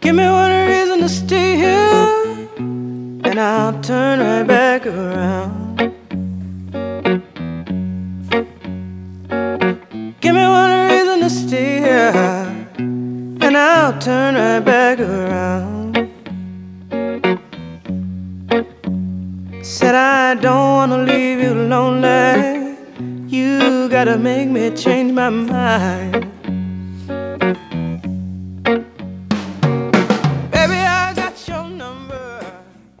Give me one reason to stay here, and I'll turn right back around. Give me one reason to stay here, and I'll turn right back around. Said I don't wanna leave you lonely. You gotta make me change my mind. Baby, I got your number.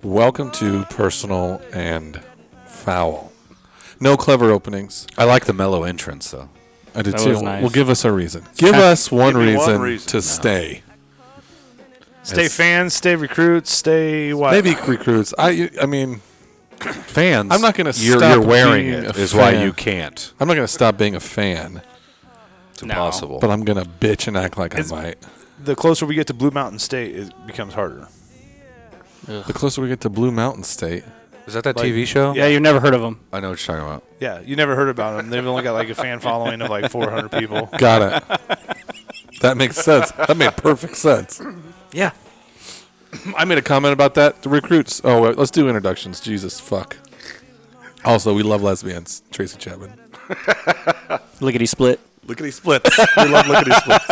Welcome to Personal and Foul. No clever openings. I like the mellow entrance though. I did That too. was nice. Well, give us a reason. give us one, Give me reason one reason. to No. stay. Stay fans, stay recruits, stay what? Maybe recruits. uh, I. I mean, Fans, I'm not gonna You're, stop you're wearing being it. a Is why fan. you can't. I'm not gonna stop being a fan, It's impossible. but I'm gonna bitch and act like It's- I might. the closer we get to Blue Mountain State, it becomes harder. The closer we get to Blue Mountain State, Is that that TV show? Yeah, you've never heard of them. I know what you're talking about. Yeah, you never heard about them. They've only got like a fan following of like 400 people. got it. that makes sense. That made perfect sense. Yeah. I made a comment about that. The recruits. Oh, wait, let's do introductions. Jesus fuck. Also, we love lesbians. Tracy Chapman. Lickety split. Lickety splits. we love lickety splits.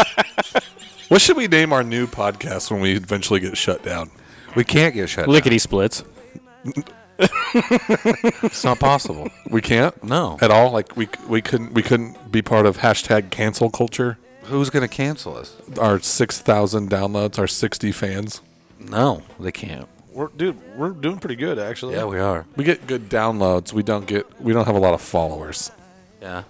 What should we name our new podcast when we eventually get shut down? We can't get shut. down. Lickety splits. It's not possible. We can't No. at all. Like we we couldn't we couldn't be part of hashtag cancel culture. Who's gonna cancel us? Our six thousand downloads, our sixty fans. No, they can't. We're, dude, we're doing pretty good actually. Yeah, we are. We get good downloads. We don't get we don't have a lot of followers. Yeah.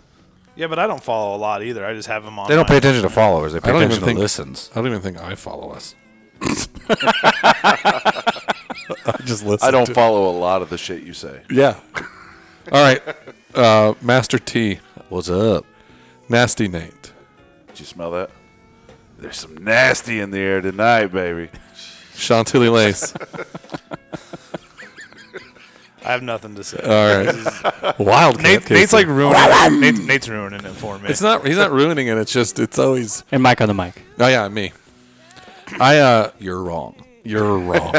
Yeah, but I don't follow a lot either. I just have them on. They don't my- pay attention to followers. They pay I don't attention to even think- listens. I don't even think I follow us. I just listen. I don't to- follow a lot of the shit you say. yeah. All right. Uh, Master T, What's up? Nasty Nate. Did you smell that? There's some nasty in the air tonight, baby. Chantilly Lace. I have nothing to say. All right. Wild. Nate, Nate's like ruining. it. Nate, Nate's ruining it for me. it's not. He's not ruining it. It's just. It's always. And Mike on the mic. Oh yeah, me. I uh, You're wrong. You're wrong.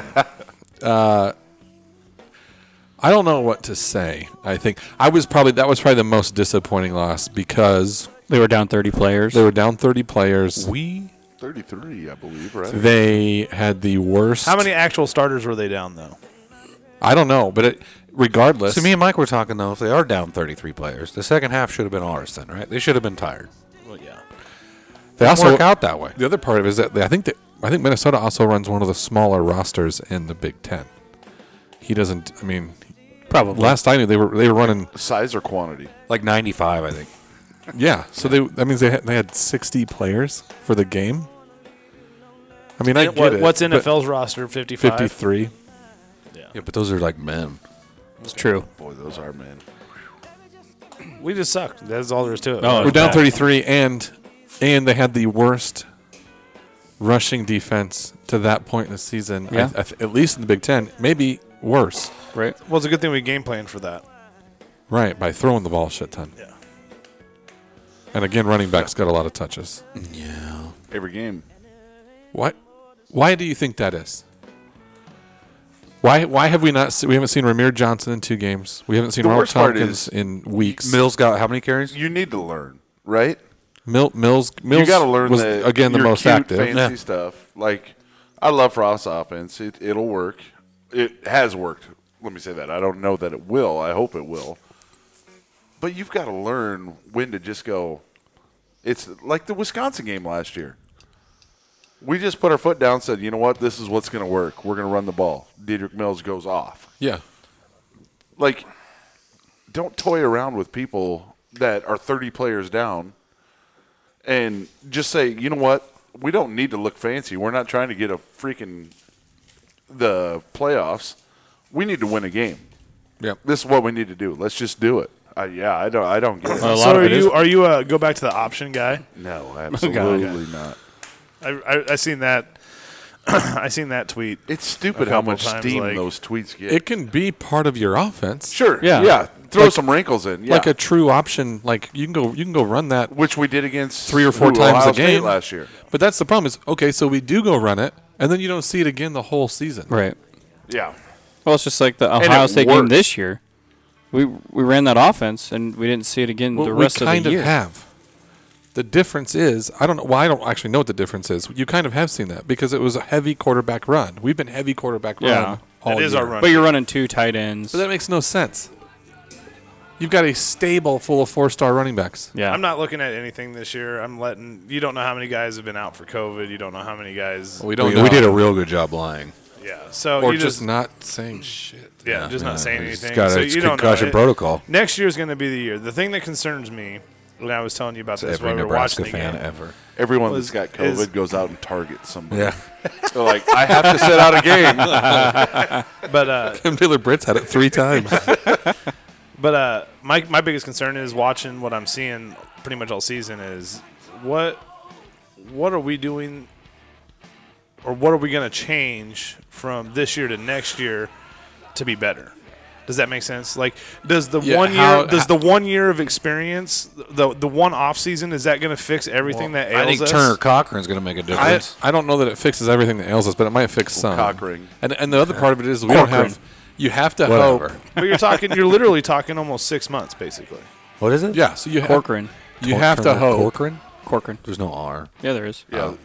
uh, I don't know what to say. I think I was probably that was probably the most disappointing loss because They were down 30 players. they were down 30 players. We 33, I believe, right? They had the worst. How many actual starters were they down though? I don't know, but it, regardless, So me and Mike were talking though. If they are down 33 players, the second half should have been ours then, right? They should have been tired. Well, yeah. they It also work out that way. The other part of it is that they, I think that I think Minnesota also runs one of the smaller rosters in the Big Ten. He doesn't. I mean, Probably. last I knew they were they were running. Size or quantity? Like 95, I think. Yeah, so they that means they had, they had 60 players for the game. I mean, I get What, it, what's but- NFL's roster? 55? 53. Yeah, but those are like men. It's true. Boy, those are men. We just suck. That's all there is to it. Oh, We're down Yeah. 33 and and they had the worst rushing defense to that point in the season. I- Yeah. I th- at least in the Big 10, maybe worse. Right. Well, it's a good thing we game planned for that. Right, by throwing the ball a shit ton. Yeah. And again, running backs got a lot of touches. Every game. What? Why do you think that is? Why, why have we not se- we haven't seen Ramir Johnson in two games? We haven't seen The Robert worst part Tompkins is- in weeks. Mills got how many carries? You need to learn, right? Mil- Mills Mills you got to learn was that again the your most cute, active. fancy stuff. Like I love Frost's offense. It, it'll work. It has worked. Let me say that. I don't know that it will. I hope it will. But you've got to learn when to just go. It's like the Wisconsin game last year. We just put our foot down, and said, "You know what? This is what's going to work. We're going to run the ball." Dedrick Mills goes off Yeah. like don't toy around with people that are 30 players down and just say, you know what? We don't need to look fancy. We're not trying to get a freaking the playoffs. We need to win a game. Yep. This is what we need to do. Let's just do it. Uh, yeah, I don't. I don't get it. a lot so of are it is- you are you uh, go back to the option guy? No, absolutely not. I I, I seen that. I seen that tweet. It's A stupid couple how much times, steam like- those tweets get. It can be part of your offense. sure. Yeah. Yeah. Throw Like- some wrinkles in. Yeah. Like a true option. Like you can go you can go run that which we did against three or four who, times Ohio a State game last year. But that's the problem is okay, so we do go run it, and then you don't see it again the whole season. Right. Yeah. Well, it's just like the it Ohio State game worked. this year. We we ran that offense and we didn't see it again Well, the rest we of kind the year. have. The difference is I don't know. Well, I don't actually know what the difference is. You kind of have seen that because it was a heavy quarterback run. We've been heavy quarterback Yeah. run all It is year. our run. but you're running two tight ends. But that makes no sense. You've got a stable full of four star running backs. yeah. I'm not looking at anything this year. I'm letting you don't know how many guys have been out for COVID. You don't know how many guys. We don't. We, know. we did a real good job lying. yeah. So or you just, just, not saying shit. yeah, just not saying It's anything. got a- so it's you don't know. concussion It- protocol. Next year is going to be the year. The thing that concerns me, when I was telling you about this, Every while we were Nebraska watching the fan game, ever. Everyone Was- that's got is- COVID goes out and targets somebody. They're like, I have to sit out a game. but uh, Tim Taylor Britt's had it three times. But uh, my my biggest concern is watching what I'm seeing pretty much all season is what what are we doing or what are we going to change from this year to next year to be better? Does that make sense? Like, does the Yeah, one year how- does the one year of experience the the one off season is that going to fix everything that ails I think us? Turner Cochran's going to make a I, difference. I don't know that it fixes everything that ails us, but it might fix some. Cochran. And and the other part of it is we don't have. You have to Whatever. hope. But you're talking, you're literally talking almost six months, basically. What is it? Yeah. So you have. Corcoran. You have to Turner hope. Corcoran? Corcoran. There's no R. Oh. Yeah, there is. Yeah.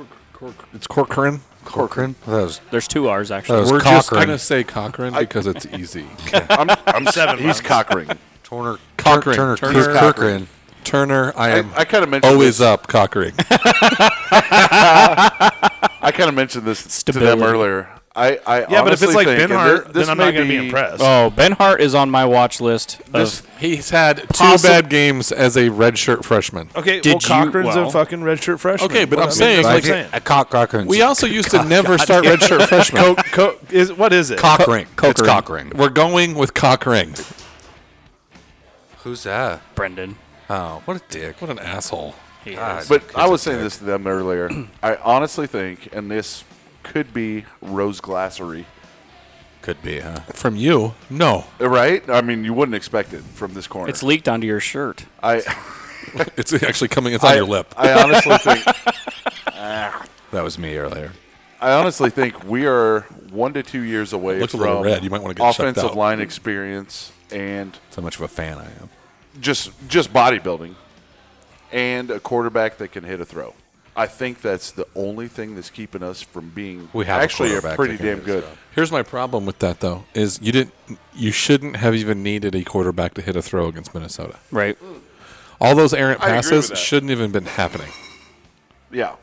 Uh, It's Corcoran. Corcoran? That was There's two R's actually. Those- Oh, It's We're just Cochran. gonna say Cochran because it's easy. I'm, I'm seven. He's cockering. Turner Cochran. Turner Turner Cor- Cochran. Corcoran. Turner, I I, am I kind of mentioned always this, up. Cochran. I kind of mentioned this to them Stability. earlier. I, I Yeah, but if honestly it's like think, Ben and Hart, thi- this then I'm may not going to be impressed. oh, Ben Hart is on my watch list. Uh, Of, This- he's had two Possi- bad games as a redshirt freshman. okay, Did well, you- Cochran's a well- fucking redshirt freshman. Okay, but What I'm I mean, saying, that's what like, I'm saying. A cock Cochran's. We also used to never start redshirt freshmen. Co- co- is what is it? Cochran. It's Corcoran. Cochran. We're going with Cochran. Who's that? Brendan. Oh, what a dick. What an asshole. He God. is. But He's I was a saying dick. this to them earlier. I honestly think, and this could be rose glassery, Could be, huh? From you? No. right? I mean, you wouldn't expect it from this corner. It's leaked onto your shirt. I, It's actually coming. It's on your lip. I honestly think Ah. That was me earlier. I honestly think we are one to two years away Looks a from little red. You might wanna get checked offensive out. line experience and That's how much of a fan I am. just just bodybuilding and a quarterback that can hit a throw. I think that's the only thing that's keeping us from being We have a actually quarterback pretty that can damn hit a good. throw. Here's my problem with that though: is you didn't, you shouldn't have even needed a quarterback to hit a throw against Minnesota. Right. All those errant I agree with passes that. shouldn't even been happening. Yeah.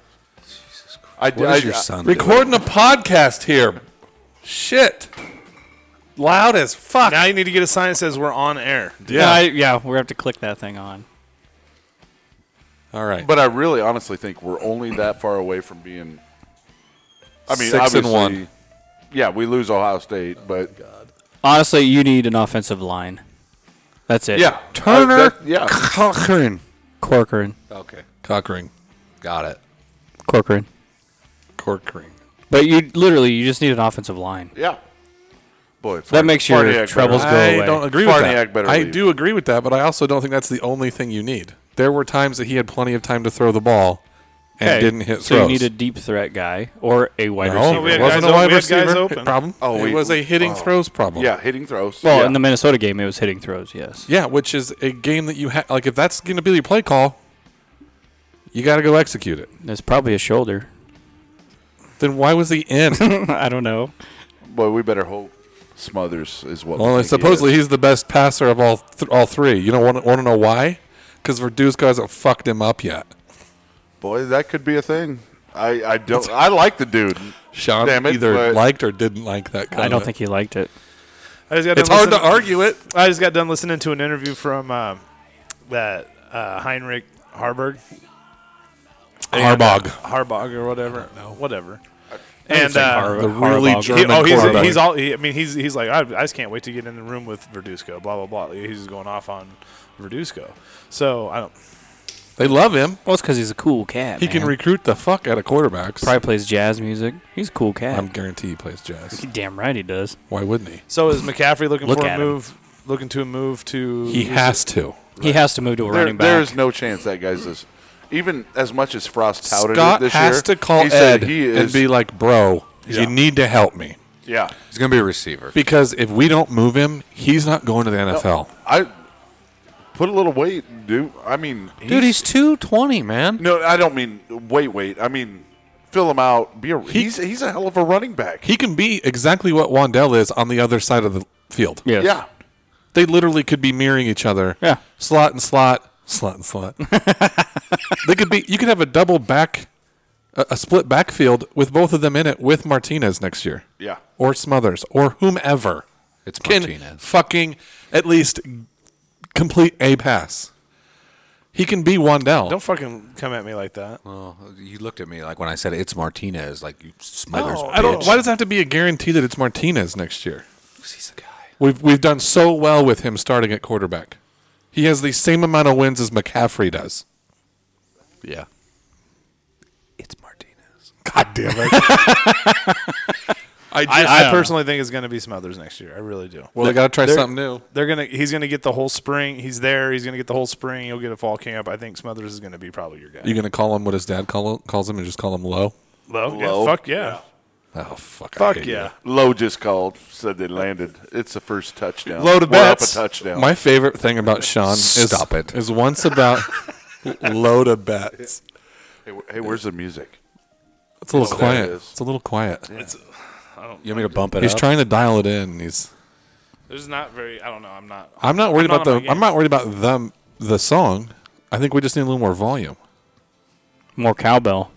I, What I, is your I- son? doing? Recording a podcast here, shit, loud as fuck. Now you need to get a sign that says we're on air. Yeah. I, yeah. We're gonna have to click that thing on. All right, But I really honestly think we're only that far away from being. I mean, Six and obviously, one. Yeah, we lose Ohio State, Oh, but Honestly, you need an offensive line. That's it. yeah, Turner I- that- yeah, Cochran. Corcoran. Okay. Cockring, Got it. Corcoran. Corkring. But you literally you just need an offensive line. yeah. Boy, That makes your troubles go I away. don't agree Farniak with that. better I leave. do agree with that, but I also don't think that's the only thing you need. There were times that he had plenty of time to throw the ball and Okay, didn't hit So throws. you need a deep threat guy or a wide no, receiver. we it had wasn't guys a o- wide we had guys receiver open. problem. Oh, it we- was a hitting throws problem. Yeah, hitting throws. Well, yeah. in the Minnesota game, it was hitting throws. Yes. Yeah, which is a game that you have. Like, if that's going to be your play call, you got to go execute it. It's probably a shoulder. Then why was he in? I don't know. Boy, we better hope Smothers is what. we well, think he supposedly is. he's the best passer of all th- all three. You don't want to know why? Because Verduzco hasn't fucked him up yet. boy, that could be a thing. I, I don't. I like the dude. Sean Damn it, either but- liked or didn't like that. Comment. I don't think he liked it. I just got it's done hard to listening- argue it. I just got done listening to an interview from um that uh, Heinrich uh, Harburg. Harbog. Harbog or whatever. No, whatever. I And think uh, Har- the really Harbaugh. he, German oh, he's quarterback. he's all. He, I mean, he's he's like I, I just can't wait to get in the room with Verduzco. Blah blah blah. He's just going off on Verduzco. So I don't. They love him. Well, it's because he's a cool cat. He can man. recruit the fuck out of quarterbacks. probably plays jazz music. He's a cool cat. I'm guarantee he plays jazz. Damn right he does. Why wouldn't he? So is McCaffrey looking Look for a at him. move? Looking to a move to? He is has to. He has to move to a There, running back. there is no chance that guy's this. Even as much as Frost touted Scott it this has year, to call he Ed said he is. and be like, "Bro, Yeah. you need to help me." yeah, He's going to be a receiver. Because if we don't move him, he's not going to the NFL. I put a little weight, dude. I mean, Dude, he's 220, man. no, I don't mean wait, wait. I mean fill him out. Be a, he's he's a hell of a running back. He can be exactly what Wandell is on the other side of the field. Yes. yeah, They literally could be mirroring each other. Yeah. Slot and slot, slot and slot. they could be you could have a double back a, a split backfield with both of them in it with Martinez next year. yeah. Or Smothers or whomever. It's Can Martinez. fucking at least complete a pass. He can be Wandell. Don't fucking come at me like that. Oh, you looked at me like when I said it's Martinez, like you Smithers. No, Oh, I don't bitch. why does it have to be a guarantee that it's Martinez next year? He's the guy. We've we've done so well with him starting at quarterback. He has the same amount of wins as McCaffrey does. Yeah. It's Martinez. God damn it. I just I, don't personally think it's going to be Smothers next year. I really do. well, they got to try They're- something new. They're gonna. He's gonna get the whole spring. He's there. He's gonna get the whole spring. He'll get a fall camp. I think Smothers is gonna be probably your guy. You gonna call him what his dad call, calls him and just call him low? Low. Low? Yeah, fuck yeah. Oh fuck! Fuck yeah. Lowe just called, said they landed. It's the first touchdown. Low to We're up a bets. touchdown. My favorite thing about Sean is Stop it. is once about low to bets. hey, wh- hey, where's the music? It's a little there it quiet. is. It's a little quiet. You want me to bump it He's up? trying to dial it in. He's. There's not very. I don't know. I'm not. I'm not worried I'm not about on the. my I'm game. not worried about the the song. I think we just need a little more volume, More cowbell.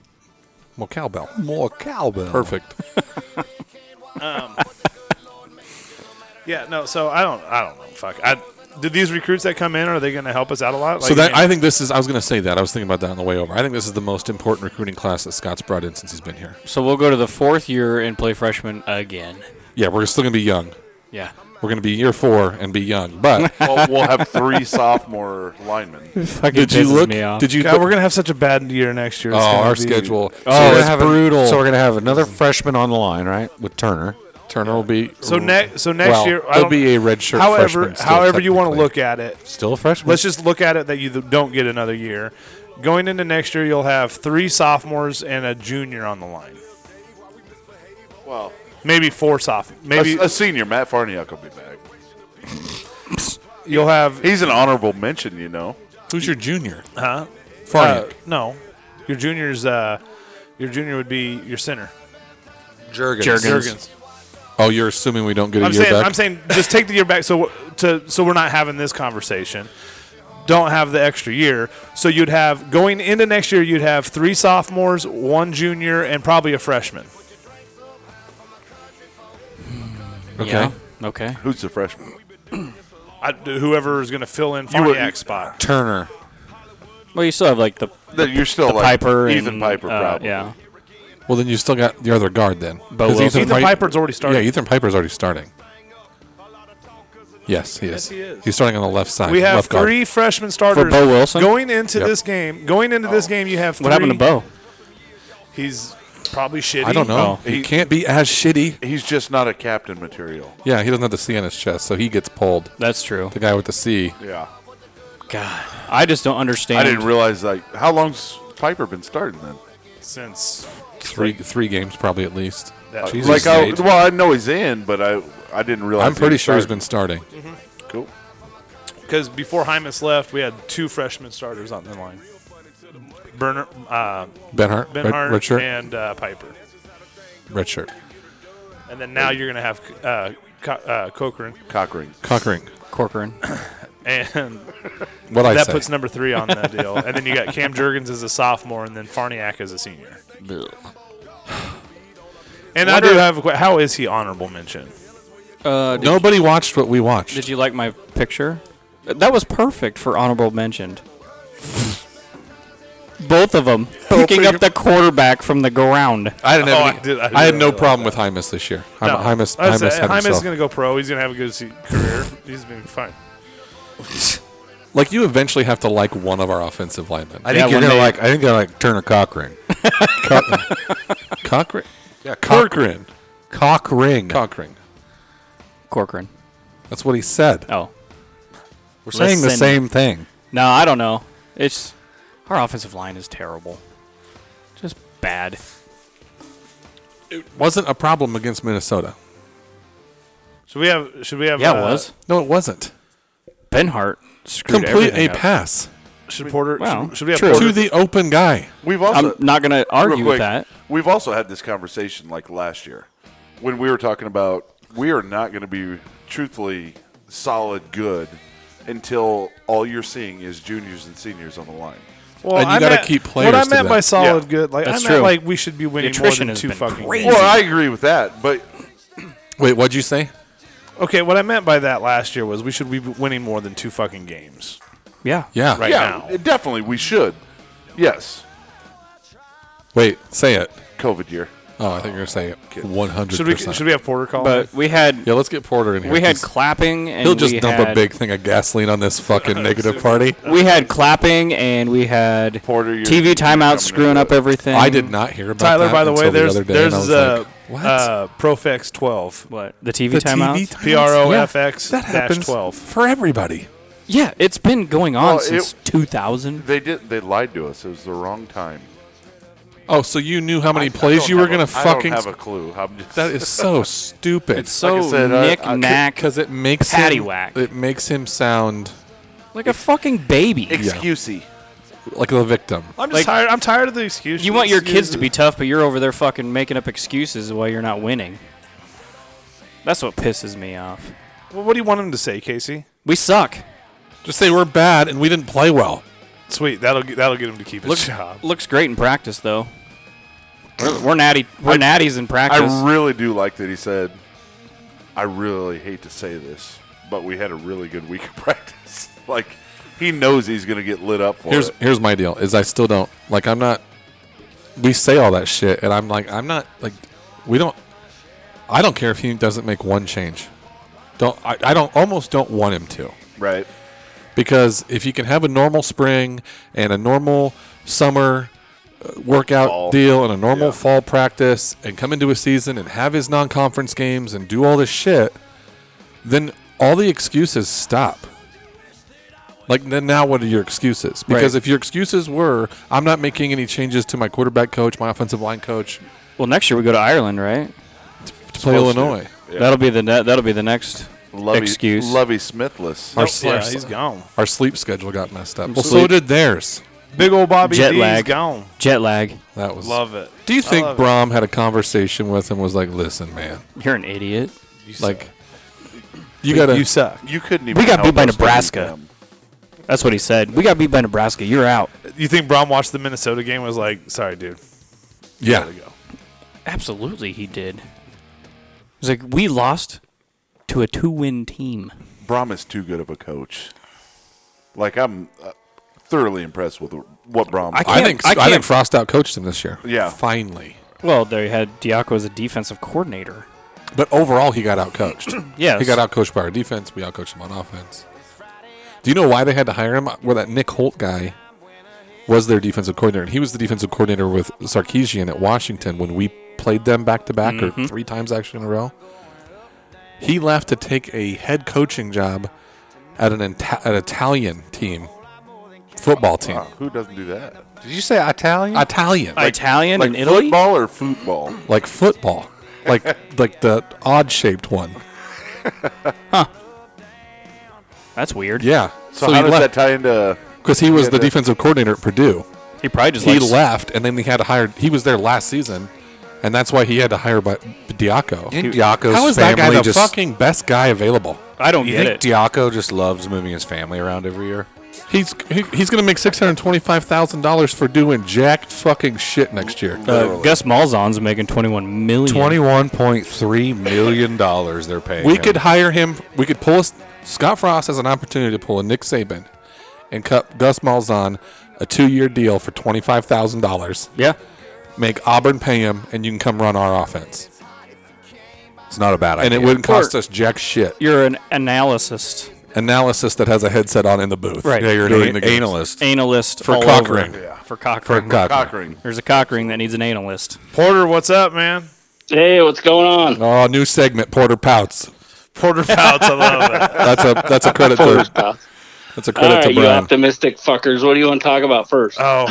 more cowbell. more cowbell. Perfect. Um, Yeah. No. So I don't. I don't know. Fuck. I. Did these recruits that come in are they going to help us out a lot? Like, so that mean, I think this is. I was going to say that. I was thinking about that on the way over. I think this is the most important recruiting class that Scott's brought in since he's been here. So we'll go to the fourth year and play freshman again. Yeah, we're still going to be young. Yeah. We're going to be year four and be young. But oh, well, we'll have three sophomore linemen. Fucking did you pisses look? Me off. Did you? God, look- we're going to have such a bad year next year. It's oh, gonna our be- schedule. So so we're it's having- brutal. So we're gonna have another freshman on the line, right? With Turner. Turner will be. So next. So next well, year. I there'll don't, be a redshirt. however, freshman still, however you want to technically. look at it, Still a freshman. let's just look at it that you th- don't get another year. Going into next year, you'll have three sophomores and a junior on the line. Well, Maybe four sophomores. a, Maybe a senior, Matt Farniak will be back. you'll have. He's an honorable mention, you know. Who's your junior? Huh? Uh, Farniak. no, your junior's. Uh, your junior would be your center. Jurgens. Jurgens. oh, you're assuming we don't get a I'm year saying. back. I'm saying. Just take the year back. So to so we're not having this conversation. Don't have the extra year. So you'd have going into next year. You'd have three sophomores, one junior, and probably a freshman. okay. Yeah. Okay. Who's the freshman? I, whoever is going to fill in You would- Farniak's spot. Turner. Well, you still have like the, That you're still the like Piper Ethan and Piper, uh, probably. yeah. Well, then you still got your other guard then. Bo 'Cause Wilson. Ethan Pi- Piper's already started. Yeah, Ethan Piper's already starting. Yes, he is. he is. He's starting on the left side. we have left guard. three freshman starters. For Bo Wilson? Going into Yep. this game, going into this game, you have three. Oh. What happened to Bo? He's probably shitty. I don't know. Oh. He, He- can't be as shitty. He's just not a captain material. Yeah, he doesn't have the C on his chest, so he gets pulled. That's true. The guy with the C. Yeah. God, I just don't understand. I didn't realize like how long's Piper been starting then? Since Three three games probably at least. That- Jesus, like I, Nate. well, I know he's in, but I I didn't realize. I'm pretty he sure he's started. been starting. cool. because before Hymus left, we had two freshman starters on the line. Burner, uh, Ben Hart, Ben red, Hart, red shirt, and uh, Piper, red shirt. and then now you're going to have uh, Co- uh, Cochran, Cochran. Cockring. Corcoran. and What I that say? puts number three on the deal. And then you got Cam Jurgens as a sophomore, and then Farniak as a senior. And I do have a que- how is he honorable mention? Uh, did, Nobody watched what we watched. did you like my picture? That was perfect for honorable mentioned. Both of them picking up the quarterback from the ground. I didn't Oh, have I any, I, did- I did had no really like problem with Hymus this year. I'm, No. Hymus, I Hymus said, had Hymus is himself. going to go pro. He's going to have a good se- career. He's been fine. Like you eventually have to like one of our offensive linemen. I Yeah, think you're when gonna they- like. I think you're gonna like Turner Cochran. Cochran. Yeah, Cochran. Cochran. Cochran. Corcoran. That's what he said. Oh. We're saying the Listen. same thing. No, I don't know. It's our offensive line is terrible. Just bad. Wasn't a problem against Minnesota. Should we have? Should we have? Yeah, uh, it was. No, it wasn't. Benhart screwed Complete a everything up. pass Should Porter? Wow. Should, should we have True. Porter? to the open guy. We've also I'm not going to real argue with quick, that. We've also had this conversation like last year when we were talking about we are not going to be truthfully solid good until all you're seeing is juniors and seniors on the line. Well, And you I gotta meant- keep What I players to meant that. by solid Yeah. good, like That's I meant true. like we should be winning more attrition than has two been fucking. crazy. Well, I agree with that, but Wait, what'd you say? Okay, what I meant by that last year was we should be winning more than two fucking games. Yeah. Yeah. Right. yeah, now. definitely we should. Yes, Wait, say it. COVID year. Oh, I think you're saying it. One hundred Should we? percent. Should we have Porter call? But we had Yeah, let's get Porter in here. we had 'cause clapping and he'll just we dump a had- big thing of gasoline on this fucking negative party. We had clapping and we had Porter, you're- TV you're coming timeouts in screwing up with- everything. I did not hear about Tyler, that by the until way, there's other day, and there's I was uh, like, what? uh, Profex 12. what the TV The timeouts. TV timeouts? P R O F Yeah, X that dash happens 12. for everybody. Yeah, it's been going on Well, it- since 2000. They did. They lied to us. It was the wrong time. Oh, so you knew how many I- I plays don't you were have a- gonna fucking. I don't have a clue. I'm just, that is so stupid. It's so I said, I- knick I- knack, because it makes him, Paddywhack. It makes him sound like a fucking baby. excusey. like the victim. I'm just Like- tired. I'm tired of the excuses. You want your kids to be tough, but you're over there fucking making up excuses while you're not winning. That's what pisses me off. Well, what do you want them to say, Casey? We suck. Just say we're bad and we didn't play well. Sweet. That'll get- that'll get him to keep his Looks job. looks great in practice though. We're, we're natty. We're natties in practice. I really do like that he said, I really hate to say this, but we had a really good week of practice. like, he knows he's going to get lit up for Here's it. here's my deal: is I still don't like. I'm not. We say all that shit, and I'm like, I'm not like. We don't. I don't care if he doesn't make one change. Don't I, I don't almost don't want him to Right. because if you can have a normal spring and a normal summer uh, workout Fall. deal and a normal Yeah. fall practice and come into a season and have his non-conference games and do all this shit, then all the excuses stop. Like then now what are your excuses? Because Right. if your excuses were I'm not making any changes to my quarterback coach, my offensive line coach well, next year we go to Ireland, right? to play Supposed to. Illinois. Yeah. That'll be the ne- that'll be the next Lovey, excuse. Lovey Smithless. Our, Yeah, our- he's gone. our sleep schedule got messed up. Well, so Sleep. did theirs. Big old Bobby Jet D's lag. gone. Jet lag. That was Love it. Do you I think love it. Brom had a conversation with him? Was like, listen, man, You're an idiot. like you gotta. you suck. You couldn't even. We got help beat by us beat Nebraska. them. That's what he said. We got beat by Nebraska. You're out. You think Brom watched the Minnesota game and was like, sorry, dude. yeah, Gotta go. Absolutely, he did. He's like, we lost to a two-win team. Brom is too good of a coach. Like, I'm uh, thoroughly impressed with what Brom. I I can't- think I I, can't- think Frost out coached him this year. Yeah. finally. Well, they had Diaco as a defensive coordinator. But overall, he got out coached. Yes. he got out coached by our defense. We out coached him on offense. Do you know why they had to hire him? Well, that Nick Holt guy was their defensive coordinator, and he was the defensive coordinator with Sarkeesian at Washington when we played them back to back or Mm-hmm. three times actually in a row. He left to take a head coaching job at an Ita- an Italian team, football team. Wow, who doesn't do that? Did you say Italian? Italian, like, Italian Like in Italy? football or football? like football, like like the odd shaped one. That's weird. Yeah. So, how he does left that tie into? because he was the that- defensive coordinator at Purdue. He probably just he likes- left, and then he had to hire. He was there last season, and that's why he had to hire by Diaco. Didn't Diaco's How is that guy family the just? fucking best guy available? I don't you get think it. Diaco just loves moving his family around every year? He's he, he's going to make six hundred twenty five thousand dollars for doing jack fucking shit next year. uh, Gus Malzahn's making 21 million. Twenty-one point three million dollars they're paying. we him. could hire him. We could pull a, Scott Frost has an opportunity to pull a Nick Saban and cut Gus Malzahn a two-year deal for twenty-five thousand dollars. Yeah. Make Auburn pay him, and you can come run our offense. It's not a bad idea. And it wouldn't cost Or- us jack shit. You're an analyst, Analysis that has a headset on in the booth. Right. Yeah, you're You're doing an the games. analyst. analyst For all cock over. ring. For cock ring. Cock ring. Cockring. There's a cock ring that needs an analyst. Porter, what's up, man? Hey, what's going on? Oh, new segment. Porter pouts. Porter Pouts, I love it. That's a that's a credit to All that's a credit right, to you Brian. optimistic fuckers. What do you want to talk about first? Oh,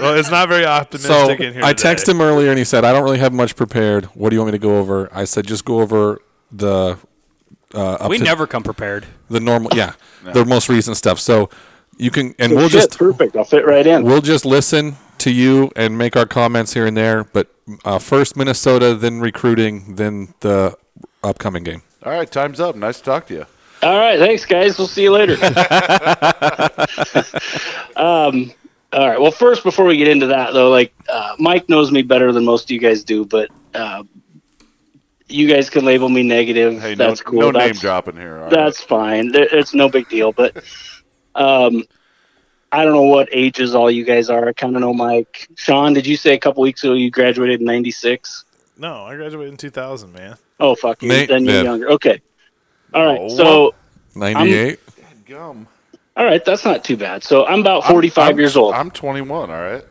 well, it's not very So optimistic in here. I today. texted him earlier and he said, I don't really have much prepared. What do you want me to go over? I said, just go over the uh, up We to never come prepared. the normal, yeah, the most recent stuff. So you can and Good we'll shit, just perfect. I'll fit right in. we'll just listen to you and make our comments here and there. But uh, first Minnesota, then recruiting, then the upcoming game. All right, time's up. Nice to talk to you. All right, thanks, guys. We'll see you later. um, all right. Well, first, before we get into that, though, like uh, Mike knows me better than most of you guys do, but uh, you guys can label me negative. Hey, that's no, cool. no that's, name dropping here. all right? That's fine. There- It's no big deal. But um, I don't know what ages all you guys are. I kind of know Mike. Sean, did you say a couple weeks ago you graduated in '96? No, I graduated in 2000, man. Oh fuck, you. Nate then you're did. younger. Okay. All right. Oh. So. Ninety eight. Gum. All right, that's not too bad. So I'm about I'm- 45 I'm- years old. i I'm 21. All right.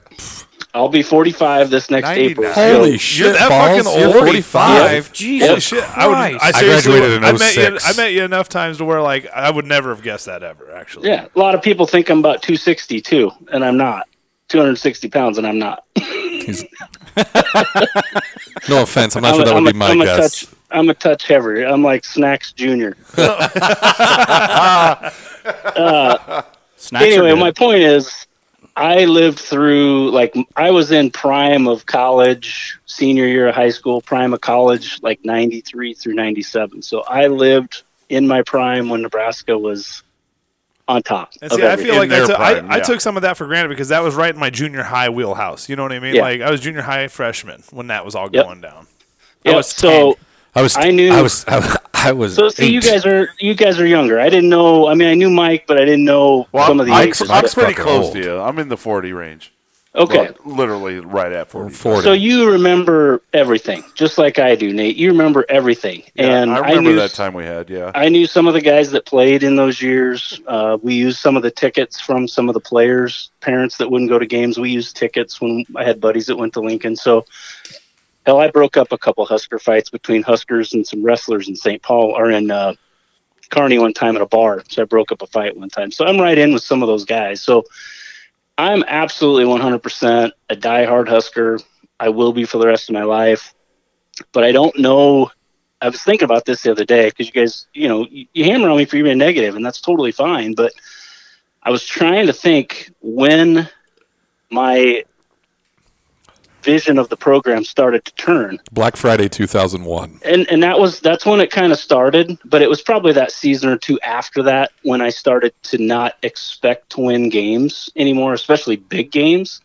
will be 45 this next 99. April. Holy shit! that balls. fucking You're old. 45. Jesus Holy shit. I, would, I, oh seriously graduated in would- I met oh you. 06. I met you enough times to where like I would never have guessed that ever. Actually, yeah, a lot of people think I'm about 260 too, and I'm not. 260 pounds, and I'm not. No offense, I'm not I'm, sure a- that I'm would a- be my I'm a guess. touch. I'm a touch heavier. I'm like Snacks Junior. Uh, Snacks are anyway, good. my point is, I lived through like I was in prime of college, senior year of high school, prime of college, like '93 through '97. So I lived in my prime when Nebraska was on top. And of see, I everything. feel like I their took- I- prime, I yeah. took some of that for granted because that was right in my junior high wheelhouse. You know what I mean? Yeah. Like I was junior high freshman when that was all Yep. going down. Yeah, was so I was. I knew- I was. I, was. so see you eight. guys are you guys are younger. I didn't know. I mean, I knew Mike, but I didn't know Well, some I'm, of the I'm- ages. I'm That's pretty fucking close old. to you. I'm in the 40 range. okay, Well, literally right at 40. 40. so you remember everything, just like I do, Nate. You remember everything, Yeah, and I remember knew that time we had. Yeah. I knew some of the guys that played in those years. Uh, we used some of the tickets from some of the players' parents that wouldn't go to games. We used tickets when I had buddies that went to Lincoln. So, hell, I broke up a couple Husker fights between Huskers and some wrestlers in St. Paul or in uh, Kearney one time at a bar. So I broke up a fight one time. So I'm right in with some of those guys. So I'm absolutely 100% a diehard Husker. I will be for the rest of my life. But I don't know I was thinking about this the other day because you guys, you know, you, you hammer on me for being negative, and that's totally fine. But I was trying to think when my vision of the program started to turn, Black Friday 2001. and and that was that's when it kind of started. But it was probably that season or two after that when I started to not expect to win games anymore, especially big games.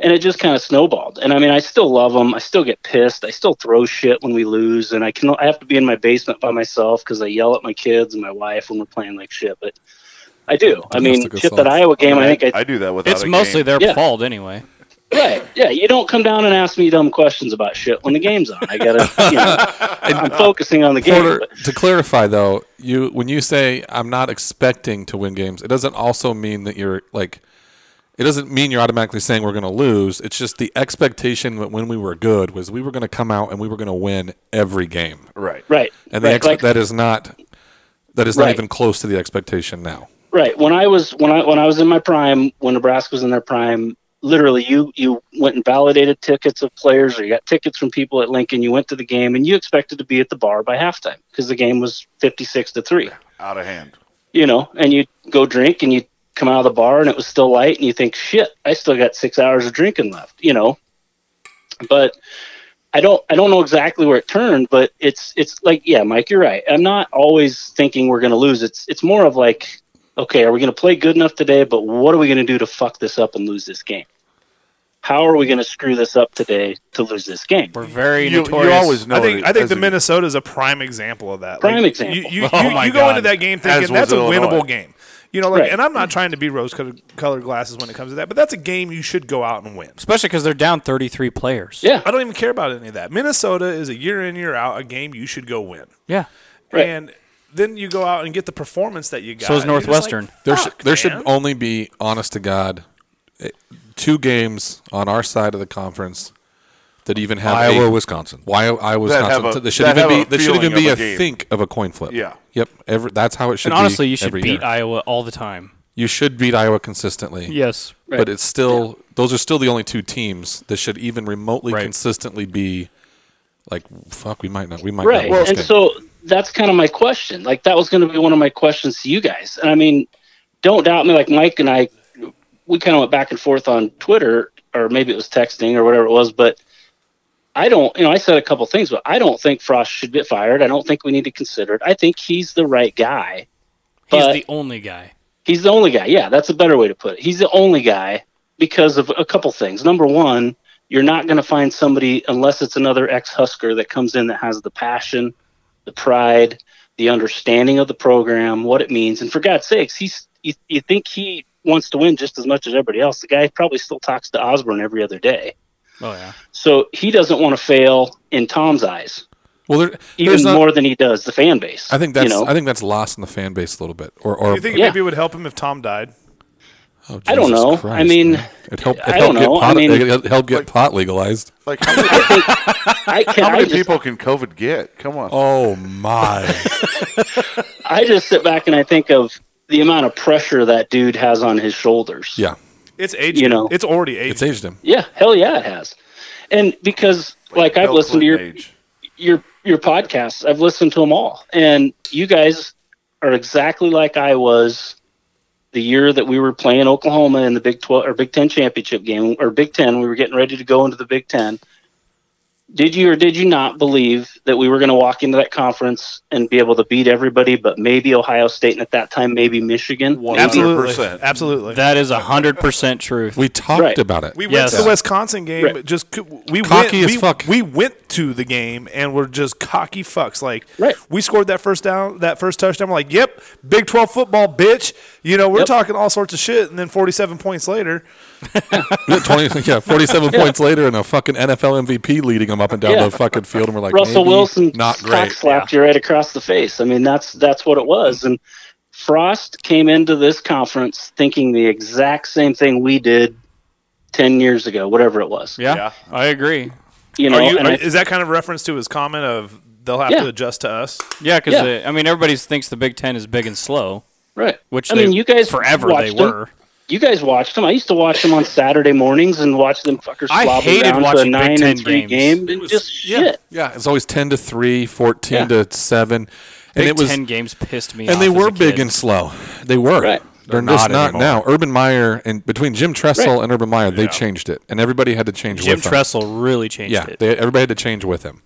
And it just kind of snowballed. And I mean, I still love them. I still get pissed. I still throw shit when we lose. And I can I have to be in my basement by myself because I yell at my kids and my wife when we're playing like shit. But I do. I mean, Domestic shit that assaults. Iowa game. I think I I do that without it's a mostly game. their Yeah. fault anyway. Right. Yeah. You don't come down and ask me dumb questions about shit when the game's on. I gotta. You know, I'm focusing on the game. Porter, but- to clarify though, you when you say I'm not expecting to win games, it doesn't also mean that you're like it doesn't mean you're automatically saying we're going to lose. It's just the expectation that when we were good was we were going to come out and we were going to win every game. Right. Right. And the right, expe- like- that is not that is not Right. even close to the expectation now. right. When I was when I when I was in my prime, when Nebraska was in their prime, literally you you went and validated tickets of players, or you got tickets from people at Lincoln. You went to the game, and you expected to be at the bar by halftime because the game was fifty six to three. Out of hand. you know, and you go drink and you come out of the bar and it was still light and you think, shit, I still got six hours of drinking left, you know. But I don't I don't know exactly where it turned, but it's it's like, yeah, Mike, you're right. I'm not always thinking we're gonna lose. It's it's more of like, okay, are we gonna play good enough today, but what are we gonna do to fuck this up and lose this game? How are we gonna screw this up today to lose this game? We're very You, you notorious. always know. I think that I think as the a- Minnesota is a prime example of that. Prime Like, example. You you, Oh you- my you go God. into that game As thinking was that's a Illinois. winnable game. You know, like, Right. and I'm not trying to be rose colored colored glasses when it comes to that, but that's a game you should go out and win. Especially because they're down 33 players. Yeah. I don't even care about any of that. Minnesota is a year in, year out, a game you should go win. Yeah. Right. And then you go out and get the performance that you got. So is and you're just like, Northwestern. There, "Fuck, sh- there should man." only be, honest to God, eh, two games on our side of the conference that even have Iowa, a- Wisconsin. Why I was That not. have a- so there should that even have be. There a should even feeling be a, of a game. think of a coin flip. Yeah. Yep. Every, that's how it should. And be honestly, you should every beat year. Iowa all the time. You should beat Iowa consistently. Yes. But it's still. Those are still the only two teams that should even remotely Right. consistently be. Like fuck, we might not. We might right Not win this and game. so that's kind of my question like that was going to be one of my questions to you guys and i mean don't doubt me like mike and i we kind of went back and forth on twitter or maybe it was texting or whatever it was but i don't you know i said a couple things but i don't think frost should get fired i don't think we need to consider it i think he's the right guy He's But- the only guy. He's the only guy. Yeah, that's a better way to put it. He's the only guy because of a couple things. Number one, you're not going to find somebody unless it's another ex Husker that comes in that has the passion, the pride, the understanding of the program, what it means. And for God's sakes, he's you, you think he wants to win just as much as everybody else. The guy probably still talks to Osborne every other day. Oh, yeah. So he doesn't want to fail in Tom's eyes, well, there, even there's not, more than he does the fan base. I think that's. you know? I think that's lost in the fan base a little bit. Or or You think Yeah. maybe it would help him if Tom died? oh, I don't Jesus know. I Christ, mean, man. it helped. It I helped don't get know. I pot. mean- it helped get pot legalized. Like, how many, I can how I many just- people can COVID get? Come on. Oh my. I just sit back and I think of the amount of pressure that dude has on his shoulders. yeah. It's aged. You him. know. it's already aged. It's aged him. Yeah, hell yeah, it has. And because like I've Bill listened to your Clinton age. your your podcasts, I've listened to them all, and you guys are exactly like I was the year that we were playing Oklahoma in the Big Twelve or Big Ten championship game or Big Ten. We were getting ready to go into the Big Ten. Did you or did you not believe that we were going to walk into that conference and be able to beat everybody, but maybe Ohio State and at that time maybe Michigan? Maybe- absolutely, 100%. absolutely. That is 100% truth. We talked Right. about it. we went Yes. to the Wisconsin game, Right. but just c- we Cocky as went, we, fuck. We went to the game and we're just cocky fucks. Like Right. we scored that first down, that first touchdown. We're like, yep, Big Twelve football, bitch. You know, we're Yep. talking all sorts of shit, and then forty-seven points later, Yeah, 20, yeah, 47 points later and a fucking NFL MVP leading him up and down Yeah. the fucking field. And we're like, Russell maybe Wilson not cock great. slapped you right across the face. I mean, that's that's what it was. And Frost came into this conference thinking the exact same thing we did ten years ago, whatever it was. yeah, I agree. You know, are you? and Are, I- is that kind of reference to his comment of they'll have Yeah. to adjust to us? Yeah, because, Yeah. I mean, everybody thinks the Big Ten is big and slow, right? which I they, mean, you guys forever they watched 'em. were. You guys watched them. I used to watch them on Saturday mornings and watch them fuckers I slob hated around to a watching Big nine Ten and three games. game and just shit. Yeah, it's always 10 to 3, 14 to 7. And Big it was, Ten games pissed me off. and they as were a big kid. and slow. They were. Right. They're, just not now. Urban Meyer and between Jim Tressel and Urban Meyer, they changed it, and everybody had to change Jim with them. Tressel really changed Yeah, it. they, everybody had to change with him.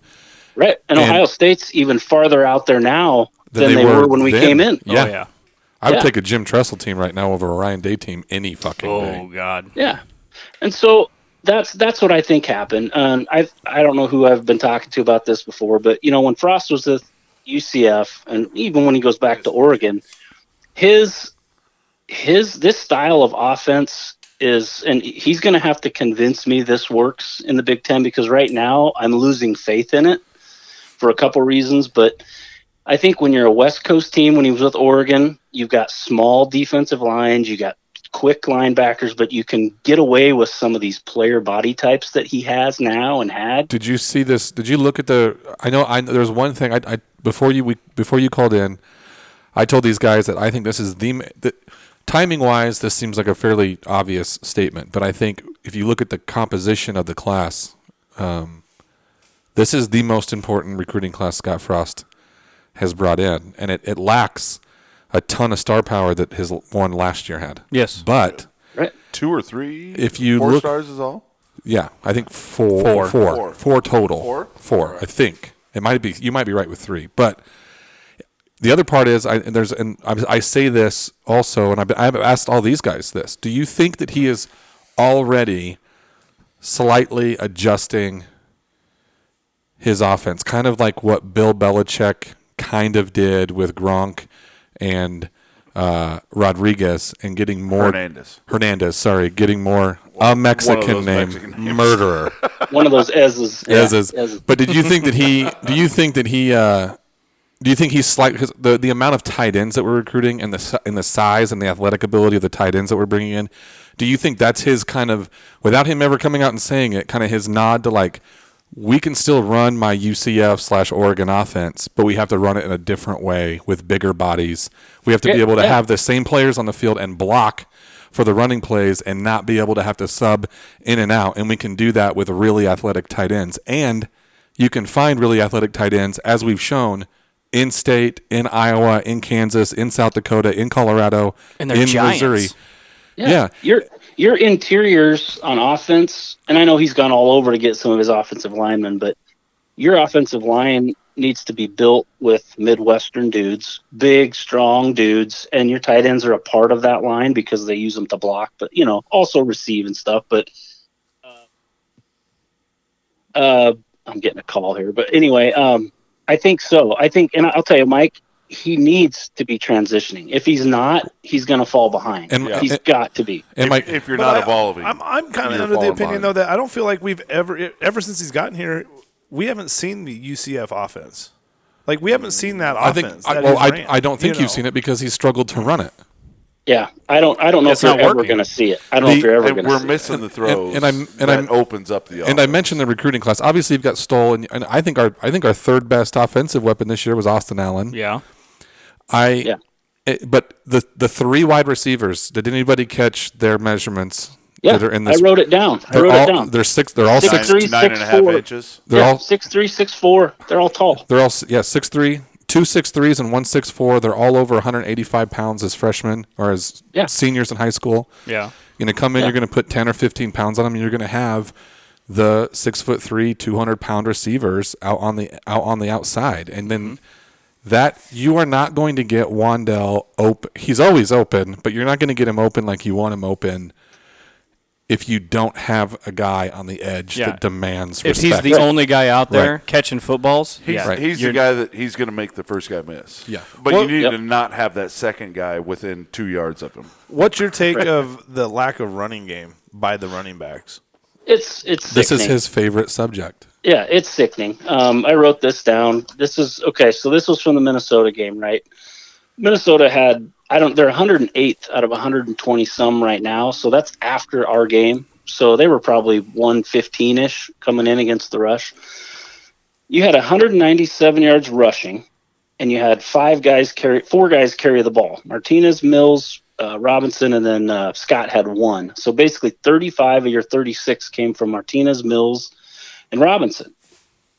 Right. And, And- Ohio State's even farther out there now than, they, were, when we then. came in. Yeah, Oh, yeah. I would Yeah. take a Jim Tressel team right now over a Ryan Day team any fucking Oh, day. God. Yeah, and so that's that's what I think happened. Um, I I don't know who I've been talking to about this before, but you know when Frost was with UCF, and even when he goes back to Oregon, his his this style of offense is, and he's going to have to convince me this works in the Big Ten because right now I'm losing faith in it for a couple reasons, but. I think when you're a West Coast team, when he was with Oregon, you've got small defensive lines, you got quick linebackers, but you can get away with some of these player body types that he has now and had. Did you see this? Did you look at the? I know. I there's one thing. I, I before you we before you called in, I told these guys that I think this is the, the timing wise. This seems like a fairly obvious statement, but I think if you look at the composition of the class, um, this is the most important recruiting class Scott Frost has brought in, and it, it lacks a ton of star power that his one last year had. Yes. but Right. Two or three? If you four look- stars is all. yeah, I think four, Four. four, four, Four. total. Four? Four, I think it might be. You might be right with three, but the other part is I and there's and I, I say this also, and I've, been, I've asked all these guys this: Do you think that he is already slightly adjusting his offense, kind of like what Bill Belichick kind of did with Gronk and uh, Rodriguez and getting more Hernandez. Hernandez, sorry, getting more a Mexican those name, Mexican names. murderer. One of those S's. Yeah, as is. S's. But did you think that he? Do you think that he? Uh, do you think he's slight? Cause the the amount of tight ends that we're recruiting and the si- and the size and the athletic ability of the tight ends that we're bringing in, do you think that's his kind of without him ever coming out and saying it, kind of his nod to like we can still run my UCF slash Oregon offense, but we have to run it in a different way with bigger bodies. We have to be Yeah, able to yeah. have the same players on the field and block for the running plays and not be able to have to sub in and out. And we can do that with really athletic tight ends. And you can find really athletic tight ends, as we've shown, in state, in Iowa, in Kansas, in South Dakota, in Colorado, And they're in giants. Missouri. Yeah. Yeah. Your your interiors on offense, and I know he's gone all over to get some of his offensive linemen, but your offensive line needs to be built with Midwestern dudes, big, strong dudes, and your tight ends are a part of that line because they use them to block, but you know, also receive and stuff. But uh, uh, I'm getting a call here, but anyway, um, I think so. I think, and I'll tell you, Mike, he needs to be transitioning. If he's not, he's going to fall behind. And- He's and- got to be. And if, like, if you're But not I- evolving, I'm, I'm kind of you're under the falling opinion behind. though that I don't feel like we've ever ever since he's gotten here, we haven't seen the UCF offense. Like we haven't seen that I think, offense. I, that well, he's I, ran, I don't think you have know. seen it because he struggled to run it. Yeah, I don't. I don't know It's if you're not ever working. going to see it. I don't know The- if you're ever and going to we're see missing the throws, and I'm- and that I'm- opens up the. And I mentioned the recruiting class. Obviously, you've got Stoll, and, and I think our I think our third best offensive weapon this year was Austin Allen. Yeah. I, Yeah. it- but the the three wide receivers. Did anybody catch their measurements it. Yeah, that are in this? I wrote it down. I they're wrote all, it down. They're six. They're all Six, six. three, nine and a six, half four. inches. They're yeah, all six three, six four. They're all tall. They're all s- yeah six three, two six threes and one six four. They're all over 185 pounds as freshmen or as Yeah. seniors in high school. Yeah. You're gonna come in. You're gonna put 10 or 15 pounds on them. And you're gonna have the six foot three, 200 pound receivers out on the out on the outside, and then. Mm-hmm. That you are not going to get Wandell open. He's always open, but you're not going to get him open like you want him open if you don't have a guy on the edge Yeah. that demands If respect. he's the only guy out there Right. catching footballs, He's, yeah. he's the You're- guy that he's going to make the first guy miss. Yeah. but Well- you need Yep. to not have that second guy within two yards of him. What's your take of the lack of running game by the running backs? It's it's. this is sickening. his favorite subject. Yeah, it's sickening. Um, I wrote this down. This is okay. So this was from the Minnesota game, right? Minnesota had I don't. They're 108th out of 120 some right now. So that's after our game. So they were probably 115 ish coming in against the rush. You had 197 yards rushing, and you had five guys carry four guys carry the ball. Martinez, Mills, uh, Robinson, and then uh, Scott had one. So basically, 35 of your 36 came from Martinez, Mills, and Robinson.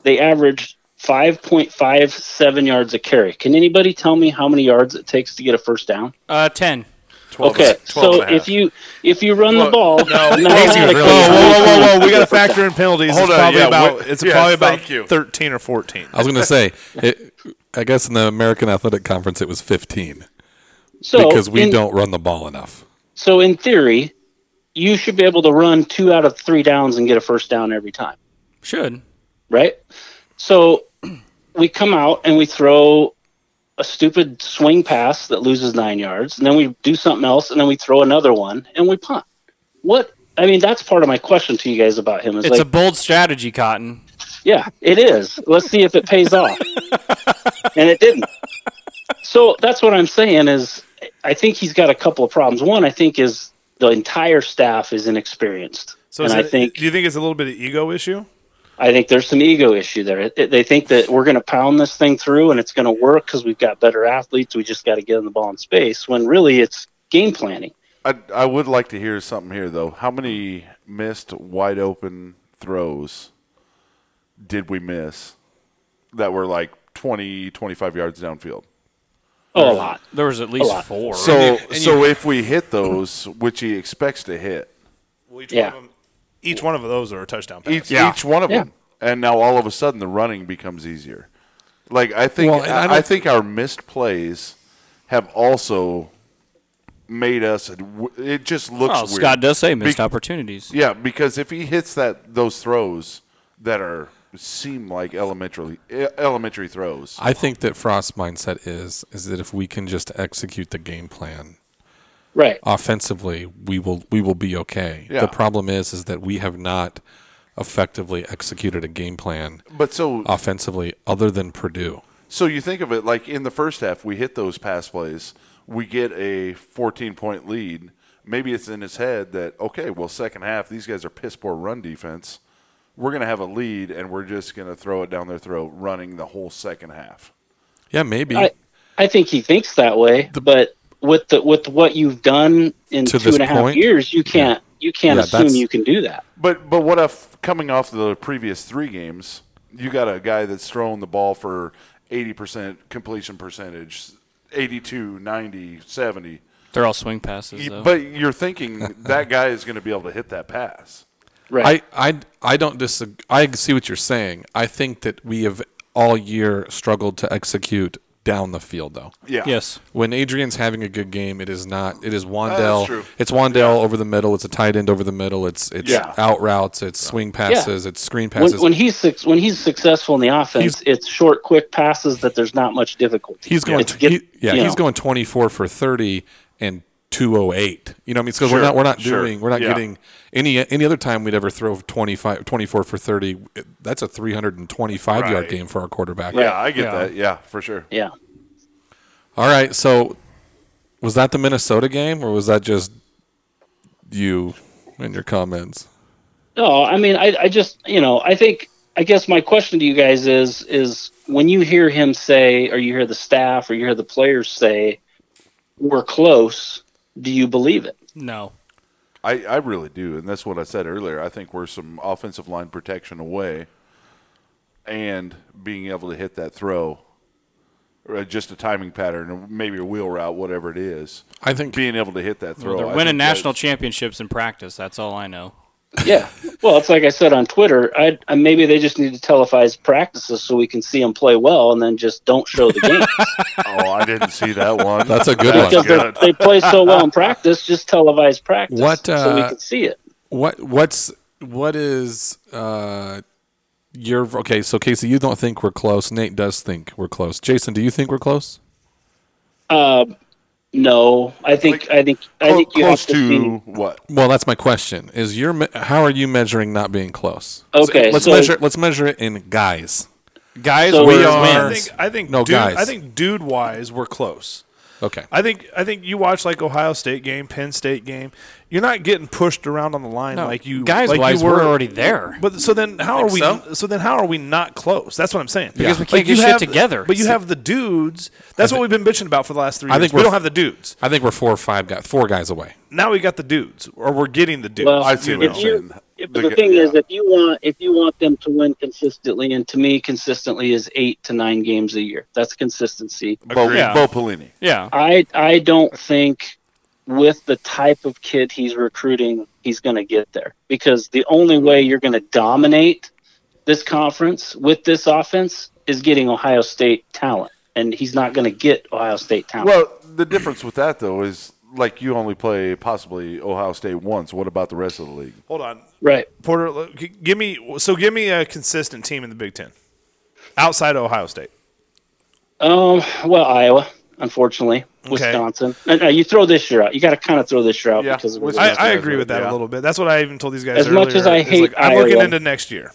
They averaged 5.57 yards a carry. Can anybody tell me how many yards it takes to get a first down? uh, 10. 12, okay, 12 so and a half. if you if you run Well, the ball, no, Oh, Whoa, whoa, whoa, whoa! We got to factor in penalties. Hold it's on, probably yeah, about wait- it's yes, probably about thank you. thirteen or fourteen. I was going to say, it, I guess in the American Athletic Conference it was 15 so because we in, don't run the ball enough. So in theory, you should be able to run two out of three downs and get a first down every time. Should. right? So we come out and we throw a stupid swing pass that loses nine yards, and then we do something else, and then we throw another one and we punt. What? I mean, that's part of my question to you guys about him. Is It's like, a bold strategy, Cotton. yeah, it is. Let's see if it pays off. and it didn't. So that's what I'm saying is I think he's got a couple of problems. One, I think is the entire staff is inexperienced. So and is I it- think do you think it's a little bit of ego issue? I think there's some ego issue there. It- They think that we're going to pound this thing through and it's going to work because we've got better athletes. We just got to get them the ball in space. When really it's game planning. I, I would like to hear something here though. How many missed wide open throws did we miss that were like 20, 25 yards downfield? Oh, a lot. There was at least lot. four. So so if we hit those, which he expects to hit, Well, each, Yeah. one of them, each one of those are a touchdown pass. each Yeah. each one of Yeah. them, and now all of a sudden the running becomes easier. Like I think Well, and I I, don't- I think our missed plays have also made us. It just looks Well, weird. Scott does say missed Be- opportunities. Yeah, because if he hits that those throws that are seem like elementary e- elementary throws. I think that Frost's mindset is is that if we can just execute the game plan Right. offensively, we will we will be okay. Yeah. The problem is is that we have not effectively executed a game plan But so offensively other than Purdue. So you think of it like in the first half, we hit those pass plays, we get a 14 point lead. Maybe it's in his head that okay, well, second half these guys are piss poor run defense. We're gonna have a lead, and we're just gonna throw it down their throat, running the whole second half. Yeah, maybe I, I think he thinks that way, but with the with what you've done in To two this and a half point? years, you can't you can't Yeah, assume that's- you can do that. But but what if coming off the previous three games, you got a guy that's throwing the ball for 80 percent completion percentage, 82, 90, 70. They're all swing passes, though. But you're thinking that guy is gonna be able to hit that pass. Right. I, I I don't disagree. I see what you're saying. I think that we have all year struggled to execute down the field though. Yeah. yes. When e-, Adrian's having a good game, it is not. It is that's Wandell. true. it's Wandell over the middle. It's a tight end over the middle. It's it's Yeah. out routes. It's swing passes. It's screen when, passes. when he's suc- when he's successful in the offense, it's short, quick passes that there's not much difficulty. he's going. It's get- he- yeah, you he's know, going 24 for 30 and 208. You know, what I mean, because Sure, we're not we're not sure. doing we're not Yeah. getting any any other time we'd ever throw 25 24 for 30. That's a 325 yard Right. game for our quarterback. Yeah, I get Yeah. that. Yeah, for sure. Yeah. All right. So, was that the Minnesota game, or was that just you and your comments? No, I mean, I, I just, you know, I think, I guess my question to you guys is, is when you hear him say, or you hear the staff, or you hear the players say, "We're close," do you believe it? No. I, I really do, and that's what I said earlier. I think we're some offensive line protection away, and being able to hit that throw, or just a timing pattern, or maybe a wheel route, whatever it is, I think being able to hit that throw. They're I winning think that- national championships in practice. That's all I know. Yeah. well, it's like I said on Twitter. I, I maybe they just need to televise practices so we can see them play well, and then just don't show the game Oh, I didn't see that one. That's a good That's one. because they're- they play so well in practice. Just televise practice What, so we uh, can see it. what what's what is uh your okay? So Casey, you don't think we're close. Nate does think we're close. Jason, do you think we're close? Um, No, I think, I think, I think you close have to. see- to what? Well, that's my question. Is your me- how are you measuring not being close? Okay, let's so- measure. Let's measure it in guys. Guys, So- we We are. I think I think No, dude, guys. I think dude wise we're close. Okay. I think I think you watch like Ohio State game, Penn State game. You're not getting pushed around on the line like you guys like wise, you we're already there. But so then how are we? so? So? then how are we not close? That's what I'm saying. Because we can't get you shit have- together. But you have the dudes. That's what we've been bitching about for the last three. I years. think we we're- don't have the dudes. I think we're four or five guys, four guys away. Now we got the dudes, or we're getting the dudes. Well, I see what if you're you, saying. if, The the g- thing is, yeah. if you want, if you want them to win consistently, and to me, consistently is eight to nine games a year. That's consistency. Bo, Yeah. Bo Pelini. yeah. I, I don't think with the type of kid he's recruiting, he's going to get there because the only way you're going to dominate this conference with this offense is getting Ohio State talent, and he's not going to get Ohio State talent. Well, the difference with that though is like you only play possibly Ohio State once. What about the rest of the league? Hold on, right. Porter. look, g- Give me so give me a consistent team in the Big Ten outside of Ohio State. Um, well, Iowa, unfortunately, Wisconsin. No, no, you throw this year out. You got to kind of throw this year out Yeah, because of Wis- I, That's I what I agree with heard, that yeah. a little bit. That's what I even told these guys. As much earlier, as I is, hate like, I'm looking Iowa- into next year.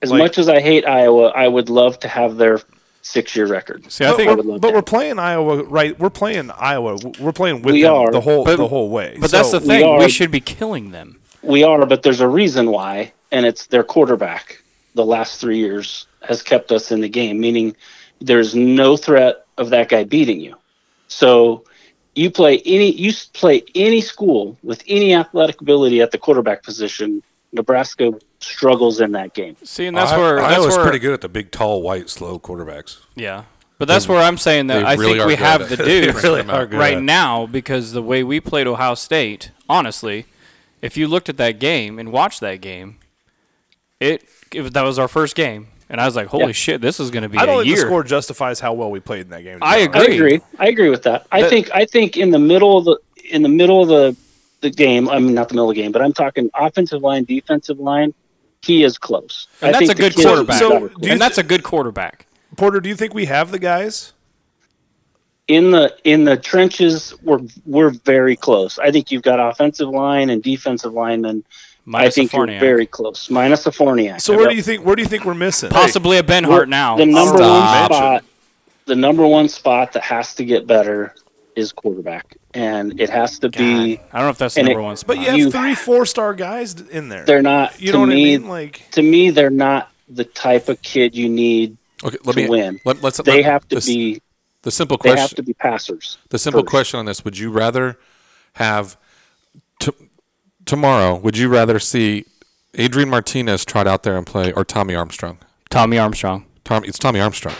as like- much as I hate Iowa, I would love to have their six-year record. See, I but think I we're, would love but that. we're playing Iowa, right? We're playing Iowa. We're playing with We them are. the whole But- the whole way. But that's So- the thing. We, are- should be killing them. We are, but there's a reason why, and it's their quarterback. The last three years has kept us in the game, meaning there's no threat of that guy beating you. So you play any you s- play any school with any athletic ability at the quarterback position. Nebraska struggles in that game. See, and that's I, where I that's was where, pretty good at the big, tall, white, slow quarterbacks. Yeah. But that's where I'm saying that they I really think are we good have at the it. dudes really are good right at it. now because the way we played Ohio State, honestly, if you looked at that game and watched that game, it, it was- that was our first game, and I was like, "Holy Yeah. shit, this is going to be I don't a think the year." score justifies how well we played in that game. to be I honest. I agree. agree. I agree with that. I That- think I think in the middle of the in the middle of the the game. I mean, not the middle of the game, but I'm talking offensive line, defensive line. he is close. And I that's think a the good kid- quarterback. So- do you and that's a good quarterback. Porter, do you think we have the guys? in the in the trenches we're we're very close. I think you've got offensive line and defensive linemen. I Minus think Safroniak. you're very close. Minus a Forniak. So where do you think where do you think we're missing? Possibly a Ben Hart now. The number Stop. one spot the number one spot that has to get better is quarterback. And it has to be I don't know if that's the And number it- one spot. But you have You- three four star guys d- in there. they're not you to know what me I mean? Like to me they're not the type of kid you need. Okay, let To me win. Let, let's. They let- have to this- be the simple they have question. to be passers. The simple first. question on this: Would you rather have t- tomorrow? Would you rather see Adrian Martinez trot out there and play, or Tommy Armstrong? Tommy Armstrong. Tom, it's Tommy Armstrong.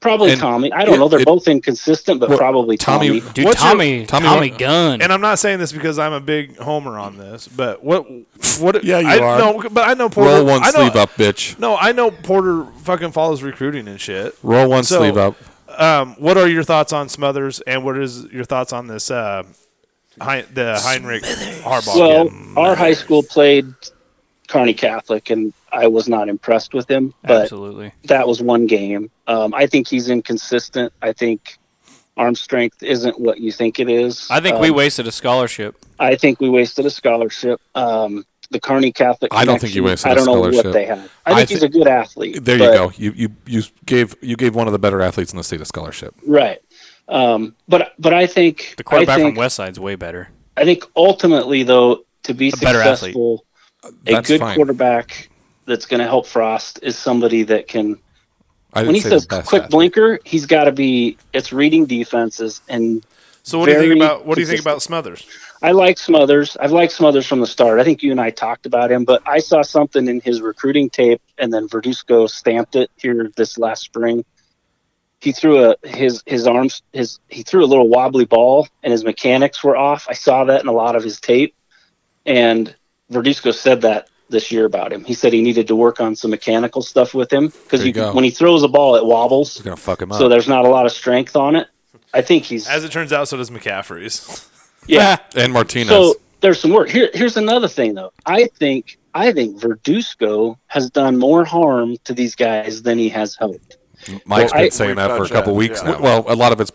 Probably And- Tommy. I don't yeah, know. They're it- both inconsistent, but Well, probably Tommy. Tommy- Dude, What's your- Tommy, Tommy Tommy, what- Gunn. and I'm not saying this because I'm a big homer on this, but what what Yeah, you I, are. No, but I know Porter Roll one I know, sleeve up, bitch. No, I know Porter fucking follows recruiting and shit. Roll one So- sleeve up. Um, what are your thoughts on Smothers, and what is your thoughts on this? Uh, Hein- the Heinrich Harbaugh. Well, kid? our high school played Carney Catholic, and I was not impressed with him. But Absolutely. that was one game. Um, I think he's inconsistent. I think arm strength isn't what you think it is. I think we Um, wasted a scholarship. I think we wasted a scholarship. Um, the Carney Catholic. I don't think you wasted connection, I a don't know scholarship. what they have. I I think he's thi- a good athlete. There but- you go. You, you you gave you gave one of the better athletes in the state a scholarship. Right. Um, but but I think The quarterback I think, from Westside's way better. I think ultimately, though, to be better athlete. successful, a That's good fine. quarterback that's going to help Frost is somebody that can. I didn't When he say says the best quick athlete. blinker, he's got to be. It's reading defenses, and so what do you think very about what do you think about Smothers? I like Smothers. I've liked Smothers from the start. I think you and I talked about him, but I saw something in his recruiting tape, and then Verduzco stamped it here this last spring. He threw a his his arms his he threw a little wobbly ball, and his mechanics were off. I saw that in a lot of his tape, and Verduzco said that this year about him. He said he needed to work on some mechanical stuff with him because There you go. when he throws a ball, it wobbles, gonna fuck him up. so there's not a lot of strength on it. I think he's As it turns out, so does McCaffrey's. yeah. and Martinez. So there's some work. Here, here's another thing though. I think I think Verduzco has done more harm to these guys than he has helped. Mike's Well, I- been saying that for a couple weeks Yeah. now. well, a lot of it's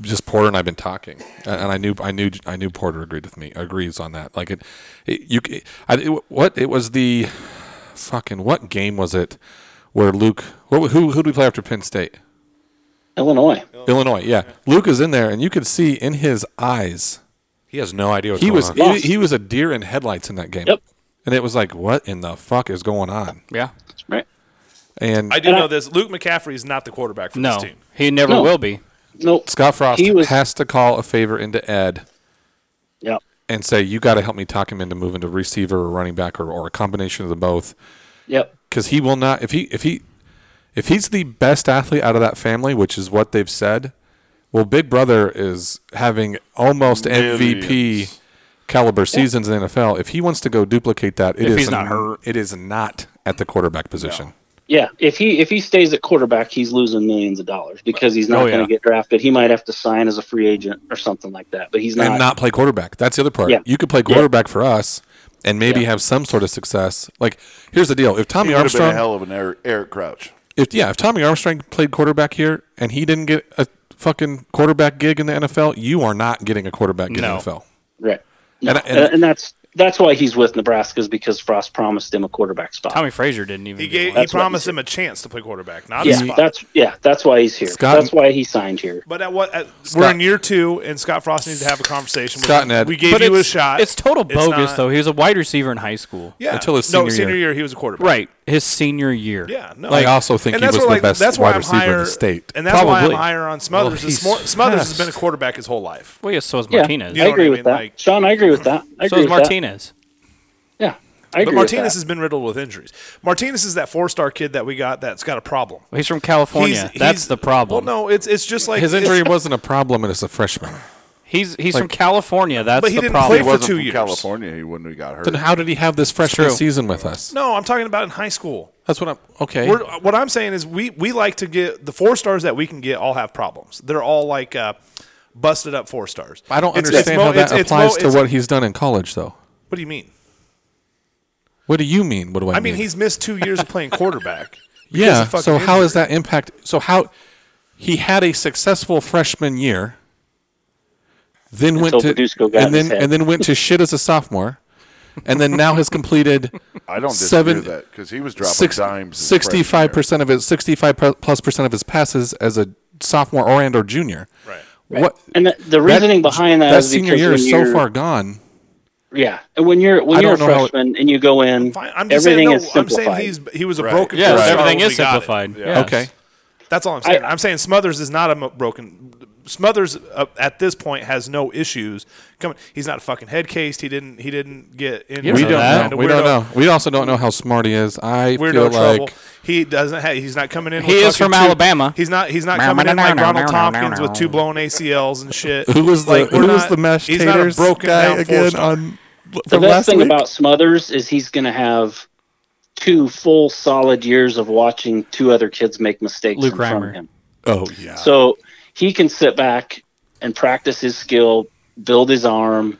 just Porter and I've been talking, and and I knew I knew I knew Porter agreed with me agrees on that. Like it, it you c- I, it, what it was the fucking what game was it where Luke what, who who do we play after Penn State Illinois. Illinois yeah Luke is in there and you could see in his eyes he has no idea what's he going was on. he, he was a deer in headlights in that game. Yep. And it was like, what in the fuck is going on? Yeah. Right. And I do know this. Luke McCaffrey is not the quarterback for No. this team. He never No. will be. Nope. Scott Frost He was- has to call a favor into Ed Yep. and say, "You got to help me talk him into moving to receiver or running back or, or a combination of the both." Yep. because he will not if he if he if he's the best athlete out of that family, which is what they've said. Well, Big Brother is having almost MVP Millions. caliber seasons in the NFL. If he wants to go duplicate that, it If is he's not hurt. It is not at the quarterback position. Yeah. If he if he stays at quarterback, he's losing millions of dollars because he's not Oh, going to yeah. get drafted. He might have to sign as a free agent or something like that. But he's not. and not play quarterback. That's the other part. Yeah. You could play quarterback for us and maybe have some sort of success. Like here's the deal: if Tommy He would have been a Armstrong, hell of an Eric, Eric Crouch. if yeah, if Tommy Armstrong played quarterback here and he didn't get a fucking quarterback gig in the NFL, you are not getting a quarterback gig No. in the NFL. right. And, And, and, and that's that's why he's with Nebraska is because Frost promised him a quarterback spot. Tommy Frazier didn't even. He get gave one. he That's what promised he him a chance to play quarterback, not a yeah. spot. That's yeah. That's why he's here. Scott- that's why he signed here. But at what at, we're in year two, and Scott Frost needs to have a conversation. with Scott him. and Ed. we gave But you a it's- shot. It's total It's bogus, not- though. He was a wide receiver in high school. yeah. until his no, senior senior year. year. he was a quarterback. Right. His senior year. Yeah, no. I also think and he that's was why, the like, best that's why wide I'm receiver higher, in the state. and that's why I'm Probably. higher on Smothers. Well, is Smo- he's Smothers has fast. been a quarterback his whole life. Well, yeah, so is Yeah. Martinez. You I know what agree I with mean? that, Like- Sean. I agree with that. I agree So is with that. Martinez. Yeah, I agree. But with Martinez that. has been riddled with injuries. Martinez is that four star kid that we got that's got a problem. Well, He's from California. He's- That's he's- the problem. Well, no, it's it's just like his it's- injury wasn't a problem as a freshman. He's he's from California. That's But he the didn't problem. play He for wasn't two from years. California. He wouldn't have got hurt. Then how did he have this freshman true. season with us? No, I'm talking about in high school. That's what I'm okay. We're, what I'm saying is we we like to get the four stars that we can get all have problems. They're all like uh, busted up four stars. I don't It's- understand mo- how that it's- it's mo- applies to it's- what he's done in college, though. What do you mean? What do you mean? What do I, I mean, he's missed two years of playing quarterback. because yeah. of fucking So how injury. is that impact? So how he had a successful freshman year, then went to Until Badusco got in and his then head. and then went to shit as a sophomore, and then now has completed I don't disagree Seven- with that because he was dropping six, dimes. his freshman year. 65 percent of his sixty five plus percent of his passes as a sophomore or and or junior. Right. What And the, the reasoning behind that that is senior because year when is so you're- far gone. Yeah, and when you're when I you're a don't know how it- freshman and you go in, Fine, I'm just saying, everything no, is I'm simplified. saying he's he was a broken. Yes, Right. everything is We got it. simplified. Yeah. Yes. Okay. That's all I'm saying. I, I- am saying Smothers is not a mo- broken. Smothers uh, at this point has no issues. Coming, he's not fucking head cased. He didn't. He didn't get in. We So don't that- know. We don't know. We also don't know how smart he is. I Weirdo feel like trouble. He doesn't. Have, he's not coming in. He with is fucking from Alabama. He's not. He's not coming in like Ronald Tompkins with two blown ACLs and shit. who was the Like, who we're was not- the mashed he's not a taters broken guy down again four-star. on the from best last thing week? about Smothers is he's going to have two full solid years of watching two other kids make mistakes Luke in front Reimer. of him. oh yeah. So he can sit back and practice his skill, build his arm,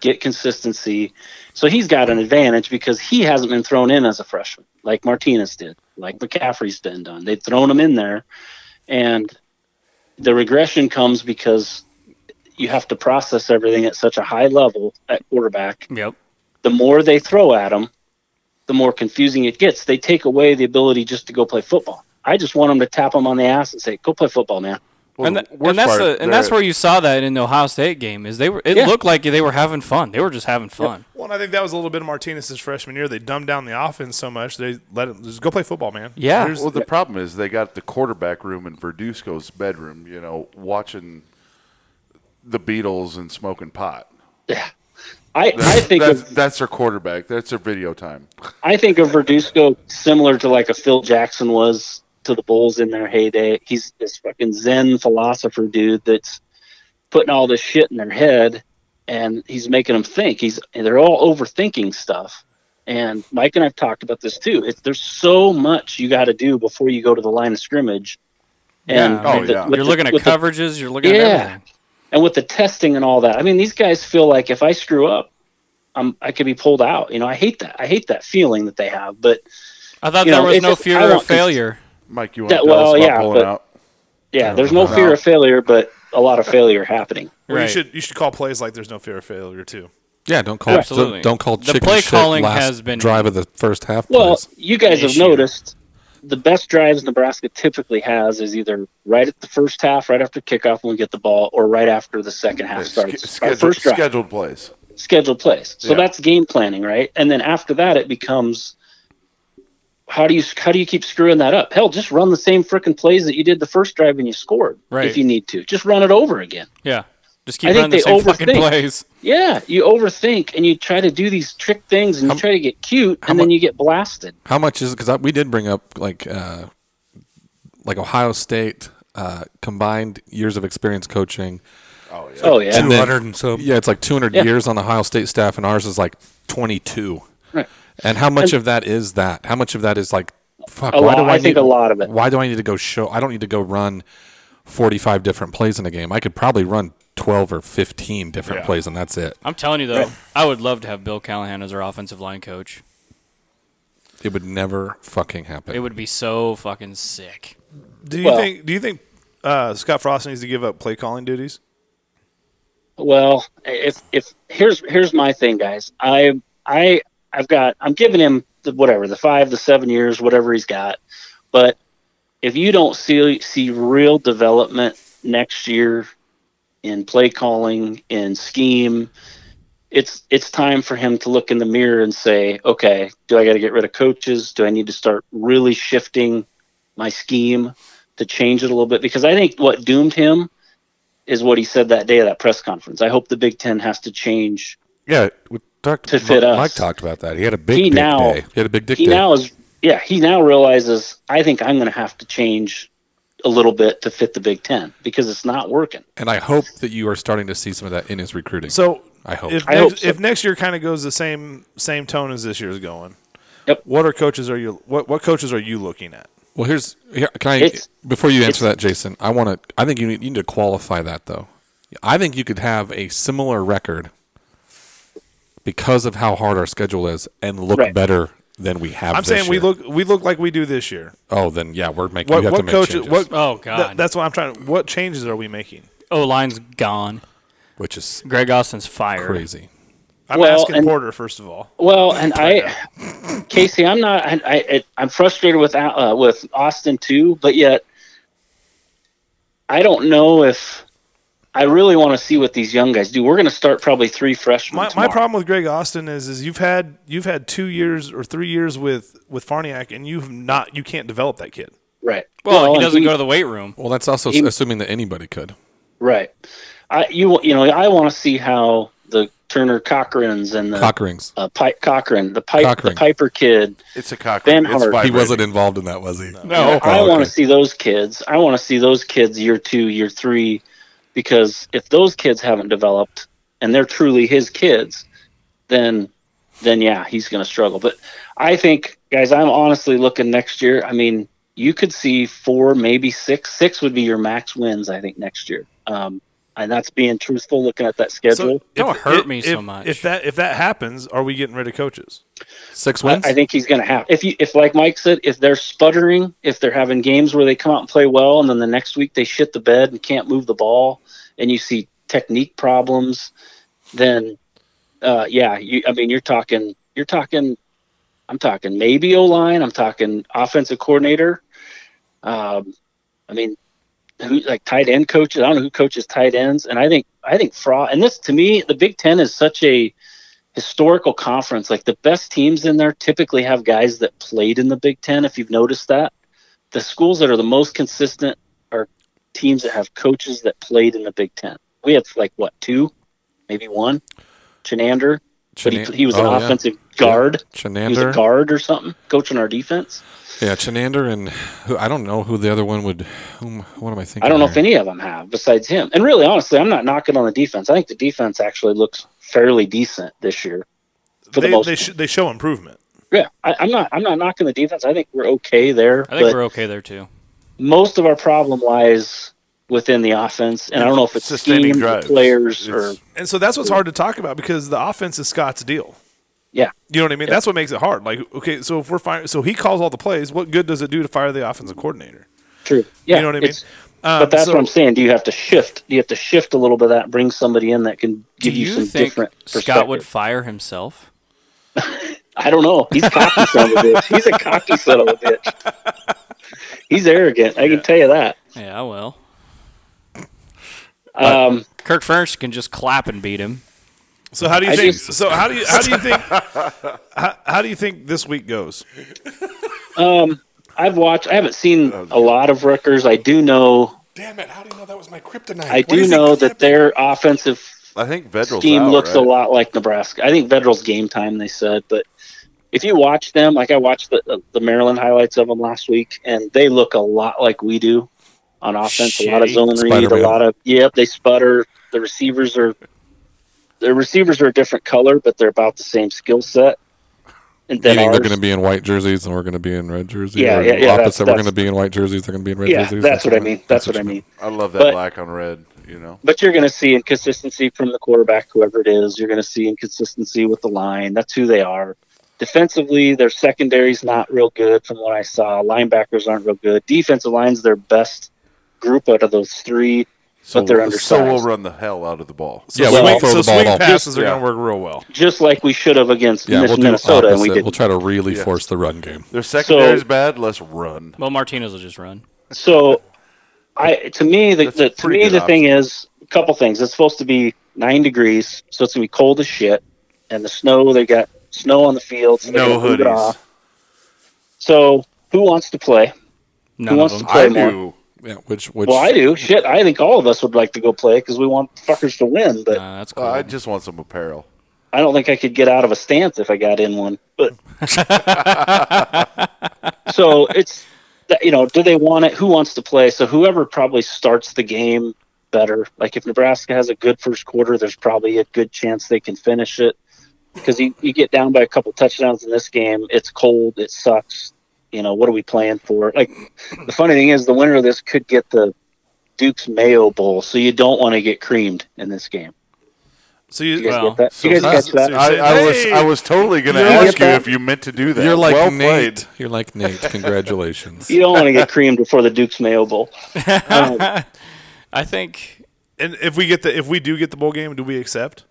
get consistency. So he's got an advantage because he hasn't been thrown in as a freshman like Martinez did, like McCaffrey's been done. They've thrown him in there, and the regression comes because you have to process everything at such a high level at quarterback Yep. the more they throw at them, the more confusing it gets. They take away the ability just to go play football. I just want them to tap them on the ass and say, "Go play football, man." Well, and, the tha- worst and that's part, the, they're- and that's where you saw that in the Ohio State game is they were it Yeah. looked like they were having fun. They were just having fun. Well, and I think that was a little bit of Martinez's freshman year. They dumbed down the offense so much they let him just go play football, man. Yeah. Here's- Well, the problem is they got the quarterback room in Verduzco's bedroom, you know, watching the Beatles and smoking pot. I, I think that's, of, that's their quarterback. That's their video time. I think of Verduzco similar to like a Phil Jackson was to the Bulls in their heyday. He's this fucking Zen philosopher dude that's putting all this shit in their head, and he's making them think. He's and they're all overthinking stuff. And Mike and I've talked about this too. It's, there's so much you got to do before you go to the line of scrimmage. Yeah, Oh, And I mean, with the- yeah. with You're the- looking at with the- coverages. You're looking Yeah. at everything. and with the testing and all that i mean these guys feel like if i screw up i'm i could be pulled out you know i hate that i hate that feeling that they have but I thought You there know, was it's no just- I fear want of cons- failure. Mike, you want to That- tell well, us about yeah, pulling but- out? yeah there's no fear of failure but a lot of failure happening Well, Right. you should you should call plays like there's no fear of failure too. yeah, don't call Absolutely. Don't, don't call The chicken play shit calling last has been- drive of the first half. well plays. you guys have Issue. noticed the best drives nebraska typically has is either right at the first half right after kickoff when we get the ball or right after the second half starts Sch- Our scheduled- first drive scheduled plays. scheduled plays. So Yeah. that's game planning, right? And then after that, it becomes how do you how do you keep screwing that up? Hell, just run the same frickin' plays that you did the first drive when you scored, Right. if you need to. Just run it over again. Yeah. Just keep I think running the they same fucking overthink. plays. Yeah, you overthink and you try to do these trick things and you try to get cute, and then you get blasted. How much is it? Because we did bring up like uh, like Ohio State uh, combined years of experience coaching. Oh yeah, And then- 200 and some. Yeah, it's like 200 Yeah. years on the Ohio State staff, and ours is like 22. And how much of that is that? How much of that is like, fuck? A why lot- do I, I think need- a lot of it. Why do I need to go show? I don't need to go run 45 different plays in a game. I could probably run 12 or 15 different plays, and that's it. I'm telling you though, I would love to have Bill Callahan as our offensive line coach. It would never fucking happen. It would be so fucking sick. Do you Well- think do you think uh, Scott Frost needs to give up play calling duties? Well, if if here's here's my thing, guys. I I I've got I'm giving him the whatever the five the seven years whatever he's got, but if you don't see see real development next year in play calling in scheme, it's it's time for him to look in the mirror and say, okay, do I got to get rid of coaches? Do I need to start really shifting my scheme to change it a little bit? Because I think what doomed him is what he said that day at that press conference. I hope the Big Ten has to change. Yeah, we talked, To fit Mike us. talked about that. He had a big, He big now- day. He had a big dick He day. now is, yeah, he now realizes I think I'm going to have to change a little bit to fit the Big Ten because it's not working. and I hope that you are starting to see some of that in his recruiting. So I hope. if I next, hope so. if next year kind of goes the same same tone as this year's going, Yep. what are coaches are you what what coaches are you looking at? Well, here's here, can I It's- before you answer it's- that, Jason. I want to. I think you need, you need to qualify that though. I think you could have a similar record because of how hard our schedule is and look Right. better than we have. I'm this saying we year. look we look like we do this year. Oh, then yeah, we're making. What we have to what make coaches? changes, What? Oh, God. Th- that's what I'm trying. What changes are we making? O Oh, line's gone. which is Greg Austin's fired. crazy. I'm Well, asking and- Porter first of all. Well, and I, Casey, I'm not. I, I I'm frustrated with Al- uh, with Austin too, but yet I don't know if I really want to see what these young guys do. We're going to start probably three freshmen. My, my tomorrow. problem with Greg Austin is is you've had you've had two years or three years with with Farniak, and you've not you can't develop that kid. right? Well, he and doesn't we- go to the weight room. Well, that's also He- assuming that anybody could. Right. I you you know I want to see how the Turner Cochran's and the Cock rings. uh, Pipe Cochran, the Pipe Cochran. the Piper kid. It's a cock. Van ring. It's Hart. He vibrating. wasn't involved in that, was he? No. I Oh, want okay. to see those kids. I want to see those kids year two, year three, because if those kids haven't developed and they're truly his kids, then then yeah, he's going to struggle. But I think, guys, I'm honestly looking next year. I mean, you could see four, maybe six. Six would be your max wins, I think, next year. Um, and that's being truthful, looking at that schedule. Don't if- hurt if- me so if- much. If that if that happens, are we getting rid of coaches? Six I, wins. I think he's going to have. If you, if like Mike said, if they're sputtering, if they're having games where they come out and play well, and then the next week they shit the bed and can't move the ball, and you see technique problems, then uh, yeah, you. I mean, you're talking, you're talking, I'm talking maybe O line, I'm talking offensive coordinator. Um, I mean, who like tight end coaches? I don't know who coaches tight ends, and I think I think fraud. And this to me, the Big Ten is such a historical conference, like the best teams in there typically have guys that played in the Big Ten, if you've noticed that. The schools that are the most consistent are teams that have coaches that played in the Big Ten. We have like what, two? Maybe one? Chenander. But he, Chenan- he was an oh, yeah. offensive guard. He was a Chenander. guard or something, coaching our defense. Yeah, Chenander and who, I don't know who the other one would. Whom, what am I thinking? I don't know if here? any of them have besides him. And really, honestly, I'm not knocking on the defense. I think the defense actually looks fairly decent this year. For the they most they, part. sh- they show improvement. Yeah, I, I'm not. I'm not knocking the defense. I think we're okay there. I think but- we're okay there, too. most of our problem lies within the offense, and I don't know if it's Sustaining teams or drives. players or It's- And so that's what's hard to talk about because the offense is Scott's deal. yeah, You know what I mean? That's what makes it hard. Like, okay, so if we're firing, so he calls all the plays. What good does it do to fire the offensive coordinator? true. Yeah, know what I mean? it's- but that's so- what I'm saying. Do you have to shift? Do you have to shift a little bit of that, and bring somebody in that can Do give you, you some think different Scott would perspective? fire himself? I don't know. He's cocky son of a bitch. He's a cocky son of a bitch. He's arrogant. I can tell you that. Yeah, well. Um, Kirk Ferentz can just clap and beat him. So how do you I think? just- so how do you how do you think how, how do you think this week goes? Um, I've watched. I haven't seen a lot of Rutgers. I do know. Oh, Damn it! How do you know that was my kryptonite? I do know that their offensive I think Vedral's Steam out, looks right? a lot like Nebraska. I think Vedral's game time. They said, but if you watch them, like I watched the uh, the Maryland highlights of them last week, and they look a lot like we do on offense. A lot of Shitty. zone read, Spider-Man. a lot of yep. They sputter. The receivers are their receivers are a different color, but they're about the same skill set. And then Meaning ours, they're going to be in white jerseys and we're going to be in red jerseys. Yeah, or yeah, yeah, that's- Opposite, we're that's- going to be in white jerseys. They're going to be in red yeah, jerseys. that's what I mean. That's what I mean. I love that But- black on red. You know, but you're going to see inconsistency from the quarterback, whoever it is. You're going to see inconsistency with the line. That's who they are. Defensively, their secondary's not real good from what I saw. Linebackers aren't real good. Defensive line's their best group out of those three. so they're we'll- so undersized. we'll run the hell out of the ball. So Yeah, we won't swing, throw the so ball at swing all. passes are Yeah. going to work real well. Just like we should have against Yeah, Miss we'll do Minnesota, and opposite. we didn't. We'll try to really force the run game. Their secondary's So- bad. Let's run. Well, Martinez will just run. so I to me the, That's the a to pretty me good the thing is a couple things. It's supposed to be nine degrees, so it's gonna be cold as shit. And the snow they got snow on the field, so they're No gonna boot it hoodies. off. So who wants to play? None who of wants them. to play I more? do. Yeah, which which Well, I do. Shit, I think all of us would like to go play because we want fuckers to win. But Nah, that's cool. Uh, I just want some apparel. I don't think I could get out of a stance if I got in one. But so it's that you know, do they want it? Who wants to play? So whoever probably starts the game better. Like if Nebraska has a good first quarter, there's probably a good chance they can finish it because you, you get down by a couple touchdowns in this game. It's cold. It sucks. You know what are we playing for? Like the funny thing is, the winner of this could get the Duke's Mayo Bowl, so you don't want to get creamed in this game. So you, You guys Well, get that? so you guys that's- catch that? so I, I was Hey! I was totally going to You ask get you that? if you meant to do that. You're like well Nate. played. You're like Nate. Congratulations. you don't want to get creamed before the Duke's Mayo Bowl. I think and if we get the if we do get the bowl game, do we accept?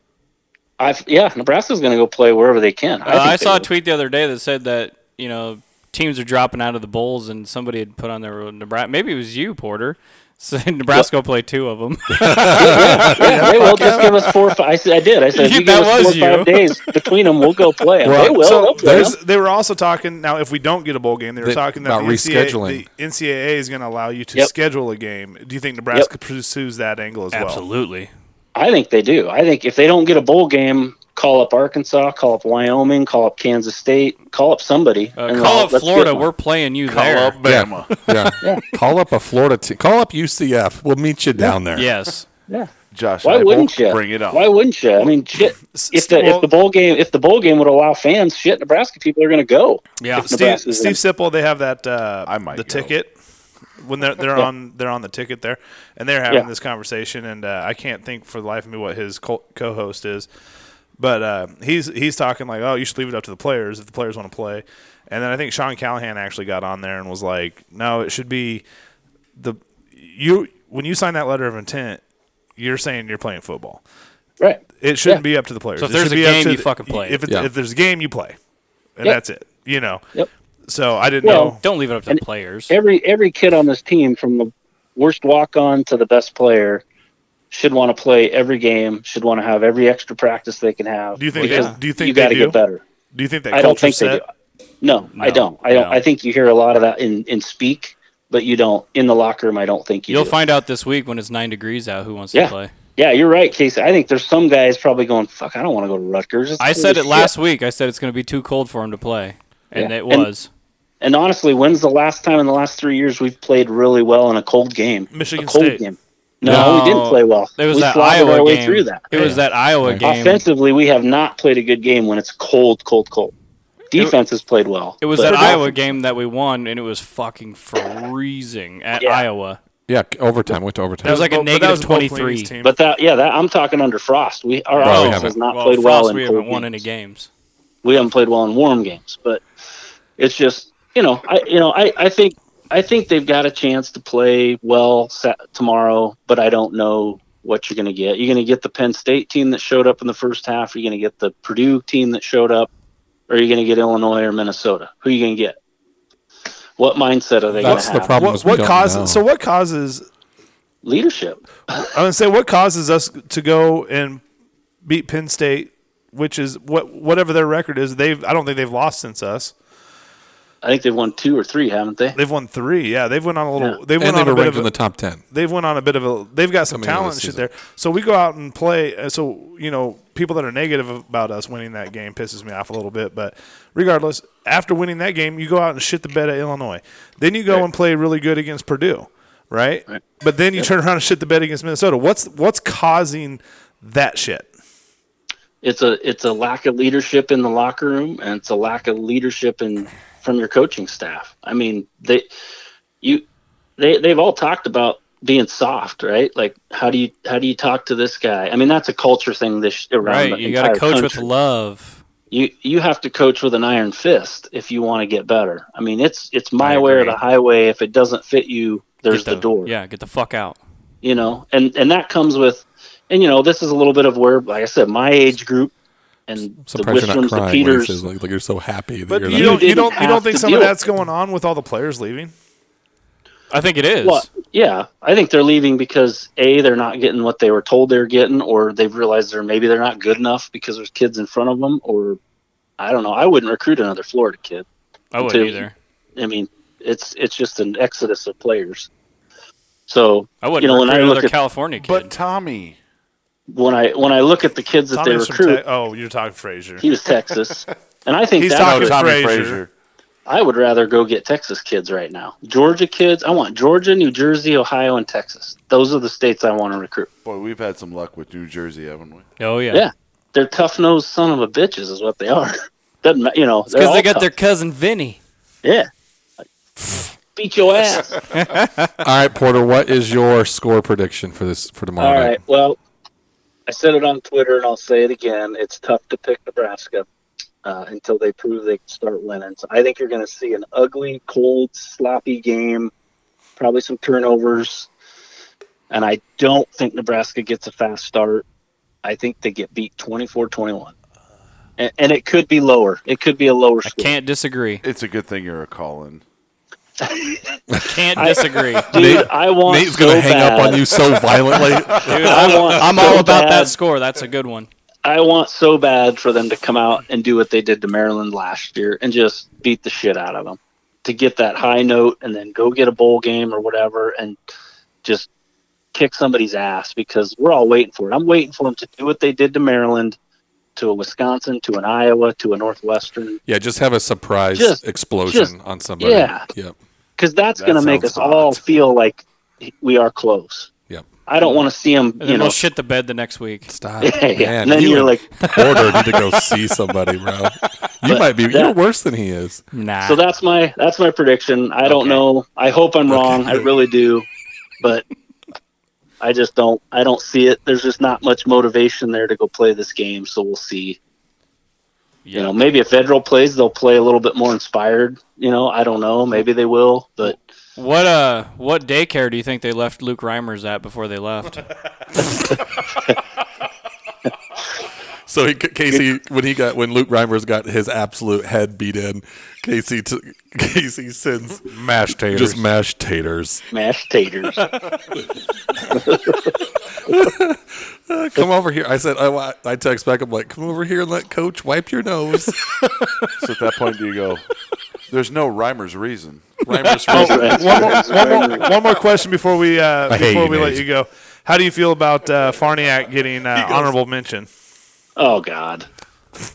I've, yeah, Nebraska's going to go play wherever they can. Uh, I, think they saw a will. tweet the other day that said that you know teams are dropping out of the bowls, and somebody had put on their Nebraska. Maybe it was you, Porter. Said Nebraska will play two of them. Yeah, they will just give us four. or Five, I, said, I did. I said, if you That give us four was or five you. days between them, we'll go play. 'em. Oh, they will. they'll play 'em. there's, they were also talking now. If we don't get a bowl game, they were They- talking that about the NCAA rescheduling. The NCAA is going to allow you to Yep. schedule a game. Do you think Nebraska pursues that angle as well? Absolutely. I think they do. I think if they don't get a bowl game, call up Arkansas, call up Wyoming, call up Kansas State, call up somebody. Uh, and call they'll- up let's get Florida. one. We're playing you Call there. up Bama. Yeah. Call up a Florida team. Call up UCF. We'll meet you down there. Yes. Josh, Why Heupel, wouldn't you bring it on? Why wouldn't you? I mean, shit. If the well- if the bowl game if the bowl game would allow fans, shit, Nebraska people are going to go. Yeah. If Steve, Nebraska's Steve Sipple, they have that. Uh, I might the go. ticket when they're they're on they're on the ticket there, and they're having Yeah. this conversation. And uh, I can't think for the life of me what his co- co-host is, but uh, he's he's talking like, oh, you should leave it up to the players if the players want to play. And then I think Sean Callahan actually got on there and was like, no, it should be the you when you sign that letter of intent, you're saying you're playing football. gonna- right. It shouldn't Yeah. be up to the players. So if It there's should a be up game, to you the- fucking play it. If, it's, Yeah. if there's a game, you play, and Yep. that's it. You know. Yep. So I didn't Well, know. Don't leave it up to the And- players. Every every kid on this team, from the worst walk on to the best player, should want to play every game. Should want to have every extra practice they can have. Do you think? because They, do you think you they got to do? get better? Do you think that I don't culture think set? they do. No, I No, don't. I no. don't. I think you hear a lot of that in in speak, but you don't in the locker room. I don't think you. You'll do. find out this week when it's nine degrees out who wants Yeah. to play. Yeah, you're right, Casey. I think there's some guys probably going, "Fuck, I don't want to go to Rutgers." It's I cold said as it shit." last week. I said it's going to be too cold for him to play, and Yeah. it And- was. And honestly, when's the last time in the last three years we've played really well in a cold game? Michigan a cold State. game. No, we didn't play well. It was we that slobbered Iowa our way game. through that. It was that Iowa game. Offensively, we have not played a good game when it's cold, cold, cold. Defense has played well. It was but- that Iowa game that we won, and it was fucking freezing at Yeah. Iowa. Yeah. Overtime. Went to overtime. That was like a But that negative was both leagues 23. team. But that, yeah, that I'm talking under Frost. We our we offense haven't. has not well, played Frost, well in we cold haven't won games. any games. we haven't played well in warm games, but it's just you know I you know I, I think I think they've got a chance to play well set tomorrow, but I don't know what you're going to get. You're going to get the Penn State team that showed up in the first half. You're going to get the Purdue team that showed up, or you're going to get Illinois or Minnesota. Who are you going to get? What mindset are they going to That's have? the problem. What, is we what don't know. causes? So what causes? Leadership. I'm gonna say what causes us to go and beat Penn State, which is what whatever their record is. They've I don't think they've lost since us. I think they've won two or three, haven't they? They've won three. Yeah, they've went on a little. Yeah. They've and went they on were a bit ranked in of a, the top ten. they've went on a bit of a they've got some Coming into talent the and shit season. there. So we go out and play. uh, So you know, people that are negative about us winning that game pisses me off a little bit. But regardless, after winning that game, you go out and shit the bed at Illinois. Then you go and play really good against Purdue, right? But then you turn around and shit the bed against Minnesota. What's what's causing that shit? it's a it's a lack of leadership in the locker room and it's a lack of leadership in from your coaching staff. I mean, they you they they've all talked about being soft, right? Like how do you how do you talk to this guy? I mean, that's a culture thing this around Right. the You got to entire coach with country. love. You you have to coach with an iron fist if you want to get better. I mean, it's it's my I way or agree. the highway. If it doesn't fit you, there's Get the, door Yeah, get the fuck out. you know and and that comes with and you know this is a little bit of where like i said my age group and the Surprised you're not Wisdoms, the crying. When he peters says, like, like you're so happy that But you're you, not- don't you didn't don't you have don't think to some of do it. that's going on with all the players leaving? I think it is. well, yeah i think they're leaving because a they're not getting what they were told they're getting or they've realized they're maybe they're not good enough because there's kids in front of them or i don't know i wouldn't recruit another florida kid I wouldn't to- either. i mean it's it's just an exodus of players so I wouldn't you know when recruit i another look at California kid. But Tommy, when i when i look at the kids that Tommy's they from recruit Te- oh, you're talking Frazier. he was texas and i think He's that's talking what- Tommy Frazier. Frazier. I would rather go get Texas kids right now. Georgia kids, I want Georgia, New Jersey, Ohio, and Texas. Those are the states I want to recruit. Boy, we've had some luck with New Jersey, haven't we? oh yeah. Yeah, they're tough nosed son of a bitches, is what they are. Doesn't ma- you know? Because they got their cousin Vinny. their yeah. Beat your ass. All right, Porter. What is your score prediction for this for tomorrow All night? right. Well, I said it on Twitter, and I'll say it again. It's tough to pick Nebraska uh, until they prove they can start winning. So I think you're going to see an ugly, cold, sloppy game, probably some turnovers. And I don't think Nebraska gets a fast start. I think they get beat 24 21. And, and it could be lower. It could be a lower I score. can't disagree. It's a good thing you're a call-in. Can't disagree. Dude, I want Nate's gonna so hang up bad- on you so violently. Dude, I I'm, want I'm so all about bad- that score. That's a good one. I want so bad for them to come out and do what they did to Maryland last year and just beat the shit out of them to get that high note and then go get a bowl game or whatever and just kick somebody's ass because we're all waiting for it. I'm waiting for them to do what they did to Maryland, to a Wisconsin, to an Iowa, to a Northwestern, yeah, just have a surprise Just- explosion just- on somebody. yeah. Yep. because that's That going to make us sounds hot. all feel like we are close. Yep. I don't want to see them, And you then know. we'll shit the bed the next week. Stop. Yeah, yeah. Man, And then you you're and like, Porter need to go see somebody, bro. You might be you're worse than he is. Nah. So that's my that's my prediction. I don't Okay. know. I hope I'm wrong. I really do, but I just don't. I don't see it. There's just not much motivation there to go play this game. So we'll see. You know, maybe if Vedral plays, they'll play a little bit more inspired. You know, I don't know. Maybe they will, but What uh what daycare do you think they left Luke Reimers at before they left? So he, Casey, when he got when Luke Reimers got his absolute head beat in, Casey t- Casey sends Mashed taters. just mashed taters. mashed taters. Uh, come over here. I said I, wa- I text back. I'm like, come over here and let Coach wipe your nose. So at that point, do you go? There's no rhyme or reason. Reimers Oh, Right. Oh, one, more, one, more, one more question before we uh, hate before you, we let Nate. you go. How do you feel about uh, Farniak getting uh, honorable mention? Oh God.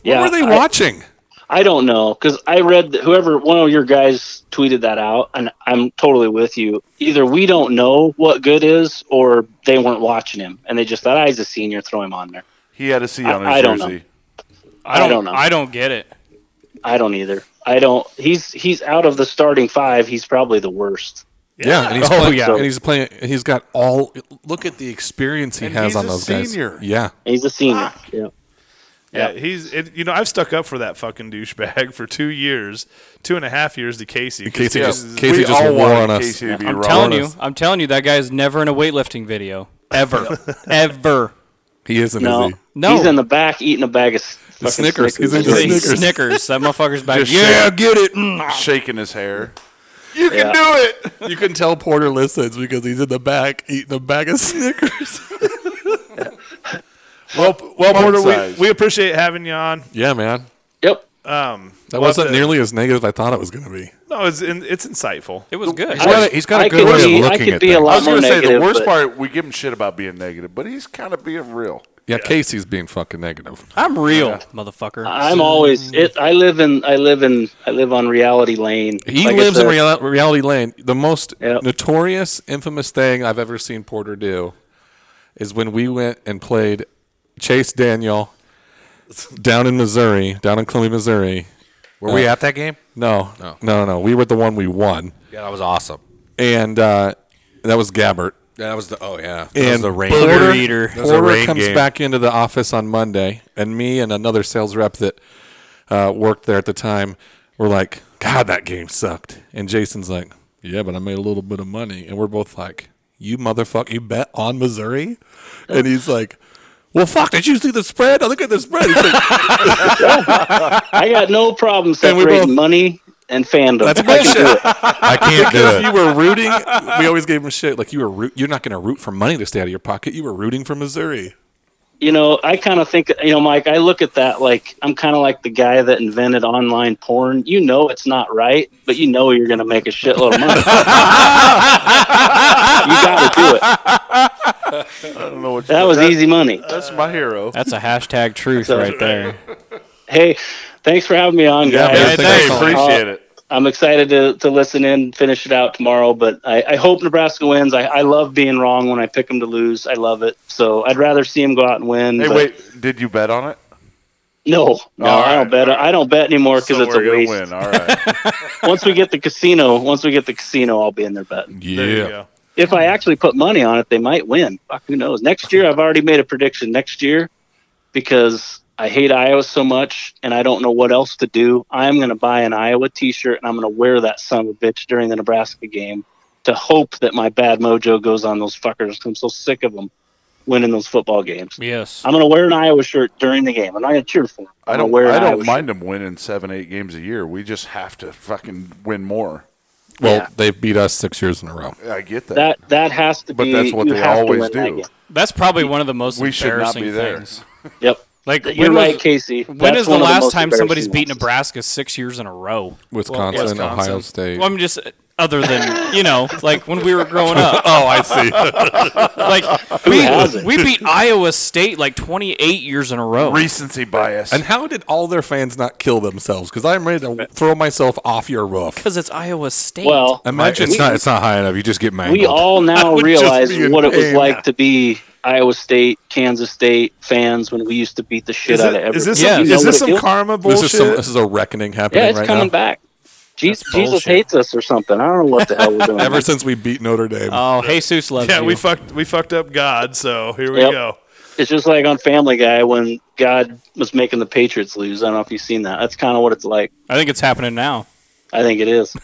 Yeah, What were they I- watching? I don't know because I read that whoever one of your guys tweeted that out, and I'm totally with you. Either we don't know what good is, or they weren't watching him, and they just thought, "Ah, he's a senior, throw him on there." He had a C on his I- I don't jersey. I don't don't, know. I don't get it. I don't either. I don't. He's he's out of the starting five. He's probably the worst. Oh, Yeah, and he's playing, yeah. and he's playing. and He's got all. Look at the experience he And has he's on a those senior. guys. Yeah, He's a senior. Yeah. Ah. Yeah, he's it, you know I've stuck up for that fucking douchebag for two years, two and a half years to Casey. 'cause Casey he just- was- Casey we just all wore wanted on us. Casey to be I'm wrong. telling you, I'm telling you, that guy's never in a weightlifting video ever, ever. he isn't. No. Is No. He's in the back eating a bag of s- fucking Snickers. Snickers. He's in the Right. Snickers. Snickers. Snickers. That motherfucker's back. Just yeah, shaking- get it. Mm. shaking his hair. You can Yeah. do it. You can tell Porter listens because he's in the back eating a bag of Snickers. well, well, Porter, size. we, we appreciate having you on. yeah, man. Yep. Um, That we'll have wasn't to- nearly as negative as I thought it was going to be. No, it's in, it's insightful. It was good. He's got a- he's got a I good could way of be, I looking could at be a things. I lot was more going to say negative. the worst but part. We give him shit about being negative, but he's kind of being real. Yeah, Casey's being fucking negative. I'm real, motherfucker. I'm always it. I live in I live in I live on reality lane. He Like I lives in said, reali- reality lane. The most Yep. notorious, infamous thing I've ever seen Porter do is when we went and played Chase Daniel down in Missouri, down in Columbia, Missouri. Uh, Were we at that game? No, no, no, no. We were the one we won, Yeah, that was awesome. and uh, that was Gabbert. Yeah, that was the oh yeah. That was And the rain. Porter, eater. was a Porter rain comes game. back into the office on Monday, and me and another sales rep that uh, worked there at the time were like, "God, that game sucked." And Jason's like, "Yeah, but I made a little bit of money," and we're both like, "You motherfucker, you bet on Missouri?" And he's like. Well, fuck! Did you see the spread? I look at the spread. He's like, I got no problem And we separating both- money and fandom. That's I can do bullshit. it. I can't do Because it. you were rooting, we always gave him shit. Like you were, root, you're not going to root for money to stay out of your pocket. You were rooting for Missouri. you know, I kind of think, you know, Mike, I look at that like I'm kind of like the guy that invented online porn. You know, it's not right, but you know you're going to make a shitload of money. you got to do it. I don't know what That was easy money. That's my hero. That's a hashtag truth That's right there. Hey, thanks for having me on, guys. Uh, man, thanks. Hey, appreciate it. I'm excited to, to listen in, finish it out tomorrow, but I, I hope Nebraska wins. I, I love being wrong when I pick them to lose. I love it. So I'd rather see them go out and win. Hey, but wait, did you bet on it? No, no, All I don't right, bet. I don't bet anymore because So it's a we're gonna waste. win. All right. once we get the casino, once we get the casino, I'll be in there betting. There you go. if I actually put money on it, they might win. Fuck, who knows? Next year, I've already made a prediction. Next year, because I hate Iowa so much and I don't know what else to do, I'm going to buy an Iowa T-shirt and I'm going to wear that son of a bitch during the Nebraska game to hope that my bad mojo goes on those fuckers. 'cause I'm so sick of them winning those football games. Yes. I'm going to wear an Iowa shirt during the game. I'm not going to cheer for them. I I'm gonna don't. Wear an I Iowa don't shirt. mind them winning seven, eight games a year. We just have to fucking win more. Well, Yeah. they've beat us six years in a row. I get that. That that has to But be. that's what you they have to always win that do. game. That's probably one of the most We should not embarrassing be there. things. Yep. Like You're when right, was, Casey. when That's is the one of last most time somebody's embarrassing beat ones. Nebraska six years in a row? Wisconsin, Ohio Wisconsin. State. Well, I'm just other than you know, like when we were growing up. oh, I see. Like we hasn't? we beat Iowa State like 28 years in a row. Recency bias. and how did all their fans not kill themselves? Because I'm ready to throw myself off your roof. because it's Iowa State. Well, Imagine it's not. It's not high enough. You just get mangled. we all now would just realize be in what it was pain. like to be Iowa State, Kansas State fans when we used to beat the shit Is, out of it, everyone. is this Yeah, some, you is know this what some it is? karma This bullshit? is some. This is a reckoning happening yeah, it's right coming now. back. Jesus, That's Jesus bullshit. hates us or something. I don't know what the hell we're doing. Ever since we beat Notre Dame, oh, Jesus loves yeah, you. we fucked we fucked up God, so here we Yep. go. it's just like on Family Guy when God was making the Patriots lose. I don't know if you've seen that. That's kind of what it's like. I think it's happening now. I think it is.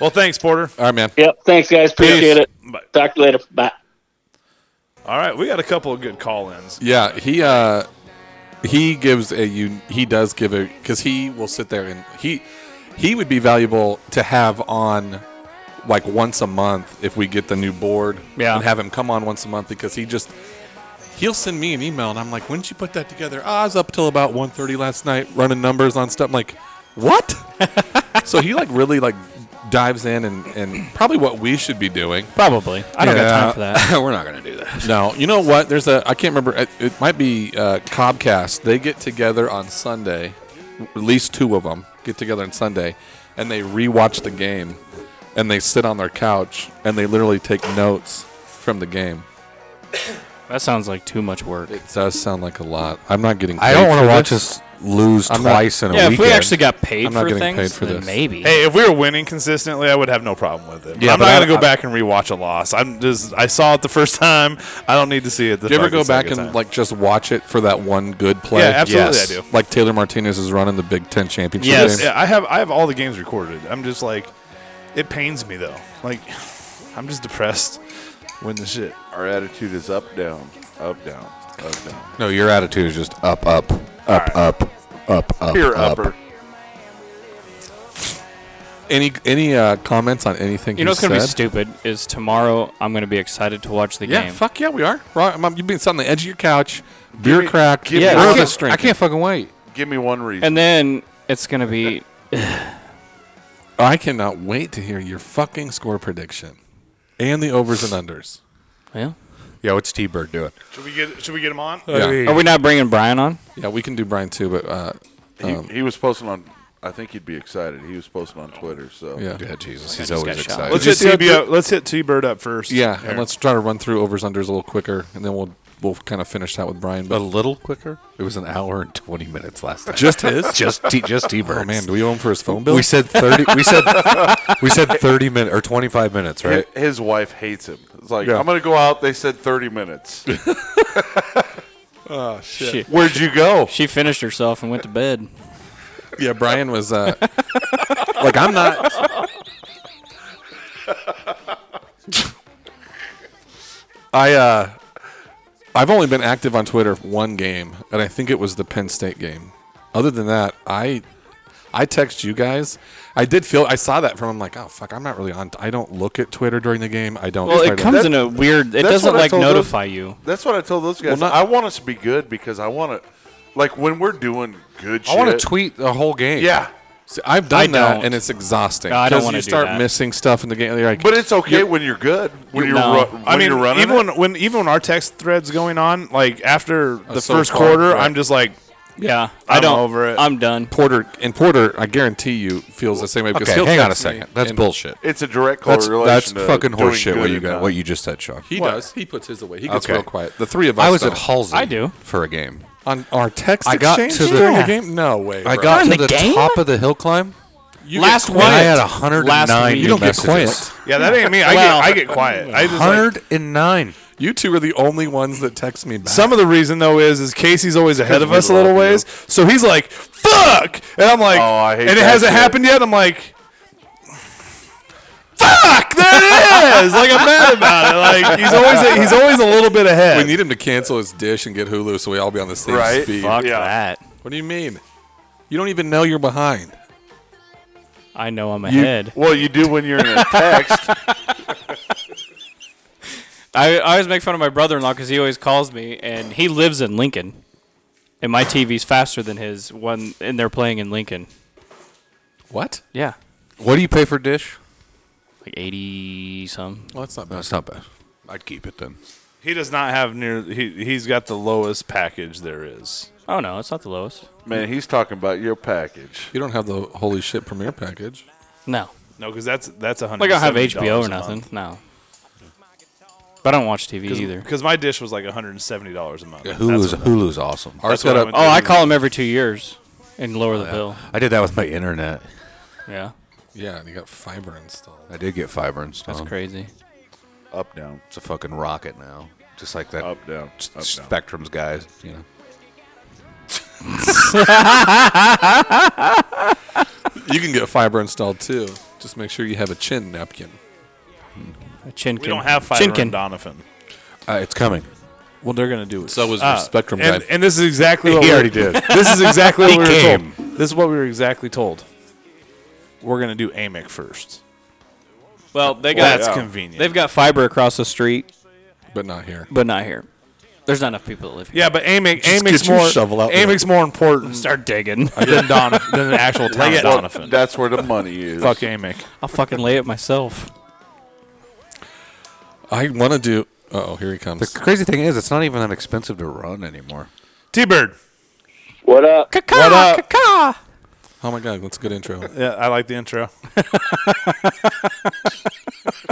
Well, thanks, Porter. all right, man. yep. Thanks, guys. Appreciate it. Bye. Talk to you later. Bye. All right, we got a couple of good call-ins. Yeah, he uh, he gives a un- he does give a because he will sit there and he he would be valuable to have on like once a month if we get the new board Yeah. and have him come on once a month because he just he'll send me an email and I'm like, when did you put that together? Oh, I was up till about 1.30 last night running numbers on stuff. I'm like, what? so he like really like dives in and and probably what we should be doing Probably. I don't got time for that. We're not going to do that. no, you know what? There's a I can't remember. It, it might be uh, Comcast. They get together on Sunday. At least two of them get together on Sunday, and they rewatch the game, and they sit on their couch and they literally take notes from the game. That sounds like too much work. It does sound like a lot. I'm not getting. I don't want want to watch us lose I'm not- twice in a yeah, weekend. if we actually got paid I'm not for getting things, paid for then this. maybe. Hey, if we were winning consistently, I would have no problem with it. But Yeah, I'm but not I- going to go I- back and rewatch a loss. I'm just I saw it the first time. I don't need to see it. The Do you ever fucking go back second and time. like just watch it for that one good play? Yeah, absolutely, I do. Like Taylor Martinez is running the Big Ten championship Yes. game. Yeah, I have I have all the games recorded. I'm just like, it pains me though. Like, I'm just depressed. Win the shit. Our attitude is up, down, up, down, up, down. no, your attitude is just up, up, up, up, up, up, Pure up. upper. Any any uh, comments on anything? you know he what's gonna be said? stupid is tomorrow. I'm gonna be excited to watch the Yeah, game. fuck yeah, we are. Right, Mom, you've been sitting on the edge of your couch, beer cracked. give me- we're I on the can't- string. I can't fucking wait. Give me one reason. And then it's gonna be I cannot wait to hear your fucking score prediction and the overs and unders. well. Yo, what's T Bird doing? Should we get Should we get him on? Oh, Yeah, Are we not bringing Brian on? yeah, we can do Brian too, but uh, he, Um, he was posting on. I think he'd be excited. He was posting on Twitter. So yeah, Yeah, Jesus, he's just always got shot. excited. Did Let's you hit, see T that B up, let's hit T Bird up first. yeah. Here. And let's try to run through overs unders a little quicker, and then we'll we'll kind of finish that with Brian. a But little quicker. It was an hour and twenty minutes last time. just his. just T, just T Bird. oh man, do we owe him for his phone bill? we said thirty. We said we said thirty minutes or twenty five minutes, Hi- right? His wife hates him. It's like Yeah. I'm gonna go out. They said 30 minutes. Ah, Shit. Where'd you go? She finished herself and went to bed. Yeah, Brian was uh, like, I'm not. I uh, I've only been active on Twitter one game, and I think it was the Penn State game. Other than that, I I text you guys. I did feel I saw that from. I'm like, oh fuck, I'm not really on. I don't look at Twitter during the game. I don't. Well, try it to- comes in a weird. It that's doesn't what I like told her. notify you. That's what I told those guys. Well, not- I want us to be good because I want to, like when we're doing good. I want shit- to tweet the whole game. Yeah, See, I've done I that, don't. and it's exhausting. No, I don't 'Cause wanna You do start that. missing stuff in the game. You're like, but it's okay when you're good. When you're, No. ru- when I mean, you're running. even it. when, when even when our text threads going on, like after the so first far, quarter, right. I'm just like, Yeah, I I'm don't. over it. I'm done. Uh, Porter and Porter, I guarantee you feels the same way. Because Okay, he'll hang on a text me second. That's and- bullshit. it's a direct That's correlation. that's to fucking doing horseshit. good What you and got? not. What you just said, Sean. He does. He puts his away. He gets Okay. real quiet. The three of us. I was though. at Halsey. I do. for a game. on our text. I got exchange to the- during Yeah. game. No way. I bro. got During to the the game? top of the hill climb, You Last get one- quiet. I had Last 109 week. new You don't get messages. quiet. Yeah, that ain't me. I Well- get I get quiet. I just like, 109. You two are the only ones that text me back. Some of the reason though is is Casey's always ahead of us a little ways, so he's like, "Fuck," and I'm like, Oh, I hate and it that hasn't shit. happened yet. I'm like, "Fuck, there it is!" like I'm mad about it. Like he's always he's always a little bit ahead. we need him to cancel his dish and get Hulu so we all be on the same Right. speed. Fuck Yeah. that. What do you mean? You don't even know you're behind. I know I'm ahead. Well, you do when you're in a text. I, I always make fun of my brother in law because he always calls me, and he lives in Lincoln, and my TV's faster than his when and they're playing in Lincoln. What? Yeah, What do you pay for dish? like eighty some. Well, that's not bad. That's not bad. I'd keep it then. he does not have near. He he's got the lowest package there is. Oh no, it's not the lowest. Man, he's talking about your package. You don't have the holy shit premiere package. No, No, because that's that's a hundred. like I don't have HBO or nothing. No, but I don't watch TV either. Because my dish was like 170 dollars a month. Hulu's, Hulu's awesome. Ours That's what got I up- went Oh, I call him every two years and lower the bill. Oh, I did that with my internet. Yeah, Yeah, and you got fiber installed. I did get fiber installed. that's crazy. Up down, It's a fucking rocket now. Just like that up down, s- up down. Spectrum's guys, you know. You can get fiber installed too. Just make sure you have a chin napkin. A Chinkin. We don't have fiber in Chinkin. Donovan. Uh, it's coming. Well, they're gonna do it. So was your Ah, Spectrum and, guy. and this is exactly what He we- already did. This is exactly what He we were came. told. This is what we were exactly told. We're gonna do AMIC first. Well, they got That's convenient. they've got fiber across the street, but not here. but not here. There's not enough people that live here. yeah, but AMIC Just AMIC's get your more shovel out there. AMIC's more important Start digging. than Donovan than the actual town of Well, Donovan. that's where the money is. Fuck AMIC. I'll fucking lay it myself. I want to do. Oh, here he comes. The crazy thing is, it's not even that expensive to run anymore. T Bird. What up? What up? Oh my god, that's a good intro. Yeah, I like the intro.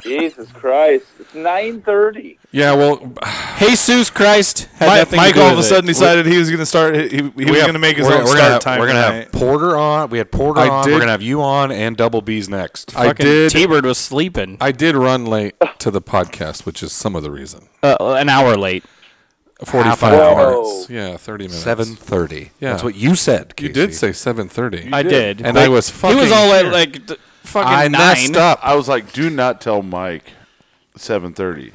Jesus Christ. It's 9.30. yeah, well, Jesus Christ had Mi- nothing to Mike do all of a with it. sudden decided he was gonna start. He, he was have- gonna make his we're- own we're start gonna, have- time. We're gonna have tonight. Porter on. We had Porter I on. did- We're gonna have you on and Double B's next. I Fucking did. T-Bird was sleeping. I did run late to the podcast, which is some of the reason. Uh, an hour late. Forty-five hour. minutes. Yeah, thirty minutes. Seven thirty. Yeah. that's what you said. You Casey. did say seven thirty. I did. and but I was fucking. He was all at here. like th- fucking I nine. messed up. I was like, do not tell Mike 7:30.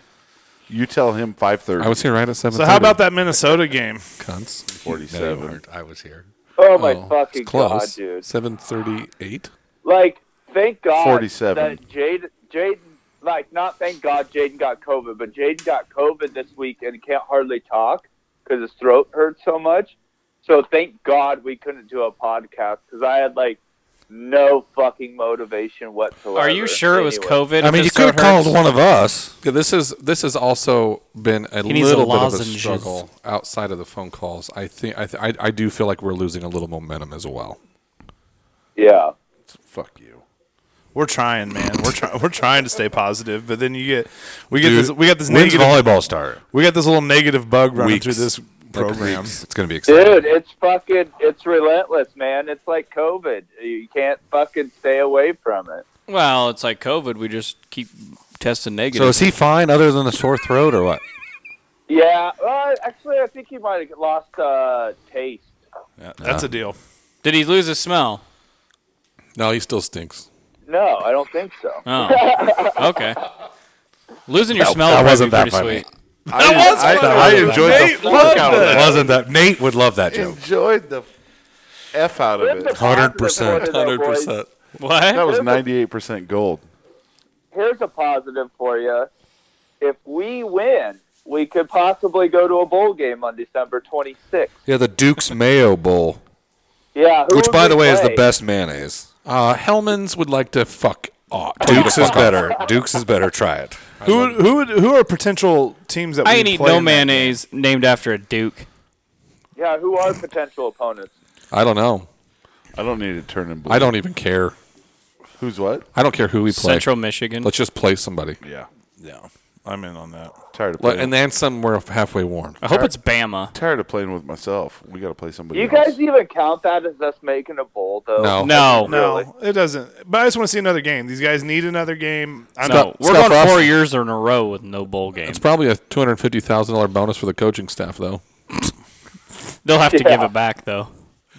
You tell him 5:30. I was here right at seven. So how about that Minnesota game? Cunts. 47. I was here. Oh, my Oh, fucking it's close. God, dude. Seven thirty-eight. Like, thank God 47. that Jade, Jaden, like, not thank God Jaden got COVID, but Jaden got COVID this week and can't hardly talk because his throat hurts so much. So thank God we couldn't do a podcast because I had, like, no fucking motivation whatsoever. Are you sure it was Anyway. COVID? I mean, you could have called one of us. Yeah, this is this has also been a needs the little bit of a lozenges. struggle outside of the phone calls. I think I, th- I I do feel like we're losing a little momentum as well. Yeah. Fuck you. We're trying, man. We're trying. We're trying to stay positive, but then you get we get Dude, this we got this When's negative volleyball start? we got this little negative bug running Weeks. through this program. It's gonna be exciting. Dude, it's fucking, it's relentless, man. It's like COVID. You can't fucking stay away from it. Well, it's like COVID. We just keep testing negative. So is he fine other than the sore throat or what? Yeah. Well, actually, I think he might have lost uh, taste. Yeah, that's a deal. Did he lose his smell? No, he still stinks. No, I don't think so. Oh, okay. Losing your smell that would wasn't probably be that pretty funny. sweet. I, I, I enjoyed the fuck out of that. Wasn't that Nate would love that joke? Enjoyed the f out of Live the it. positive 100%. for you, though, boys. That What? was 98% gold. Here's a positive for you. If we win, we could possibly go to a bowl game on December 26th. Yeah, the Duke's Mayo Bowl, Yeah. who which would by we the way is the play? best mayonnaise. Uh, Hellman's would like to fuck off. Duke's is better. Duke's is better. Try it. Who who would- who are potential teams that I we ain't eat play no in that game? mayonnaise named after a Duke. Yeah. Who are potential opponents? I don't know. I don't need to turn in blue. I don't even care. Who's what? I don't care who we play. Central Michigan. Let's just play somebody. Yeah. No. I'm in on that. Tired of Like, playing. and then somewhere halfway warm. I hope it's Bama. tired of playing with myself. We got to play somebody. You else. guys even count that as us making a bowl, though? No. No, no, No, Really? it doesn't. But I just want to see another game. These guys need another game. I know. We're Scott going Frost- four years in a row with no bowl game. It's probably a two hundred fifty thousand dollar bonus for the coaching staff, though. They'll have to Yeah. give it back though.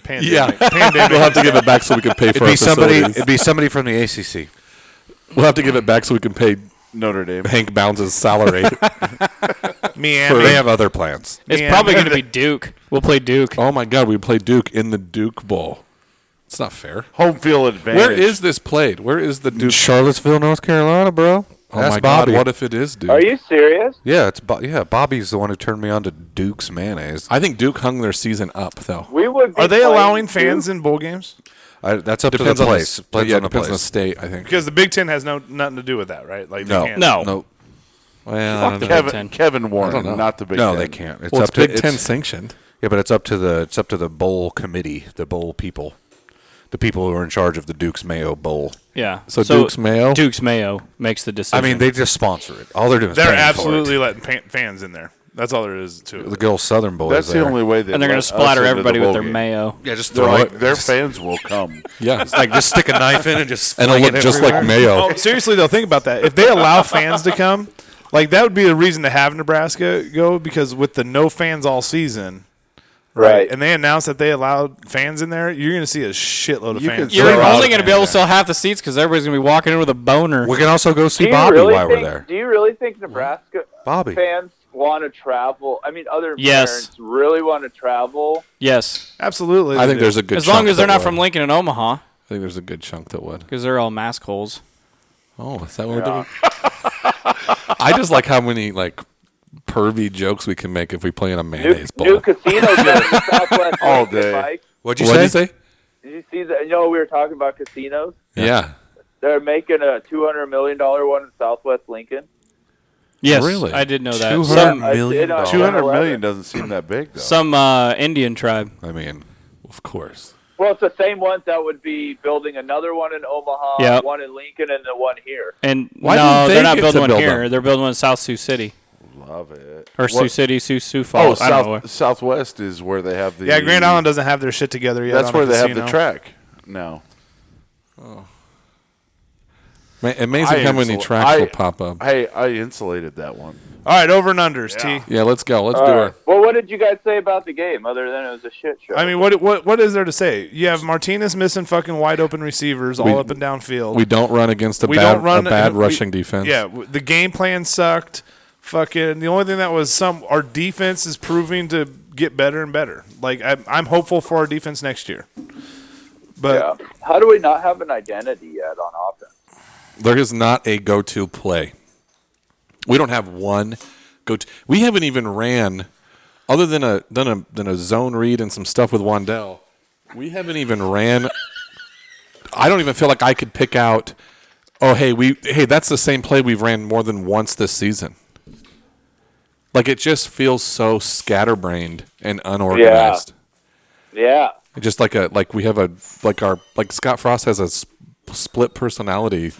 Pandemic. we'll have to give it back so we can pay for It'd our be somebody. facilities. It'd be somebody from the ACC. We'll have to give it back so we can pay Notre Dame. Hank Bounds' salary. They Miami. have other plans. It's Man. probably going to be Duke. We'll play Duke. oh my God, we play Duke in the Duke Bowl. It's not fair. Home field advantage. Where is this played? Where is the Duke? Charlottesville, North Carolina, bro. Oh That's my Bobby. God, what if it is Duke? Are you serious? yeah, it's Bo- yeah. Bobby's the one who turned me on to Duke's mayonnaise. I think Duke hung their season up though. We would. Be Are they playing allowing Duke. fans in bowl games? I, that's up Depends to the on place. the, s- Depends yeah, on the depends place. on the state. I think. Because the Big Ten has no nothing to do with that, right? Like they No. can't. No, Nope. well, I Fuck don't know. the- Big Kevin, Ten. Kevin I don't know. Warren, not the Big no, Ten. they can't. It's well, up it's Big to Ten it's- sanctioned. Yeah, but it's up to the it's up to the bowl committee, the bowl people, the people who are in charge of the Duke's Mayo Bowl. yeah. So Duke's Mayo? Duke's Mayo makes the I decision. mean, they just sponsor it. All they're doing is They're paying for it. absolutely letting pa- fans in there. That's all there is to the it. good old Southern Bowl. That's is the there. only way they. and they're going let to us into splatter the everybody with bowl their game. mayo. Yeah, just They're throw like it. their fans will come. Yeah, like just stick a knife in and just and it'll look just like Mayo. Oh, seriously though, think about that. If they allow fans to come, like that would be a reason to have Nebraska go because with the no fans all season, Right. And they announced that they allowed fans in there. You're going to see a shitload of You fans. can You're Throw out only going to be able to sell half the seats because everybody's going to be walking in with a boner. We can also go see do you Bobby really while think, we're there. Do you really think Nebraska Bobby. fans want to travel? I mean, other Yes. parents really want to travel. Yes, Absolutely. I think there's a good. as long chunk as they're that not would. from Lincoln and Omaha, I think there's a good chunk that would. because they're all mask holes. Oh, is that what we're doing? I just like how many like pervy jokes we can make if we play in a New, mayonnaise bowl. new casino games in Southwest All Lincoln, day. Mike. What'd What did you say? Did you see that? You know, we were talking about casinos. Yeah. They're making a two hundred million dollar one in Southwest Lincoln. Yes, Really? I did know that. 200 Some I- Million it, uh, dollars. Two hundred 11. million doesn't seem that big though. some uh, Indian tribe. I mean, of course. Well, it's the same ones that would be building another one in Omaha, Yep. one in Lincoln, and the one here. And Why no, didn't they they're not get building to one build here. them? They're building one in South Sioux City Love it. or Sioux What- City, Sioux Sioux Oh, Falls. I don't know. where. South, Southwest is where they have the. yeah, Grand Island doesn't have their shit together yet. That's on a where they have the casino. track. No, Ma- amazing I how many insula- tracks I- will pop up. I I insulated that one. All right, over and unders. T. yeah, let's go. Let's All do right. it. Well, what did you guys say about the game other than it was a shit show? I mean, what what what is there to say? You have Martinez missing fucking wide open receivers all We- up and down field. We don't run against a we bad don't run a bad we- rushing defense. Yeah, w- the game plan sucked. Fucking the only thing that was some our defense is proving to get better and better. Like I'm, I'm hopeful for our defense next year. But Yeah. How do we not have an identity yet on offense? There is not a go-to play. We don't have one go-to. We haven't even ran, other than a than a than a zone read and some stuff with Wandell. We haven't even ran. I don't even feel like I could pick out. Oh hey we hey that's the same play we've ran more than once this season. Like it just feels so scatterbrained and unorganized. Yeah. Just like a like we have a like our like Scott Frost has a sp- split personality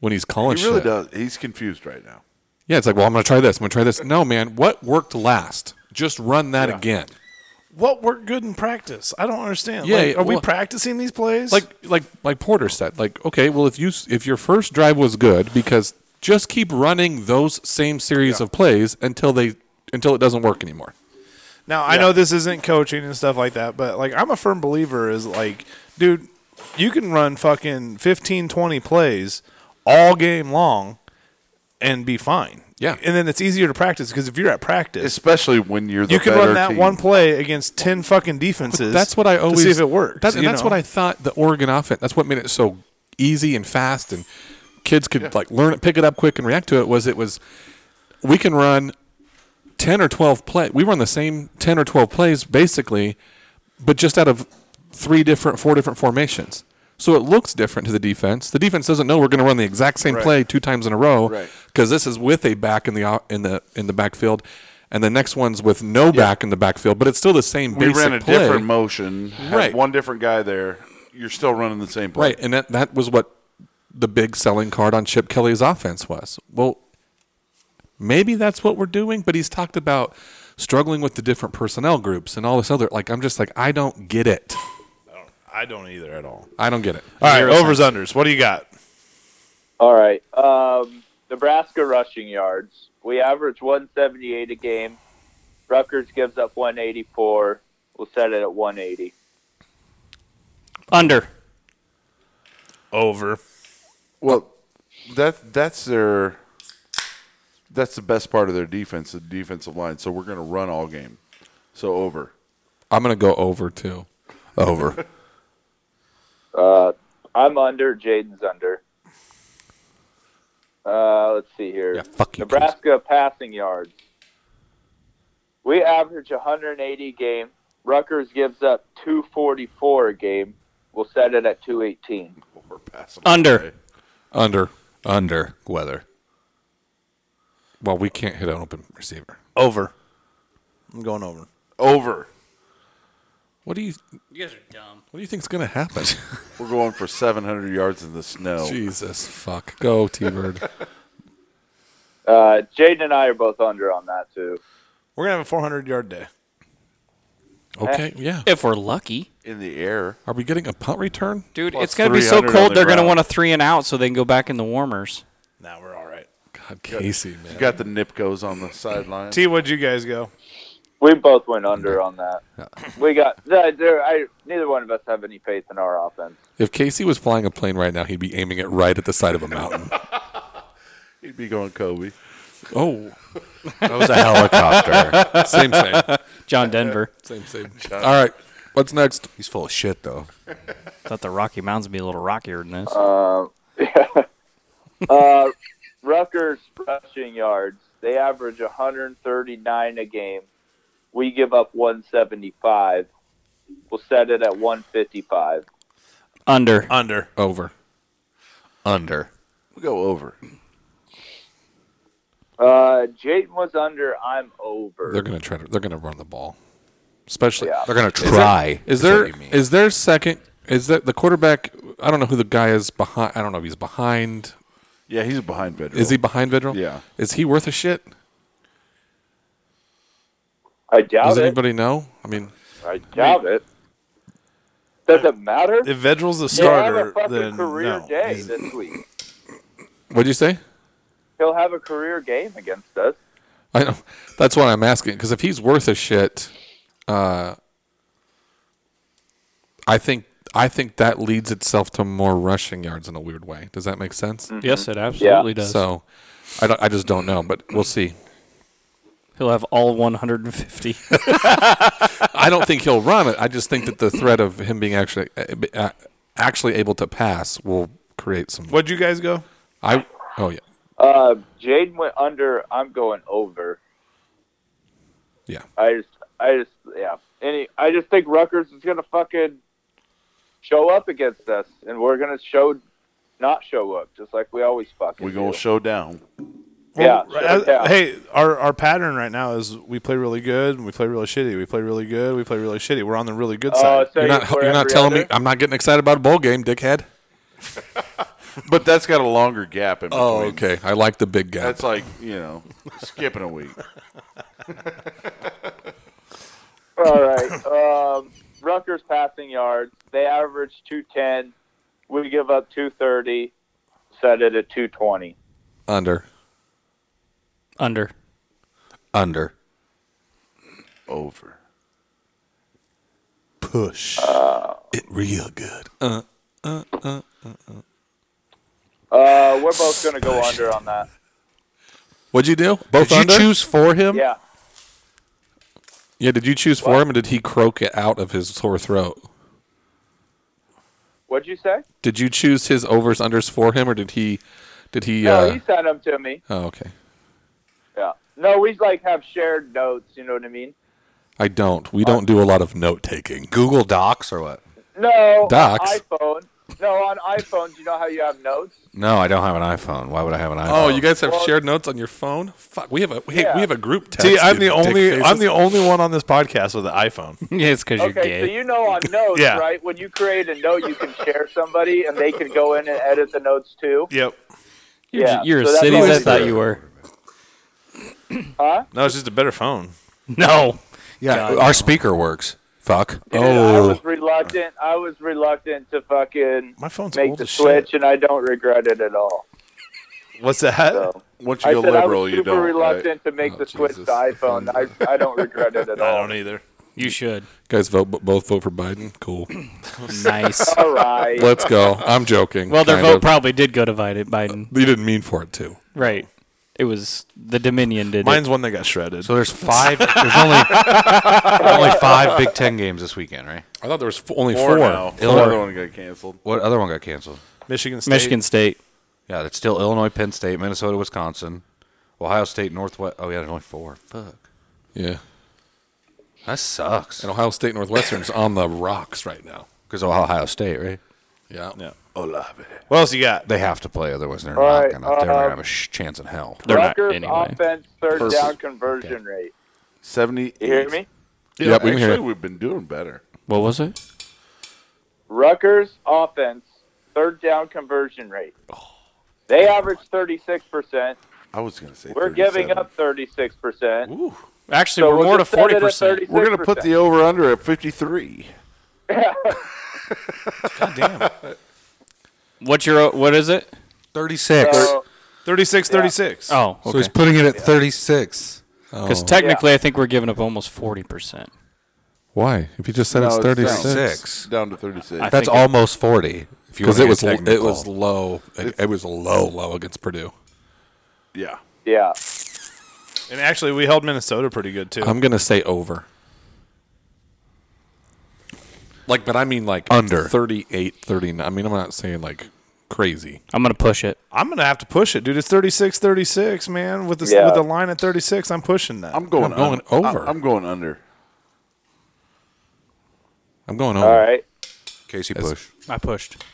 when he's calling He really shit. does. He's confused right now. Yeah, it's like, well, I'm going to try this. I'm going to try this. No, man, what worked last? Just run that again. what worked good in practice? I don't understand. Yeah, Like, are we well- practicing these plays? Like, like, like Porter said. Like, okay, well, if you s- if your first drive was good, because just keep running those same series of plays until they until it doesn't work anymore. Now I know this isn't coaching and stuff like that, but like I'm a firm believer is like, dude, you can run fucking 15, 20 plays all game long and be fine. Yeah. And then it's easier to practice because if you're at practice, Especially when you're the you can better run that team. one play against ten fucking defenses. That's what I always to see if it works. That, and you that's know? what I thought the Oregon offense. That's what made it so easy and fast, and kids could like learn it, pick it up quick, and react to it. Was it was we can run ten or twelve play. We run the same ten or twelve plays basically, but just out of three different, four different formations. So it looks different to the defense. The defense doesn't know we're going to run the exact same play two times in a row Right. because this is with a back in the o- in the in the backfield, and the next one's with no back in the backfield. But it's still the same. We basic ran a play. different motion. had Right. One different guy there. You're still running the same play. Right, and that that was what the big selling card on Chip Kelly's offense was. Well, Maybe that's what we're doing, but he's talked about struggling with the different personnel groups and all this other. Like, I'm just like, I don't get it. I don't either at all. I don't get it. All right, overs unders. What do you got? All right. Um, Nebraska rushing yards. We average 178 a game. Rutgers gives up 184. We'll set it at 180. Under. Over. Well, that that's their that's the best part of their defense, the defensive line. So we're going to run all game. So over. I'm gonna go over too. Over. Uh, I'm under. Jaden's under. Uh, let's see here. Yeah, fuck you. Coos. Nebraska passing yards. We average 180 a game. Rutgers gives up 244 a game. We'll set it at 218. We're passing. Under. Under. Under weather. Well, we can't hit an open receiver. Over. I'm going over. Over. What do you You guys are dumb. What do you think's gonna happen? We're going for 700 yards in the snow. Jesus fuck. Go T Bird. Uh, Jaden and I are both under on that too. We're gonna have a 400 yard day. Okay. Yeah. If we're lucky. In the air. Are we getting a punt return? Dude, Plus it's going to be so 300 on cold the they're going to ground. want a three and out so they can go back in the warmers. Now nah, we're all right. God, Casey, man. You got the Nipcos on the sideline. T, what'd you guys go? We both went under on that. We got there. there- I neither one of us have any faith in our offense. If Casey was flying a plane right now, he'd be aiming it right at the side of a mountain. He'd be going Kobe. oh, That was a helicopter. same, same, John Denver. same, same. All right, what's next? He's full of shit though. Thought the Rocky Mountains would be a little rockier than this. Uh, Rutgers rushing yards. They average 139 a game. We give up 175. We'll set it at 155. Under. Under. Over. Under. We'll go over. Uh, Jaden was under. I'm over. They're gonna try to. They're gonna run the ball, especially. Yeah. They're gonna try. Is what there you mean. is there second? Is that the quarterback? I don't know who the guy is behind. I don't know if he's behind. Yeah, he's behind Federal. Is he behind Vidral? Yeah. Is he worth a shit? I doubt Does it. anybody know? I mean, I doubt it. Does it matter? If Vedril's the He'll have a starter, fucking then career no. day He's- this week. what'd you say? He'll have a career game against us. I know. That's what I'm asking. Because if he's worth a shit, uh, I think I think that leads itself to more rushing yards in a weird way. Does that make sense? Mm-hmm. Yes, it absolutely Yeah. does. So, I don't. I just don't know, but we'll see. He'll have all 150. I don't think he'll run it. I just think that the threat of him being actually uh, actually able to pass will create some. What'd you guys go? I oh yeah Uh, Jaden went under. I'm going over. yeah. I just, I just, yeah. Any, I just think Rutgers is gonna fucking show up against us, and we're gonna show, not show up, just like we always fucking. We're going do. to show down. Yeah, Well, shut it uh, down. Hey, our our pattern right now is we play really good and we play really shitty. We play really good. We play really shitty. We're on the really good Oh, side. so You're not for you're not every telling me other- I'm not getting excited about a bowl game, dickhead. But that's got a longer gap in between. Oh okay. I like the big guy. That's like, you know, skipping a week. All right. Um, Rutgers passing yards. They average 210. We give up 230. Set it at 220. Under. Under. Under. Over. Push. it real good. uh, Uh, we're both gonna go under on that. What'd you do? Both Did you under? choose for him? Yeah. Yeah. Did you choose for him, or did he croak it out of his sore throat? What'd you say? Did you choose his overs unders for him, or did he? Did he? No, uh, he sent them to me. oh okay. Yeah. No, we like have shared notes. You know what I mean? I don't. Uh, We don't do a lot of note taking. Google Docs or what? No. Docs? On iPhone. No, on iPhones, you know how you have notes. No, I don't have an iPhone. Why would I have an iPhone? Oh, you guys have Well- shared notes on your phone? Fuck, we have a hey, Yeah. we have a group text. See, I'm you the only dick I'm faces. the only one on this podcast with an iPhone. yeah, it's because Okay, so you know on notes, Yeah. right? When you create a note, you can share somebody, and they can go in and edit the notes too. yep. You're, Yeah, you're so as that's city as I always thought true. you were. Huh? No, it's just a better phone. No. Yeah, God, our speaker works. Fuck. Oh, Dude, I was reluctant. I was reluctant to fucking My phone's make old the as switch, shit. and I don't regret it at all. What's that? So Once I you said go liberal, I was you super don't. reluctant right? to make Oh, the switch Jesus. to iPhone. I, I don't regret it at I all. don't either. You should. Guys, vote both vote for Biden. Cool. Nice. All right. Let's go. I'm joking. well, their kind vote of. probably did go to Biden. Biden. you didn't mean for it to. Right. It was the Dominion did Mine's one that got shredded. So there's five. There's only only five Big Ten games this weekend, right? I thought there was f- only four. Four, now. The other one got canceled. What other one got canceled? Michigan State. it. Michigan State. Yeah, it's still Illinois, Penn State, Minnesota, Wisconsin, Ohio State, Northwest. Oh yeah, there's only four. Fuck. Yeah. That sucks. And Ohio State Northwestern's on the rocks right now. Because Ohio State, right? Yeah. Yeah. Olave. What else you got? They have to play, otherwise they're All not right, gonna. they're not uh, gonna have a sh- chance in hell. They're not Rutgers anyway. offense third Perfect. down conversion rate. 78. You hear me? Yeah, Yep, we can actually, hear it. we've been doing better. What was it? Rutgers offense third down conversion rate. They average 36%. I was going to say We're giving 37. up 36%. Actually, So we're we'll more to just set it forty at percent. 36%. We're going to put the over under at 53. What's your? What is it? Thirty-six. So, 36 36. Oh, So okay. he's putting it at thirty-six. Oh. Because technically, I think we're giving up almost forty percent. Why? If you just said it's No, it's 36. Six. Down to 36. I- That's think it- almost forty. If you Because wanna it get was l- it technical. was low. It, it was low low against Purdue. yeah. yeah. And actually, we held Minnesota pretty good, too. I'm gonna say over. Like, but I mean like Under. 38, 39. I mean, I'm not saying like crazy. I'm gonna push it. I'm going to have to push it, dude. It's 36 36, man. With, this, Yeah. with the line at 36, I'm pushing that. I'm going, I'm going un- over. I- I'm going under. I'm going over. All right. Casey Bush. I pushed.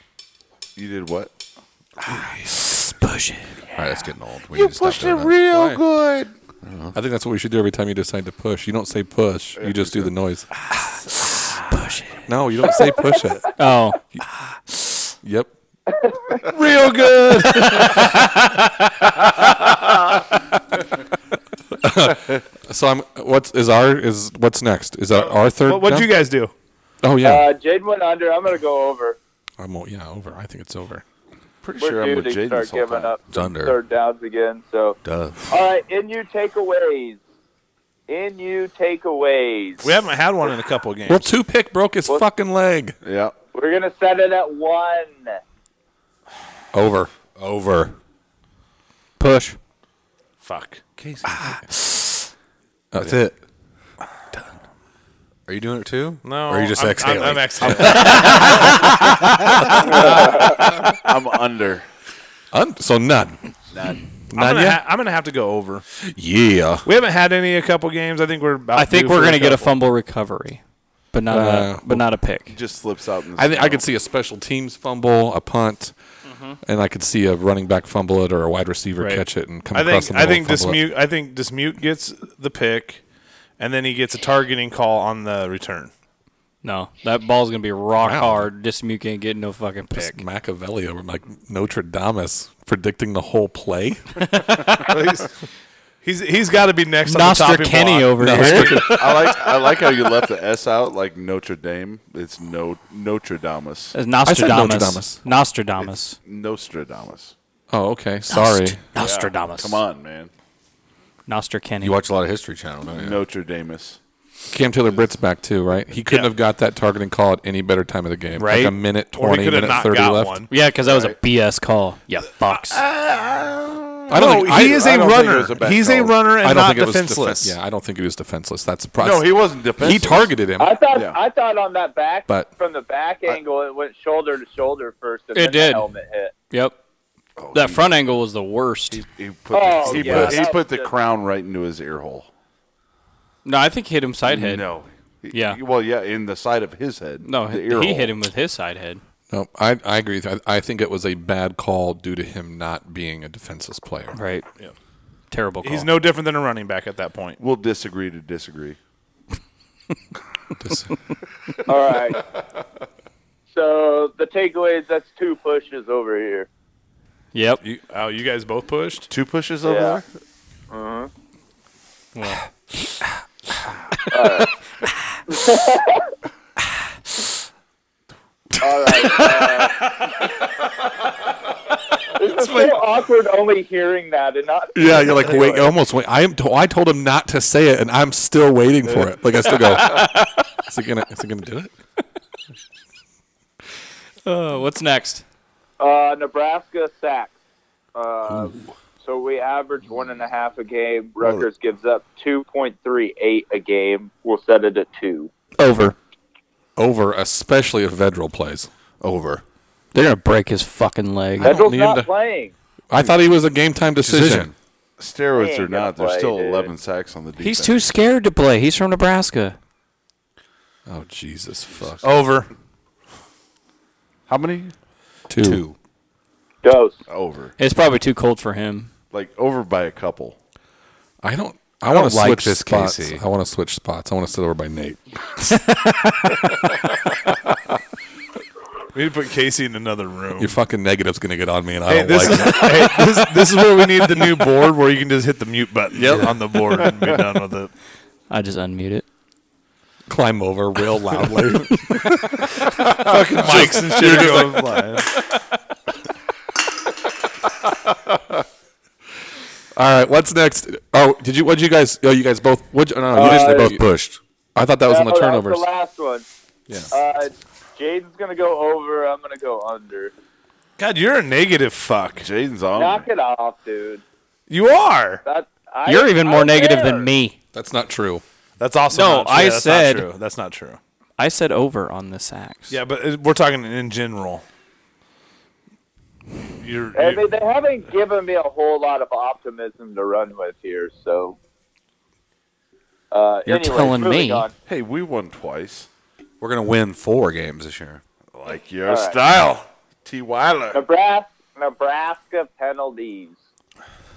You did what? Push it. All right, that's getting old. We you pushed it Real Why? Oh, good. I think that's what we should do every time you decide to push. You don't say push. You just do the noise. Push it. No, you don't say push it. Oh, Yep. real good. So I'm. What's is our is what's next? Is that our third? what, what'd you down? guys do? Oh yeah. Uh, Jaden went under. I'm going to go over. Uh, I'm o- yeah over. I think it's over. Pretty We're sure I'm due with to Jaden start this whole giving time. up It's under. third downs again. So, Duh. all right. In you takeaways. In you takeaways. We haven't had one in a couple of games. Well, two pick broke his fucking leg. Yeah. We're going to set it at one. Over. Over. push. Fuck. Ah. That's it. Are you doing it too? No. Or are you just I'm, exhaling? I'm, I'm exhaling. I'm under. Un- so none. None. I'm None gonna yet. ha- I'm going to have to go over. yeah. We haven't had any a couple games. I think we're about I think due we're for gonna get a couple. fumble recovery, but not Uh, a but not a pick. Just slips out. In the I think I snow. could see a special teams fumble, a punt, and I could see a running back fumble it or a wide receiver Mm-hmm. Right. catch it and come I across the think middle. I think and fumble it. Dismute I think Dismute gets the pick, and then he gets a targeting call on the return. No, that ball's gonna be rock Wow. hard. Dismute can't get no fucking Just pick. Machiavelli over like Notre Dame is predicting the whole play. he's he's, he's got to be next on the Noster chopping Kenny block. over here. I like I like how you left the S out like Notre Dame. It's no Notre Dame. It's said Nostradamus. Nostradamus. Nostradamus. Nostradamus. Oh, okay. Sorry. Nostradamus. Come on, man. Noster Kenny. You watch a lot of History Channel, don't you? Notre Damus. Cam Taylor Britt's back too, right? He couldn't Yeah. have got that targeting call at any better time of the game. Right? Like a minute Or he twenty, could have minute not thirty got left. one. Yeah, because that was a BS call. Yeah, fucks. I don't. think, Uh, he I, is I a don't think it runner. was a bad he's a call. runner and I don't not think it was defen- defenseless. yeah, I don't think he was defenseless. That's the problem. No, he wasn't defensive. He targeted him. I thought Yeah. I thought on that back But- from the back angle it went shoulder to shoulder first and then It did. the helmet hit. Yep. that front angle was the worst. Oh, He put Oh, the, he yeah. put, he That put was the just- crown right into his ear hole. no, I think he hit him side head. No. He- Yeah. Well, yeah, in the side of his head. No, the he, ear he hole. hit him with his side head. No, I, I agree. With you. I, I think it was a bad call due to him not being a defenseless player. Right. Terrible call. He's no different than a running back at that point. We'll disagree to disagree. Just- All right. so the takeaways that's two pushes over here. Yep. You, oh, you guys both pushed. Two pushes over Yeah. there. Well, All right. uh, this is so awkward only hearing that and not. Yeah, you're like wait, oh, almost wait. I am. To- I told him not to say it, and I'm still waiting for it. Like I still go. is it gonna? Is it gonna do it? uh, what's next? Uh, Nebraska sacks. Uh, so we average one and a half a game. Rutgers gives up 2.38 a game. We'll set it at two. Over. Over, especially if Vedral plays. Over. They're gonna break his fucking leg. don't Pedro's need not to- playing. I thought he was a game time decision. Decision. Steroids Ain't or gonna not, there's play, still dude. 11 sacks on the defense. He's too scared to play. He's from Nebraska. Oh Jesus fuck. Over. How many? Two. Two. Dose. Over. It's probably too cold for him. Like over by a couple. I don't. I, want don't to like switch this, spots. Casey. I want to switch spots. I want to sit over by Nate. We need to put Casey in another room. Your fucking negative's gonna get on me, and I Hey, don't this, like. is, hey, this, this is where we need the new board where you can just hit the mute button on the board and be done with it. I just unmute it. Climb over real loudly. Mics and shit are going flying. All right, what's next? Oh, did you? What would you guys? Oh, you guys both. What? No, you just, They you- both pushed. I thought that was on the No, Uh, oh, that turnovers. the last one. Yeah. Uh, Jaden's gonna go over. I'm gonna go under. God, you're a negative fuck. Jaden's on. Knock it off, dude. You are. That I, You're even I more negative care. than me. That's not true. That's also No, not true. I That's not said- true. that's not true. I said over on the sacks. Yeah, but it- we're talking in general. You're, I you mean, they haven't given me a whole lot of optimism to run with here, so. Uh, You're anyways, telling moving me. on. Hey, we won twice. We're gonna win four games this year. Like your All right. style. T. Wyler. Nebraska, Nebraska penalties.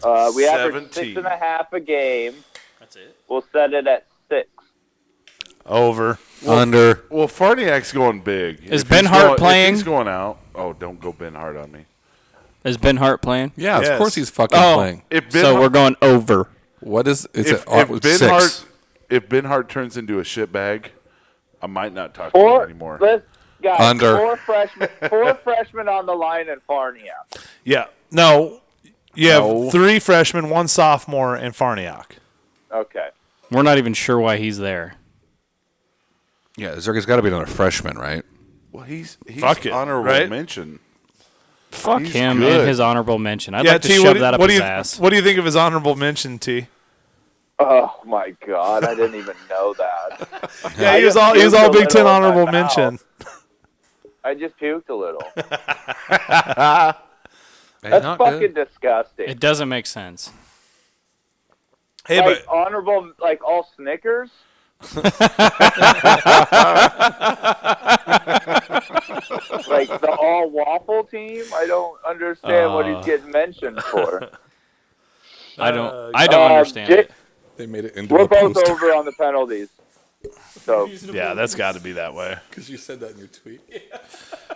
Uh, we average six 17. and a half a game. That's it. We'll set it at six. over. Under. Well, Farniak's going big. Is If Ben he's Hart going- if playing? He's going out. Oh, don't go Ben Hart on me. Is Ben Hart playing? Yeah, Yes. of course he's fucking Oh. playing. If Ben so Hart, we're going over. What is? It's if, a, uh, oh, if Ben six. Hart if Ben Hart turns into a shitbag, I might not talk to him Four, anymore. let's, guys, Under. four freshmen, four freshmen on the line and Farnia. Yeah. No. You have No. three freshmen, one sophomore, and Farniak. Okay. We're not even sure why he's there. Yeah, Zerga's got to be another freshman, right? Well, he's he's Fuck it, honorable right? mention. Fuck He's him good. and his honorable mention. I'd yeah, like to T, shove what, do- that up what do his you ass. what do you think of his honorable mention, T? Oh my God! I didn't even know that. Yeah, he was just all he was puked all a Big Ten little in my honorable mouth. mention. I just puked a little. Hey, That's not fucking good. disgusting. It doesn't make sense. Hey, like but honorable, like all Snickers. like the all waffle team. I don't understand what Uh. he's getting mentioned for. I don't. I don't Um, understand. Ja- it. They made it into We're a both poster over on the penalties. So yeah, that's got to be that way. because you said that in your tweet.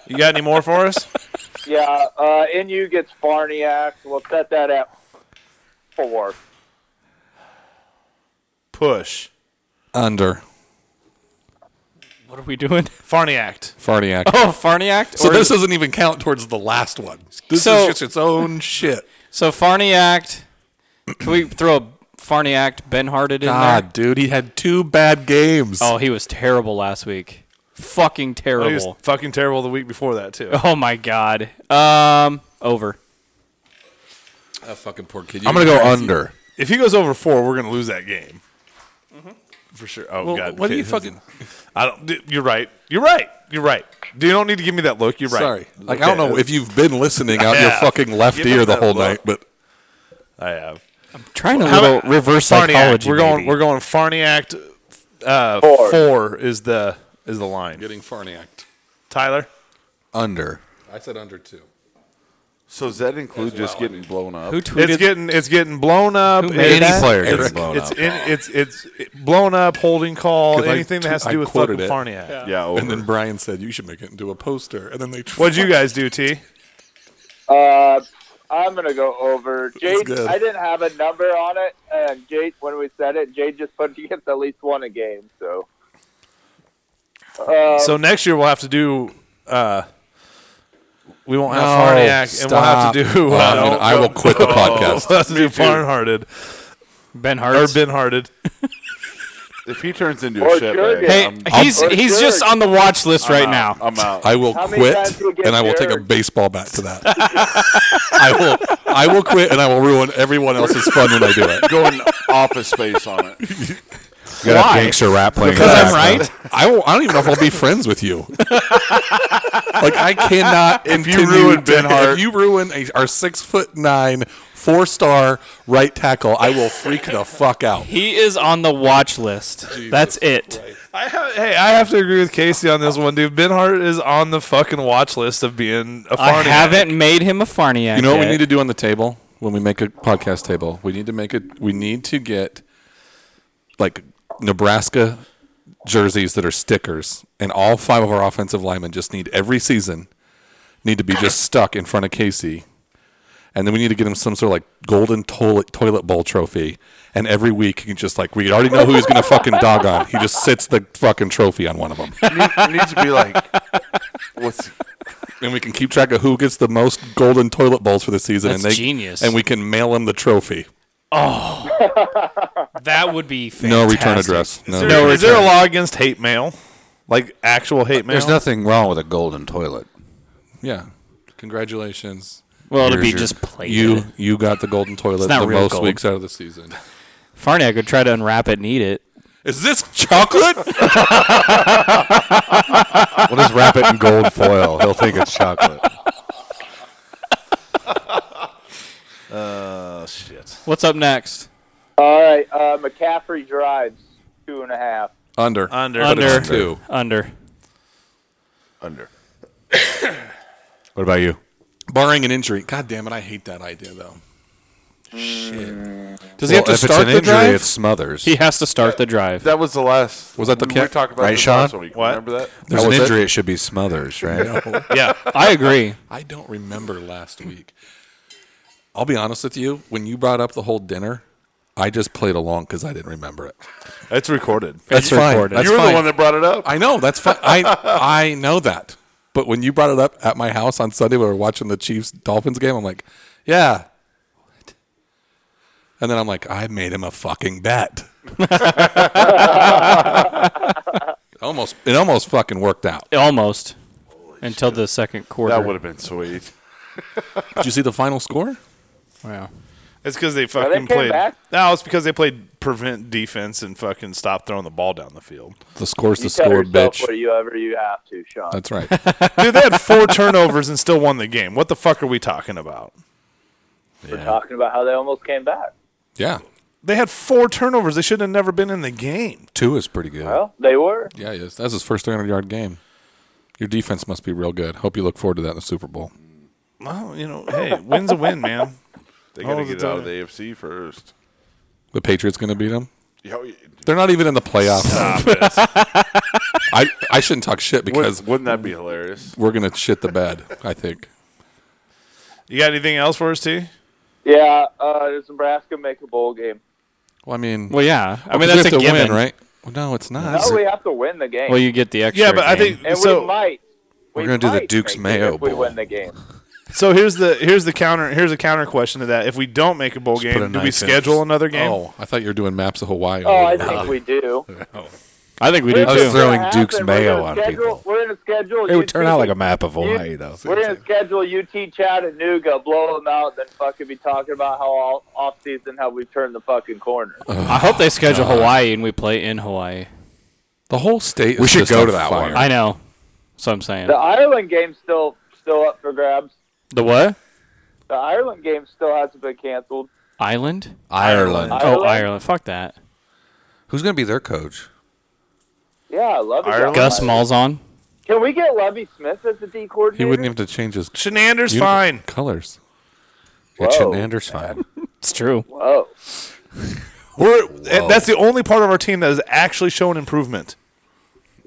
You got any more for us? yeah, uh, NU gets Farniak. We'll set that at four. Push Under What are we doing? Farniak. Farniak. Oh, Farniak. so Or- this doesn't even count towards the last one. This So- is just its own shit. So Farniak. Can we throw a Farniak Ben Harted in there? God, dude, he had two bad games. Oh, he was terrible last week. Fucking Oh, he was terrible. fucking terrible the week before that too. Oh my god. Um, over. that fucking poor kid. I'm gonna go under. If he goes over four, we're gonna lose that game Mm-hmm. for sure. Oh god, what do you Okay. fucking? I don't. d- You're right. You're right. You're right. You don't need to give me that look. You're right. Sorry, like I don't know if you've been listening out your Yeah. fucking left Give ear us the that whole look. night, but I have. Trying a How little about- reverse Farniak. psychology. We're going. maybe. We're going. Farniak. Uh, Four. four. is the is the line. getting Farniak. Tyler. Under. I said under two. So does that include just getting blown up? Who tweeted? it's getting it's getting blown up. made It's, that? Any player gets it's, blown it's, up. in, it's it's it- blown up. Holding call. 'Cause I Oh, Anything that tw- has to I do with fucking quoted it. Farniak. yeah, over. And then Brian said you should make it into a poster, and then they. What'd you guys do, T? Uh, I'm gonna go over. Jade, good. I didn't have a number on it, and Jade, when we said it, Jade just put she gets at least one a game. So, uh, Um, So next year we'll have to do. Uh, we won't have No, Farniak, and we'll stop. have to do. uh, Oh, I'm gonna- I will quit the podcast. We'll have to do Farnhearted Ben or Hart. Ben Hearted. If he turns into Or a shitbag, Jurgen. hey, I'm, he's I'll- he's just on the watch list right now. I'm out. I will How many times quit do you get and I will take a jerked? baseball bat to that. I will I will quit and I will ruin everyone else's fun when I do it. going office space on it. You gotta have gangster rap playing. in the Because I'm background. right. I won't, I don't even know if I'll be friends with you. like I cannot. If you continue ruin to- Ben Hart- if you ruin a, our six foot nine four star right tackle, I will freak the fuck out. He is on the watch list. That's it. I have, hey, I have to agree with Casey on this one, dude. Ben Hart is on the fucking watch list of being a Farniak. I haven't made him a Farniak. You know what we yet. need to do on the table when we make a podcast table? We need to make it. We need to get like Nebraska jerseys that are stickers, and all five of our offensive linemen just need every season need to be just stuck in front of Casey, and then we need to get him some sort of like golden toilet toilet bowl trophy. And every week, he can just like we already know who he's gonna fucking dog on. He just sits the fucking trophy on one of them, It need- It needs to be like, what's and we can keep track of who gets the most golden toilet bowls for the season. and That's they, genius. And we can mail him the trophy. That would be fantastic. No return address. No. No, is there a law against hate mail? Like actual hate mail? There's nothing wrong with a golden toilet. Yeah. Congratulations. Well, it'll be Here's your- just plated. You you got the golden toilet not the real most gold. weeks out of the season. Farniak would try to unwrap it and eat it. Is this chocolate? We'll just wrap it in gold foil. He'll think it's chocolate. Uh, What's up next? all right, uh, McCaffrey drives two and a half. Under. Under. But it's Under. two. Under. under? What about you? Barring an injury. God damn it, I hate that idea though. Mm. Shit. Does he have to if start it's an the injury, drive? it's Smothers. He has to start the drive. That was the last. Was that the we cat- talked about right, this Sean? last week. What? Remember that? There's That an was it? injury. It? should be Smothers, right? Yeah. I agree. I don't remember last week. I'll be honest with you. When you brought up the whole dinner, I just played along because I didn't remember it. It's recorded. That's fine. recorded. That's you were fine. the one that brought it up. I know that's fine. I I know that. But when you brought it up at my house on Sunday, when we were watching the Chiefs Dolphins game. I'm like, yeah. What? And then I'm like, I made him a fucking bet. almost, it almost fucking worked out. Almost. Until the second quarter. that would have been sweet. Did you see the final score? Wow. It's because they they fucking came played. back. No, it's because they played prevent defense and fucking stopped throwing the ball down the field. The score's the You tell score, yourself bitch. what you ever you have to, Sean. That's right. Dude, they had four turnovers and still won the game. What the fuck are we talking about? We're talking about how they almost came back. Yeah, They had four turnovers. They should have never been in the game. Two is pretty good. Well, they were. yeah, yes. That's his first 300 yard game. Your defense must be real good. Hope you look forward to that in the Super Bowl. Well, Oh, you know, hey, win's a win, man. They got All to the get out of time. the AFC first. The Patriots going to beat them. Yo, you- They're not even in the playoffs. I, I shouldn't talk shit because wouldn't, wouldn't that be hilarious? we're gonna shit the bed. I think. You got anything else for us, T? Yeah, uh, does Nebraska make a bowl game? Well, I mean, Well, yeah. I well, mean, 'cause we that's a have to given. win, right? Well, no, it's not. No, we have to win the game. Well, you get the extra. Yeah, but I game. think and we so. might. We're gonna do the Duke's Mayo oh, if we Bowl. win the game. So here's the here's the counter here's a counter question to that. If we don't make a bowl put a game, do we knife in. schedule another game? Oh, I thought you were doing maps of Hawaii. Oh, I think we do. Oh, I think we do Here's was too. what's throwing gonna Duke's happen. We're mayo gonna on schedule- people. We're going to schedule. It would turn UT out like a map of Hawaii, though. We're going to schedule UT Chattanooga, blow them out, then fucking be talking about how all off season how we turned the fucking corner. I hope they schedule Hawaii and we play in Hawaii. the whole state. Is We should just go on to that fire. one. I know. So I'm saying The Ireland game's still still up for grabs. the what? The Ireland game still hasn't been canceled. Island? Ireland. Ireland? Oh, Ireland. Fuck that. Who's going to be their coach? Yeah, I love it. Ireland? Gus Malzahn. Can we get Levy Smith as the D coordinator? He wouldn't have to change his Shenander's uniform fine. colors. Yeah, Whoa. Chenander's fine. It's true. Whoa. We're and that's the only part of our team that has actually shown improvement.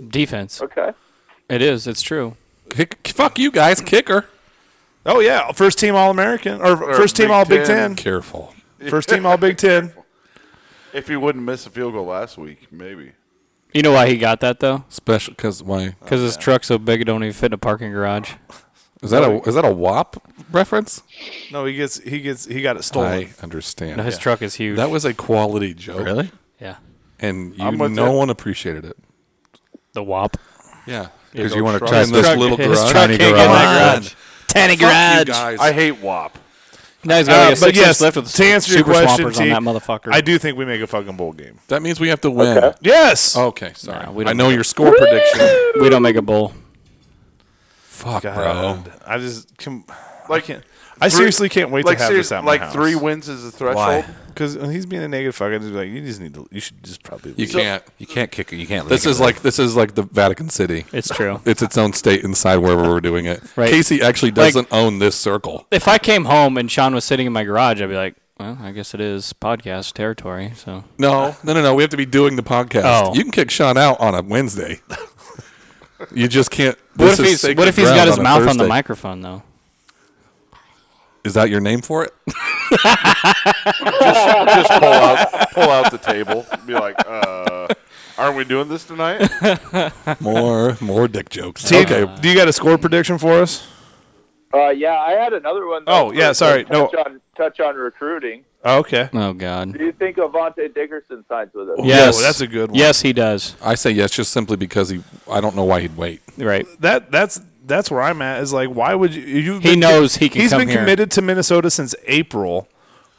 Defense. Okay. It is. It's true. Kick, fuck you guys, kicker. Oh yeah, first team All American or, first team Big All Big Ten. Ten. Careful. First team All Big Ten. If he wouldn't miss a field goal last week, maybe. You know why he got that though? Special because why Because his truck's so big it don't even fit in a parking garage. is that a is that a WAP reference? No, he gets he gets he got it stolen. I understand. No, his truck is huge. That was a quality joke. Really? yeah. And you, I'm with no it. one appreciated it. The WAP. Yeah. Because you want to truck. try His this truck- little his garage. truck tiny can't get Come my garage. on. garage. Tiny You garage. guys. I hate WAP. Now he's Uh, got but six yes, yes, left with to answer your super question, swampers on T, that motherfucker. I do think we make a fucking bowl game. that means we have to win. Okay. Yes. Okay, sorry. Nah, we I don't know your score prediction. We don't make a bowl. Fuck, God. bro. I just can, Like can't. I seriously can't wait like to have serious- this at my like house. three wins is the threshold. because he's being a negative fucker. Just be like you just need to. You should just probably. You Leave. can't. You can't kick it. You can't. This is like this is like the Vatican City. It's true. It's its own state inside wherever we're doing it. Right. Casey actually doesn't own this circle. if I came home and Sean was sitting in my garage, I'd be like, well, I guess it is podcast territory. So No, no, no, no. We have to be doing the podcast. Oh. You can kick Sean out on a Wednesday. you just can't. what this if is he's sacred what if he's ground got his on a mouth on the Thursday. microphone though? Is that your name for it? Just pull out pull out the table. and Be like, uh, aren't we doing this tonight? More, more dick jokes. T, Do you got a score prediction for us? Uh, yeah, I had another one. though, Oh, yeah, to sorry, Touch no. on touch on recruiting. Oh, okay. Oh God. Do you think Avante Dickerson signs with us? Yes, Yo, that's a good one. Yes, he does. I say yes, just simply because he. I don't know why he'd wait. Right. That that's that's where I'm at. Is like, why would you? You've He been- knows he can He's come been here. committed to Minnesota since April.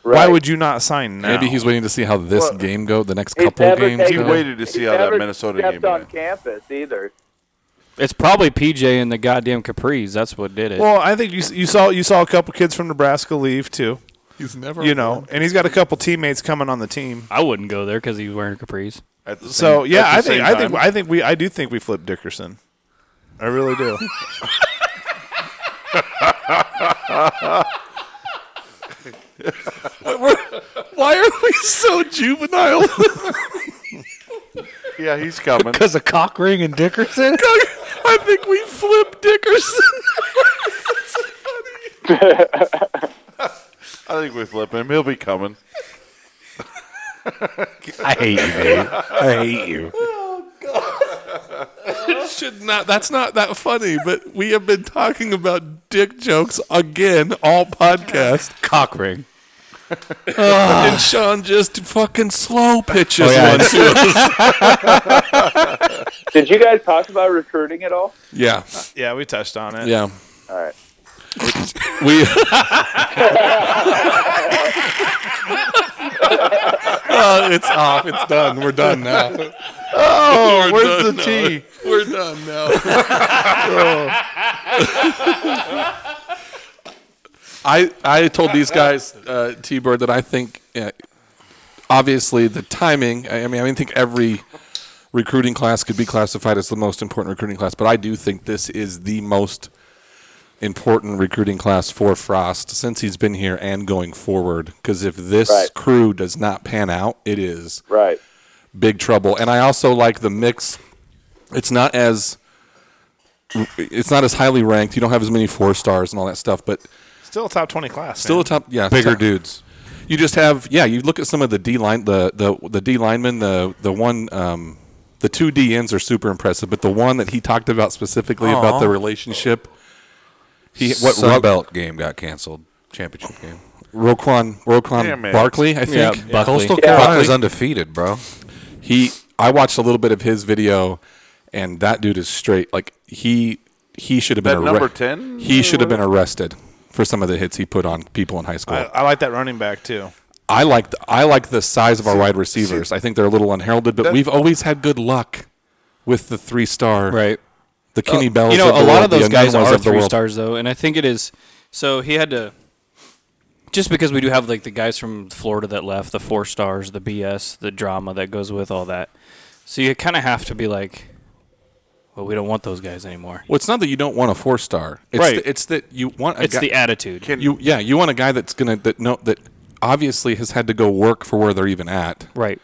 Why Right. would you not sign now? Maybe he's waiting to see how this Well, game go. The next he's couple never games. taken- He Go. waited to see He's how that never Minnesota stepped game on went. campus either. It's probably PJ and the goddamn capris. That's what did it. Well, I think you s- you saw you saw a couple kids from Nebraska leave too. He's never. You know, and he's got a couple teammates coming on the team. I wouldn't go there because he's wearing capris. At the So same- yeah, at I the think same I think time. I think we I do think we flip Dickerson. I really do. Why are we so juvenile? yeah, he's coming. because of Cockring and Dickerson. I think we flipped Dickerson. I think we flip him. He'll be coming. I hate you, dude. I hate you. Should not. That's not that funny. But we have been talking about dick jokes again all podcast, Cockring. and Sean just fucking slow pitches Oh, yeah. one to us. Did you guys talk about recruiting at all? Yeah, Uh, yeah, we touched on it. yeah. All right. We. oh, it's off. It's done. We're done now. Oh, Where's the T? We're done now. I I told these guys uh, T Bird that I think uh, obviously the timing. I I mean, I mean, think every recruiting class could be classified as the most important recruiting class, but I do think this is the most important recruiting class for Frost since he's been here and going forward. Because if this Right. crew does not pan out, it is Right. big trouble. And I also like the mix. It's not as it's not as highly ranked. You don't have as many four stars and all that stuff, but Still a top twenty class. still man. a top yeah Bigger top- dudes. You just have yeah. You look at some of the D line the the the D linemen the the one um, the two DNs are super impressive, but the one that he talked about specifically about the relationship. He what Sun Ro- Belt game got canceled. Championship game. Roquan Damn Roquan it. Barkley I Yeah, think Buckley. Coastal Yeah. Carolina's undefeated, bro. he I watched a little bit of his video and that dude is straight like he he should have been That arre- number 10? He should have been arrested for some of the hits he put on people in high school. I, I like that running back too. I like the, I like the size of our wide receivers. I think they're a little unheralded, but we've always had good luck with the three star Right. Uh, the Kenny Bells. You know, of the a lot world, of the those guys Anunwas are of the three world. stars though, and I think it is. So he had to, just because we do have like the guys from Florida that left, the four stars, the BS, the drama that goes with all that. So you kind of have to be like, well, we don't want those guys anymore. Well, it's not that you don't want a four star. It's Right. The, it's that you want a It's guy, the attitude. you yeah you want a guy that's gonna that no that obviously has had to go work for where they're even at. right.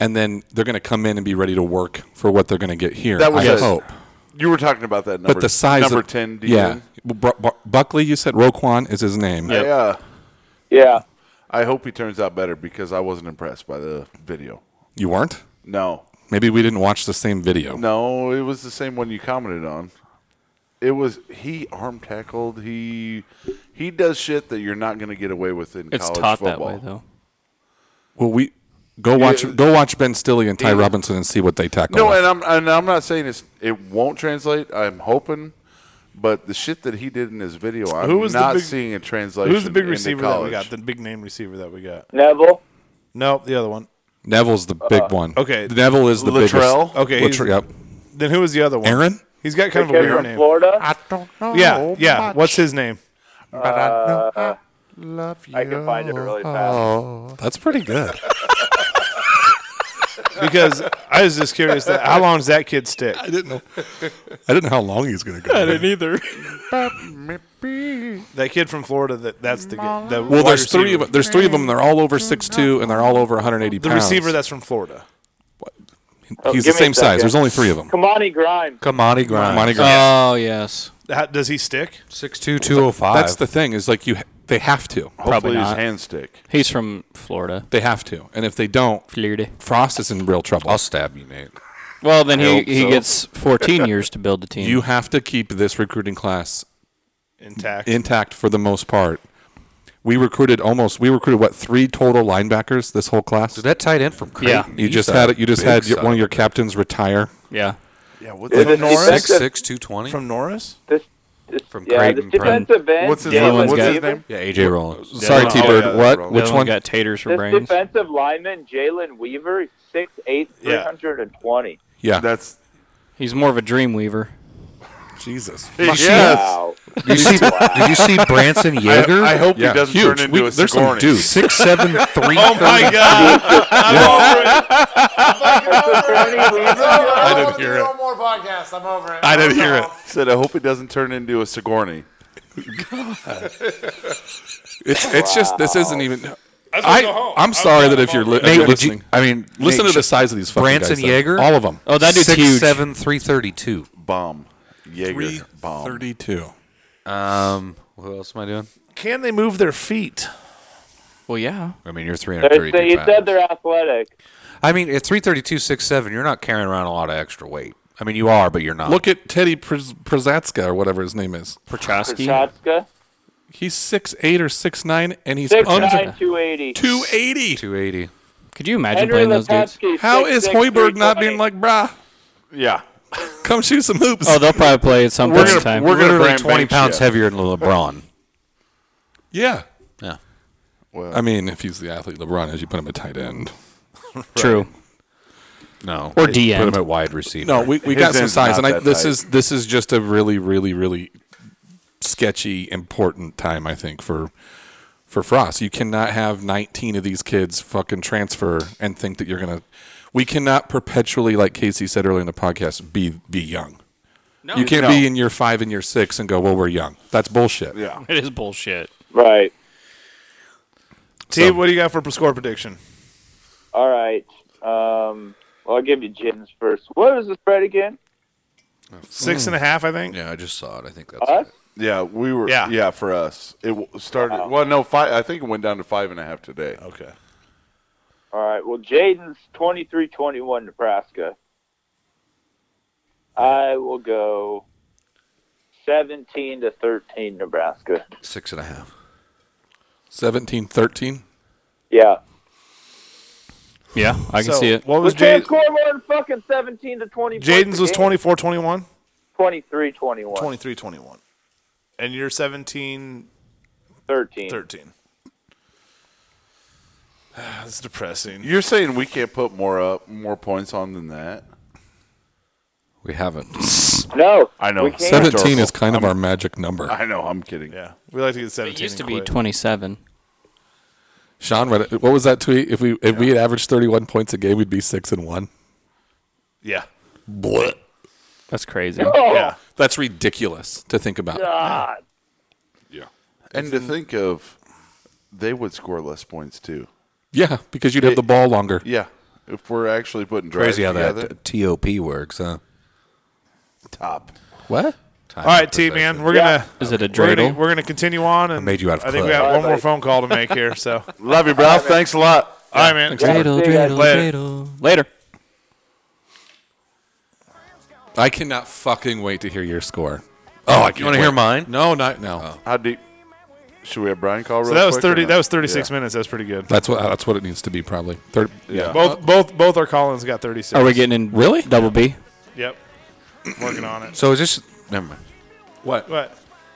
and then they're going to come in and be ready to work for what they're going to get here. That was I a- hope. You were talking about that number. but the size number of, ten. D yeah, Bu- Bu- Buckley. You said Roquan is his name. I, uh, Yeah. I hope he turns out better because I wasn't impressed by the video. You weren't. No, Maybe we didn't watch the same video. no, it was the same one you commented on. It was he arm tackled. He he does shit that you're not going to get away with in It's college taught football. that way though. Well, we go watch Yeah. go watch Ben Stilley and Ty Yeah. Robinson and see what they tackle. No, with. and I'm and I'm not saying it's it won't translate. I'm hoping, but the shit that he did in his video, I'm Who was the not big- seeing a translation. Who's the big into receiver that we college. got? The big name receiver that we got? Neville. Nope, the other one. Neville's the big one. okay. Neville is the Latrell? biggest. Okay, he's- Latrell, yep. Then who was the other one? Aaron. He's got kind of a Kid weird from name. Florida. I don't know. Yeah, yeah. What's his name? But I know I love you. Uh, I can find it really fast. Oh, That's pretty good. Because I was just curious that how long does that kid stick? I didn't know. I didn't know how long he's going to go. I didn't either. That kid from Florida. That that's the, kid- the Well, wide there's three of receiver. them. There's three of them. They're all over six two, and they're all over 180 The pounds. receiver that's from Florida. Oh, he's the give me a same size. second. There's only three of them. Kamani Grimes. Kamani Grimes. Monty Graham. Oh yes. How, does he stick? 6'2", 205. That's the thing is like you. ha- They have to. Hopefully his not. hand stick. He's from Florida. They have to. And if they don't, Florida. Frost is in real trouble. I'll stab you, Nate. Well, then he, hope he so. gets 14 years to build a team. You have to keep this recruiting class Intact. intact for the most part. We recruited almost. We recruited what three total linebackers this whole class. Dude, that tight end from Yeah. Creighton. You he's just a had it. You just big had your, son one of of your captains retire. yeah. Yeah, what Is the it- Norris? Six- six That's- six two twenty from Norris. This, this, From yeah, Creighton, this from- defensive end. What's his Yeah, name? one's What's got- his name? Yeah, AJ Rollins. Sorry, one- T oh, Bird. yeah, what? that's The Which other one? got taters for This brains. defensive lineman, Jalen Weaver, 6'8", Yeah. 320. yeah. That's He's more of a dream weaver. Jesus. yes. Wow. Did you see, did you see Branson I, Yeager? I hope Yeah, he doesn't huge. turn into We- a there's some Sigourney. dudes. Six seven three. Oh my god! Sigourney Weaver? I didn't hear it. more podcasts. I'm over it. I didn't hear it. Said I hope he doesn't turn into a Sigourney. It's it's just this isn't even. go I home. I'm sorry that if you're, li- if Nate, you're did you? listening, I mean, listen Nate, to the size of these fucking Branson guys, though. Yeager? All of them. Oh, that dude's six huge. seven three thirty two. Bomb. Jaeger. bomb. Thirty-two. Um, who else am I doing? Can they move their feet? Well, yeah. I mean, you're three hundred There's- thirty They two. said they're athletic. I mean, at three thirty two six seven, you're not carrying around a lot of extra weight. I mean, you are, but you're not. Look at Teddy Prz- Przatska or whatever his name is. Prochaska. Kachka, He's six eight or six nine, and he's under 6'9", 280. two eighty. two eighty. Could you imagine Henry playing those dudes? Lapetsky, How is 6'6", Hoiberg not 320. being like, brah? Yeah. Come shoot some hoops. Oh, they'll probably play at some We're point in gonna- time. we're- Literally Brand twenty Banks pounds yet. heavier than LeBron. yeah. Yeah. I mean, if he's the athlete LeBron is, you put him at tight end. True. No. Or Put D him end. at wide receiver. No, we, we His got some end's size, not and I, that this tight. is this is just a really, really, really sketchy, important time. I think for for Frost, you cannot have 19 of these kids fucking transfer and think that you're gonna. We cannot perpetually, like Casey said earlier in the podcast, be be young. No, you can't be in year five and year six and go, well, we're young. That's bullshit. Yeah. It is bullshit. Right. T, So- what do you got for score prediction? All right. Um, well, I'll give you Jim's first. What was the spread again? Six and a half, I think. Hmm. Yeah, I just saw it. I think that's Us? it. Yeah, we were. Yeah. Yeah, for us, it w- started. Well, no, five. I think it went down to five and a half today. Okay. All right. Well, Jaden's 23-21 Nebraska. I will go 17 to 13 Nebraska. six and a half. 17, 13. Yeah. Yeah, I can So, see it. What was We can't Jaden? score more than fucking 17 to 20. points Jaden's a was game. 24 21. 23 21. 23 21. And you're 17 13. 13. That's depressing. You're saying we can't put more up, more points on than that? We haven't. No. I know. We can't. 17 Adorable. is kind of our magic number. I know. I'm kidding. Yeah. We like to get 17. It used to and be quit. 27. Sean read it. What was that tweet? If we if we had averaged 31 points a game, we'd be 6 and 1. Yeah. Blech. That's crazy. Oh, Yeah. That's ridiculous to think about. God. And to think of, they would score less points too. Yeah, because you'd have the ball longer. Yeah, if we're actually putting drives Crazy how together. that TOP works, huh? Top. What? All right, T man, we're gonna Is it a we're dreidel? gonna, we're gonna continue on. And I made you out of I think clay. we got All one right, more buddy. phone call to make here. So Love you, bro. Thanks a lot. all right, man. dreidel, See you guys dreidel, later. dreidel. Later. I cannot fucking wait to hear your score. Oh, you want to hear mine? No, not now. How deep? Should we have Brian call? So real that was quick or thirty. not? That was thirty-six Yeah. minutes. That's pretty good. That's what that's what it needs to be probably. Third, Yeah. Both both both our call-ins got thirty-six. Are we getting in really double B? Yep. Working on it. So is this? Never mind. What?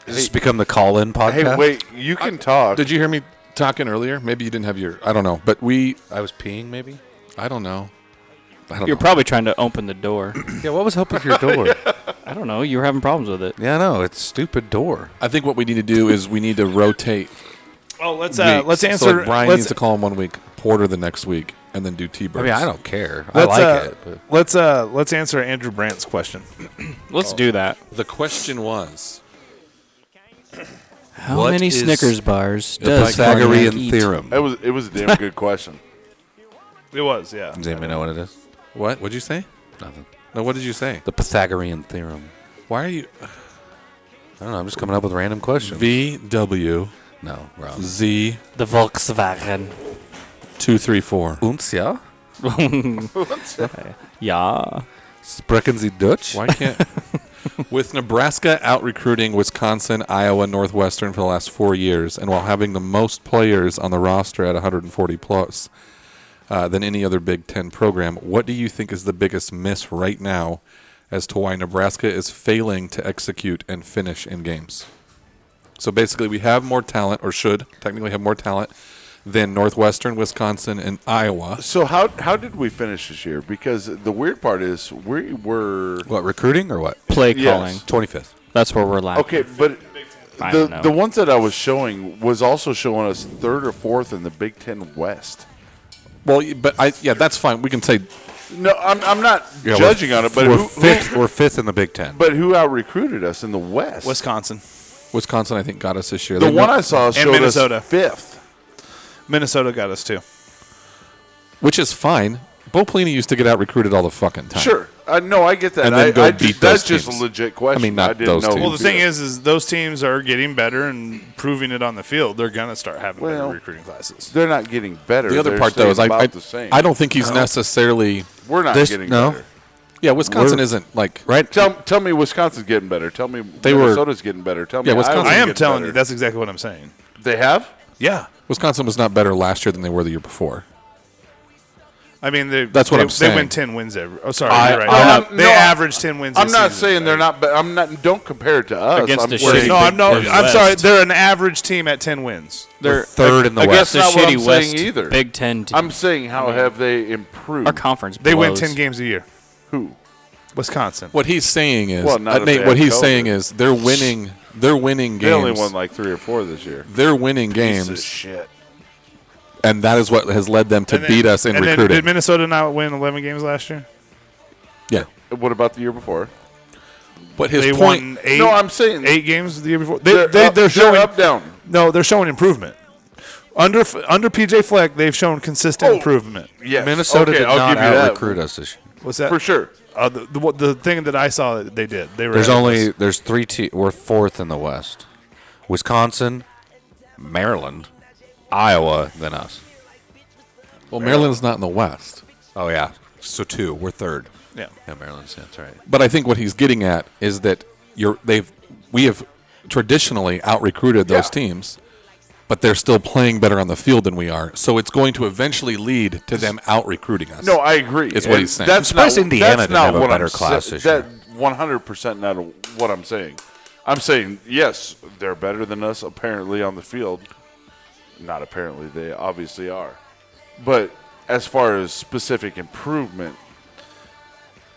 Has this become the call-in Hey, podcast? wait. You can talk. Did you hear me talking earlier? Maybe you didn't have your. I don't know, but we. I was peeing, maybe. I don't know. I don't You're know. probably trying to open the door. Yeah. What was up with your door? I don't know. You were having problems with it. yeah, no, it's stupid door. I think what we need to do is we need to rotate. Oh, let's uh, weeks. let's So, like, answer. Brian let's, needs to call him one week, Porter the next week, and then do T I Birds. mean, I don't care. I let's, like uh, it. but- Let's uh, let's answer Andrew Brandt's question. Let's do that. The question was How What many is Snickers bars does Pythagorean Carmack eat? theorem. That was. It was a damn good question. It was, yeah. Does anybody know what it is? what? What'd you say? Nothing. No, what did you say? The Pythagorean theorem. Why are you I don't know. I'm just coming up with random questions. V W no, wrong. Z The Volkswagen. two three four? Uns ja? Yeah. Sprechen Sie Deutsch? Why can't? With Nebraska out recruiting Wisconsin, Iowa, Northwestern for the last four years, and while having the most players on the roster at 140 plus uh, than any other Big Ten program, what do you think is the biggest miss right now as to why Nebraska is failing to execute and finish in games? So basically, we have more talent, or should technically have more talent, than Northwestern, Wisconsin, and Iowa. so how how did we finish this year? Because the weird part is we were What, recruiting or what? Play Yes. calling. 25th. That's where we're lacking. okay, but I don't the know. the ones that I was showing was also showing us third or fourth in the Big Ten West. Well, y- but I yeah, that's fine. We can say No, I'm I'm not we're judging on it, but we're, who, who, fifth, we're fifth in the Big Ten. but who out recruited us in the West? Wisconsin, Wisconsin. I think got us this year. The They- one I saw showed Minnesota. us fifth. Minnesota got us too. which is fine. Bo Pelini used to get out recruited all the fucking time. Sure, uh, no, I get that. And then I, go I beat just, that's those just teams. a legit I question. mean, not didn't those know teams. Well, the who thing did. is, is those teams are getting better and proving it on the field. They're gonna start having Well, better recruiting classes. they're not getting better. The other They're part though is I, staying about I, the same. I don't think he's necessarily. We're not This- getting no. better. Yeah, Wisconsin We're- isn't like Right? Tell tell me Wisconsin's getting better. Tell me They were- Minnesota's getting better. Tell me Yeah, Wisconsin- Iowa's I am getting telling better. you, that's exactly what I'm saying. they have. Yeah, Wisconsin was not better last year than they were the year before. I mean, they, That's what they, I'm They saying. win ten wins every. Oh, sorry, I- you're right. I'm they not- no, average ten wins. I'm this not season, saying they're but- not. Be- I'm not. Don't compare it to us. Against I'm the worried- shitty No, I'm no. Big I'm West. sorry. They're an average team at ten wins. They're third in the I West. guess the not what I'm shitty West saying either. Big Ten team. I'm saying how have they improved? Our conference. They win blows. ten games a year. Who? Wisconsin. What he's saying is, Well, not uh, if Nate, they what had he's COVID. saying is they're winning. They're winning games. They only won like three or four this year. they're winning Piece of games, shit. and that is what has led them to And then- beat us in and then recruiting. did Minnesota not win eleven games last year? yeah, What about the year before? but his they point. won eight. no, I'm saying eight games the year before. They, They're, they, up, they're showing up down. No, they're showing improvement. Under f- under PJ Fleck, they've shown consistent Oh. improvement. Yes. Minnesota okay, did I'll not give you that. out recruit us this year. What's that? for sure. Uh, the, the, what- the thing that I saw that they did. They were There's ahead of only us. there's three. Te- we're fourth in the West. Wisconsin, Maryland, Iowa, then us. well, Maryland's not in the West. Oh yeah, so two. We're third. yeah. Yeah, Maryland's that's right. But I think what he's getting at is that you're they've we have traditionally out recruited those teams, but they're still playing better on the field than we are. So it's going to eventually lead to them out recruiting us. No, I agree. Is what And he's saying. That's I'm surprised not, Indiana that's didn't not have a what better I'm class sa- this that year. 100% not what I'm saying. I'm saying yes, they're better than us apparently on the field. Not apparently, they obviously are. But as far as specific improvement,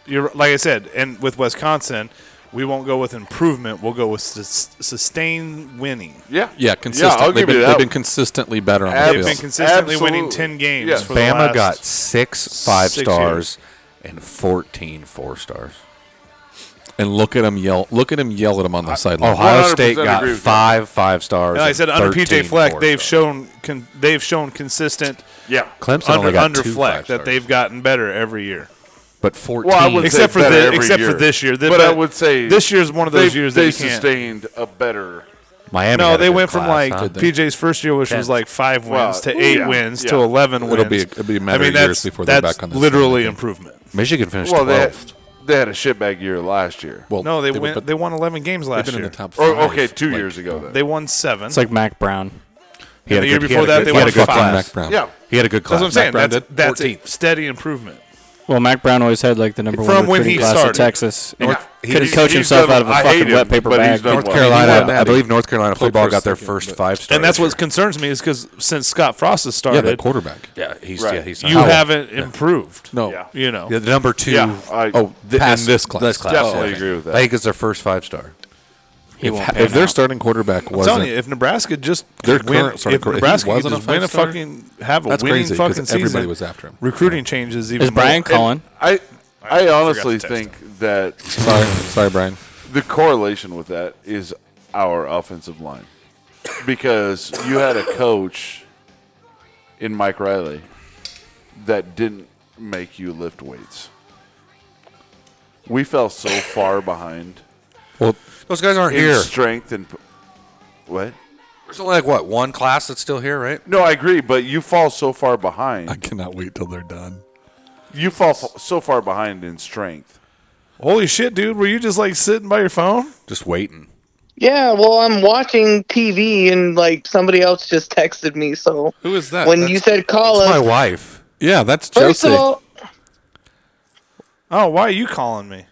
You're like I said, and with Wisconsin, we won't go with improvement. We'll go with sus- sustained winning. yeah, yeah, consistent. I'll they've, give been, you they've that. been consistently better on They've the They've been field. consistently winning Absolutely. ten games. Yeah. For the Bama last- got six five six stars and 14 four stars. and look at him yell. Look at him yell at him on the sideline. Ohio 100% State got agree with five five stars. And like I said under PJ 13 Fleck, four they've stars. shown con- they've shown consistent yeah. Clemson only under got under two Fleck five that stars. they've gotten better every year. but 14. Well, I would Except say for better thi- every except year. for this year. They- but I would say this year's one of those they've- years that they you can't- sustained a better. Miami. No, had a they good went from class, like huh? PJ's first year, which was Ten. like five wins Well, to ooh, eight yeah, wins yeah. to eleven wins. It'll be- it'll be a matter I mean, of that's, years before they're that's back on the literally same, I think. improvement. Michigan finished Well, they had, 12th. they had a shitbag year last year. Well, No, they, were- went. but They won eleven games they've last been year. Oh, in the top Or five. okay, two like, years ago then. they won seven. It's like Mac Brown. He had the a year good- he before had a good- that, they he had won a good five. class. Mac Brown. yeah, He had a good class. that's what I'm saying. Mac Brown That's, did. that's a 14th. steady improvement. Well, Mac Brown always had like the number From one when recruiting he class started. in Texas. Yeah. North- He's- Could he's have coached himself done- out of a I hate fucking him, wet paper but he's bag. done North well. He Carolina, won I that. believe North Carolina Played football first got their again, first but- five stars. And that's what concerns me is because since Scott Frost has Yeah, that started, quarterback. Yeah, he's Right. yeah, he's you Howell. haven't improved. No. Yeah. You know, Yeah, the number two. Yeah, I Oh, th- past in this class. Definitely Oh, okay. agree with that. I think it's their first five star. He won't If, pan if their out. starting quarterback I'm telling wasn't you, if Nebraska just Their could win, current- sorry, if if he Nebraska could wasn't a just win a five-star, fucking have a that's winning crazy, 'cause fucking season, everybody was after him. Recruiting changes even. Is Brian more. Cullen? I I honestly to text think that sorry, sorry, Brian. the correlation with that is our offensive line because you had a coach in Mike Riley that didn't make you lift weights. We fell so far behind Well, Those guys aren't in here. strength and what? There's only like what one class that's still here, right? No, I agree, but you fall so far I behind. cannot wait till they're done. You fall f- so far behind in strength. Holy shit, dude! Were you just like sitting by your phone? Just waiting. Yeah, well, I'm watching TV and like somebody else just texted me. So Who is that? when you said call It's my us, wife. yeah, that's first Josie. of all, Oh, why are you calling me?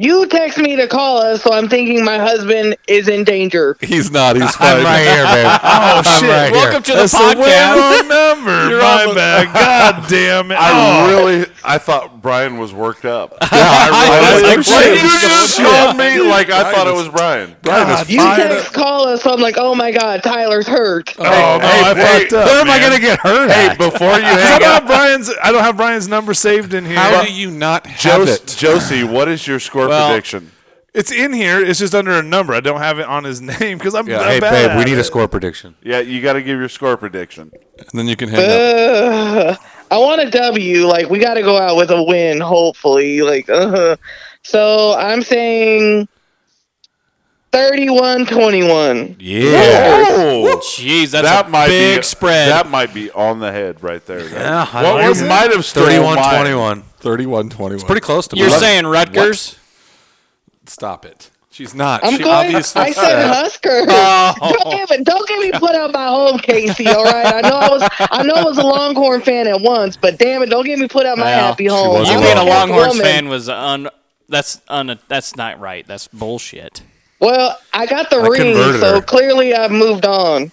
you text me to call us, so I'm thinking my husband is in danger. he's not. He's I'm fine. right here, man. oh shit! Welcome to the That's the podcast. way wrong number. my bad. God damn it! I Oh. really, I thought Brian was worked up. I was like, Like, shit, you he's just going- called me like I thought it was Brian. God, You text call us, so I'm like, oh my god, Tyler's hurt. Oh, hey, I fucked up. Where am I man. gonna get her? Hey, at? before you I hang don't up, have Brian's. I don't have Brian's number saved in here. How do you not have Jos- it? Josie, what is your score Well, prediction? It's in here. It's just under a number. I don't have it on his name because I'm, Yeah. I'm hey, bad babe, we at need it. a score prediction. Yeah, you got to give your score prediction. And then you can hang up. Uh, I want a W. Like we got to go out with a win, hopefully. Like, uh huh. So I'm saying 31-21. Yeah. Jeez, that's that a might big be spread. That might be on the head right there. Yeah, I Well, like we it. might have stole 31-21. 31 21. It's Pretty close to You're me. saying Rutgers? Stop it. She's not. I'm she going. obviously I said Husker. Oh. Don't give it. Don't get me put out by home, Casey. All right. I know I was. I know I was a Longhorn fan at once, but damn it, don't get me put out my Well, happy home. was I'm You a being a Catholic Longhorns woman. fan was un. That's un. That's not right. That's bullshit. Well, I got the I ring, converted so her. clearly I've moved on.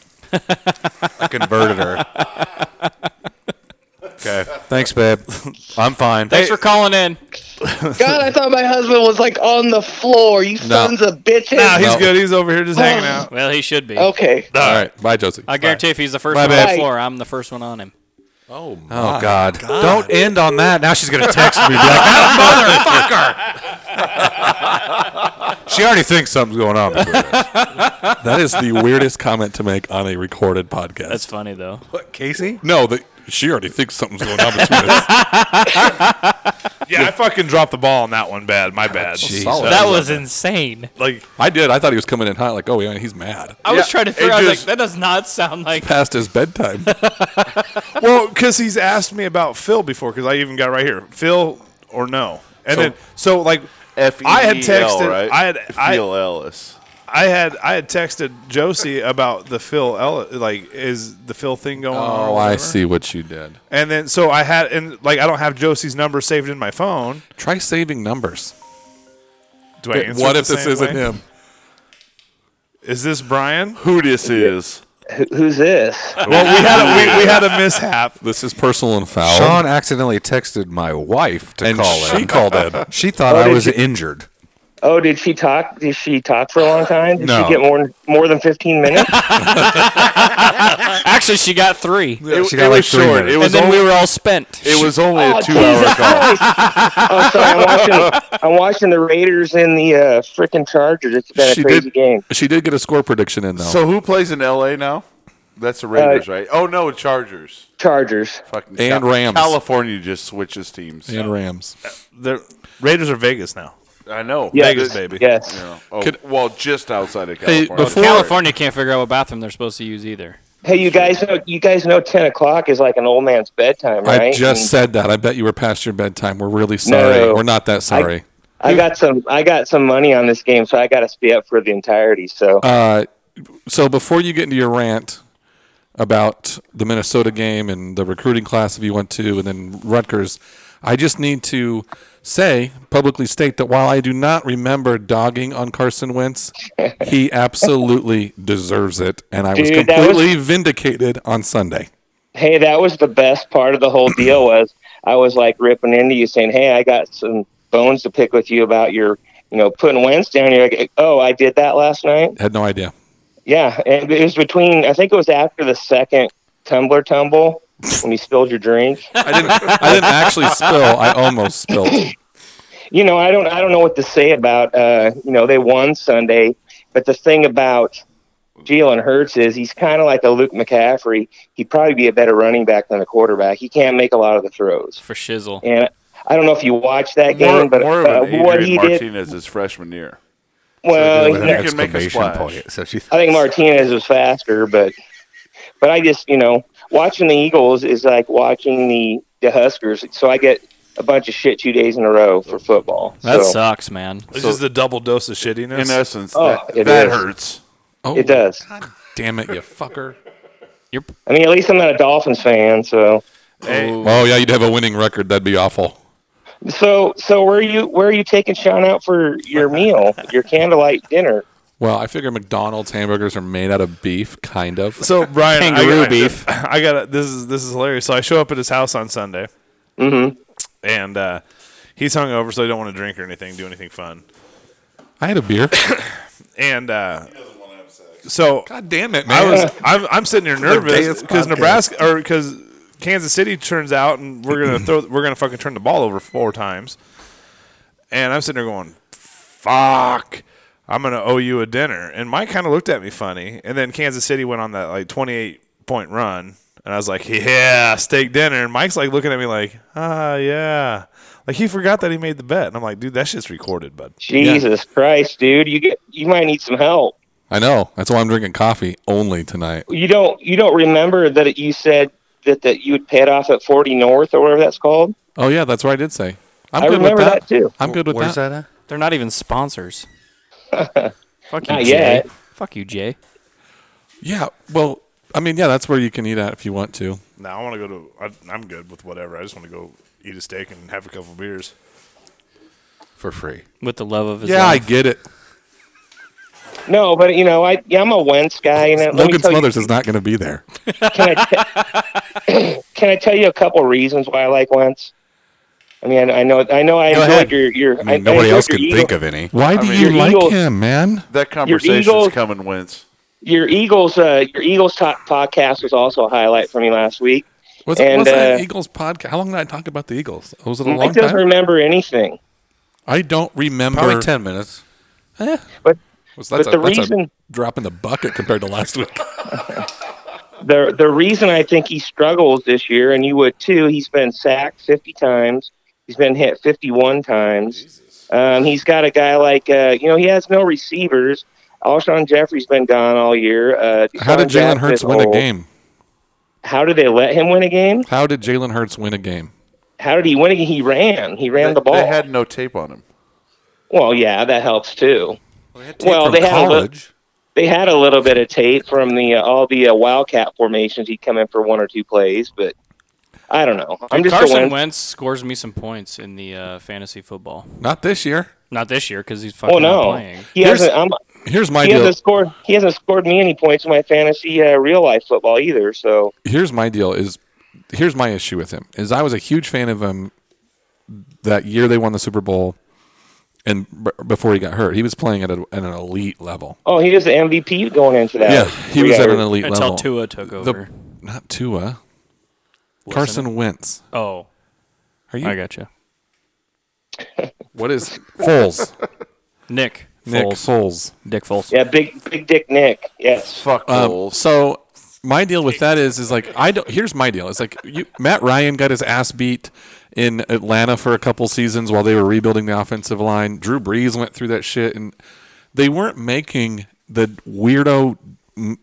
I converted her. okay. Thanks, babe. I'm fine. Thanks for calling in. God, I thought my husband was like on the floor. You sons of bitches. Nah, he's good. He's over here just hanging out. Well, he should be. Okay. All right. Bye, Josie. I guarantee if he's the first Bye, one on the babe. floor, I'm the first one on him. Oh, my. Oh God. Don't end on that. Now she's gonna text me. Be like, that motherfucker. she already thinks something's going on. Between us. That is the weirdest comment to make on a recorded podcast. That's funny though. What, Casey? no, that she already thinks something's going on between us. Yeah, I fucking dropped the ball on that one. Bad. Oh, My bad. solid. That was insane. like I did. I thought he was coming in hot. Like, oh, yeah, he's mad. I was trying to figure. it out, I was just- like, that does not sound like. Past his bedtime. well, because he's asked me about Phil before. Because I even got right here, Phil or no. And So- then so like F E I had E L, texted. Right? I had I, Phil Ellis. I had I had texted Josie about the Phil Ella, like is the Phil thing going on? or Oh, I whatever. see what you did. And then so I had and like I don't have Josie's number saved in my phone. Try saving numbers. Do I answer what it if the this same isn't way? him? Is this Brian? Who this is? Who's this? well, we had a, we, we had a mishap. This is personal and foul. Sean accidentally texted my wife to and call she in. called in. She thought Oh, I did was you- injured. Oh, did she talk? Did she talk for a long time? Did No. she get more more than fifteen minutes? Actually, she got three, It, she got it like was three short. minutes. It and was then only, we were all spent. it was only a Oh, two hour Jesus call. oh, sorry. I'm watching. I'm watching the Raiders and the uh, frickin' Chargers. It's been a She crazy did- game. She did get a score prediction in, though. So who plays in L A now? That's the Raiders, right? Oh no, Chargers. Uh, Chargers. Fucking And Cal- Rams. California just switches teams. and Rams. Uh, The Raiders are Vegas now. I know. Yes. Vegas, baby. Yes. Yeah. Oh, Could- well, just outside of Hey, California. before- California can't figure out what bathroom they're supposed to use either. Hey, you guys know you guys know ten o'clock is like an old man's bedtime, right? I just And said that. I bet you were past your bedtime. We're really sorry. No. We're not that sorry. I got some I got some money on this game, so I got to be up for the entirety. So Uh, so before you get into your rant about the Minnesota game and the recruiting class if you went to, and then Rutgers, I just need to say publicly state that while I do not remember dogging on Carson Wentz, he absolutely deserves it, and I was Dude, that was- completely vindicated on Sunday. hey, that was the best part of the whole deal was I was like ripping into you saying, "Hey, I got some bones to pick with you about your, you know, putting Wentz down." You're like, "Oh, I did that last night." Had no idea. Yeah, and it was between I think it was after the second tumbler tumble when you spilled your drink. I didn't. I didn't actually spill. I almost spilled. you know, I don't, I don't know what to say about, uh, you know, they won Sunday, but the thing about Jalen Hurts is he's kind of like a Luke McCaffrey. He'd probably be a better running back than a quarterback. He can't make a lot of the throws, For shizzle. and I don't know if you watched that game, more, but more of uh, an Adrian what he did, Martinez his freshman year. well, with you an know, ex- can make a splash. So she I think Martinez was faster, but, but I just, you know, watching the Eagles is like watching the the Huskers. So I get a bunch of shit two days in a row for football. That so sucks, man. It's just the double dose of shittiness. In essence, Oh, that, it that is. hurts. Oh, it does. Damn it, you fucker! I mean, at least I'm not a Dolphins fan, so Oh yeah, you'd have a winning record. That'd be awful. so so where are you where are you taking Sean out for your meal, your candlelight dinner? Well, I figure McDonald's hamburgers are made out of beef, kind of. So Brian, Kangaroo I got, beef. I got this is this is hilarious. So I show up at his house on Sunday, mm-hmm. and uh, he's hungover, so he don't want to drink or anything, do anything fun. I had a beer. And uh, so God damn it, I man! was I'm, I'm sitting here nervous gayest because podcast. Nebraska or because Kansas City turns out and we're gonna throw we're gonna fucking turn the ball over four times, and I'm sitting there going, "Fuck." I'm gonna owe you a dinner, and Mike kind of looked at me funny, and then Kansas City went on that like 28 point run, and I was like, "Yeah, steak dinner," and Mike's like looking at me like, "Ah, yeah," like he forgot that he made the bet, and I'm like, "Dude, that shit's recorded, bud." Jesus Christ, dude, you get you might need some help. I know. That's why I'm drinking coffee only tonight. You don't you don't remember that you said that that you would pay it off at 40 North or whatever that's called? Oh yeah, that's what I did say. I'm I good remember with that. that, too. I'm good with Where's that. that at? They're not even sponsors. Fuck you, Not Jay. yet. Fuck you, Jay. Yeah. Well, I mean, yeah, that's where you can eat at if you want to. No, I want to go to. I, I'm good with whatever. I just want to go eat a steak and have a couple beers. for free. With the love of his Yeah, I life. get it. No, but you know, I yeah, I'm a Wentz guy. You know, let me Logan tell you, Smothers is not going to be there. can, I te- can I tell you a couple reasons why I like Wentz? I mean, I, I know I know I enjoyed ahead. your I your I- I mean, nobody enjoyed else your can Eagle- think of any. Why do mean, you your like Eagles- him, man? That conversation's Eagles- coming, Wentz. your Eagles, uh, your Eagles talk podcast was also a highlight for me last week. Was, And, was that an uh, Eagles podcast? How long did I talk about the Eagles? Was it a I long don't time? remember anything, I don't remember. Probably ten minutes. but Was- that's but the a, that's reason- a drop in the bucket compared to last week. the the reason I think he struggles this year, and you would too, he's been sacked fifty times. He's been hit fifty one times. Um, he's got a guy like uh, you know he has no receivers. Alshon Jeffrey's been gone all year. Uh, How did Deshaun Jalen Jackson's Hurts win a old. game? How did they let him win a game? How did Jalen Hurts win a game? How did he win a game? He ran. He ran They, the ball. they had no tape on him. well, yeah, that helps too. Well, they had a little- college. they had a little bit of tape from the uh, all the uh, wildcat formations. He'd come in for one or two plays, but I don't know. I'm Dude, just a Carson Wentz. Wentz scores me some points in the uh, fantasy football. Not this year. Not this year because he's fucking Oh not no, playing. he Here's- hasn't. I'm, Here's my he deal. hasn't scored. He hasn't scored me any points in my fantasy uh, real life football either. So here's my deal is here's my issue with him is I was a huge fan of him that year they won the Super Bowl and b- before he got hurt he was playing at, a, at an elite level. oh, he was the MVP going into that. Yeah, he was at an elite Until level. Tua took over. The, not Tua. Carson Wentz. oh, Are you I gotcha. what is Foles? Nick. Nick Foles. Foles. Dick Foles. Yeah, big big dick Nick. Yes. Fuck Um, Foles. so my deal with that is is like I don't. Here's my deal. It's like you, Matt Ryan got his ass beat in Atlanta for a couple seasons while they were rebuilding the offensive line. Drew Brees went through that shit, and they weren't making the weirdo, m-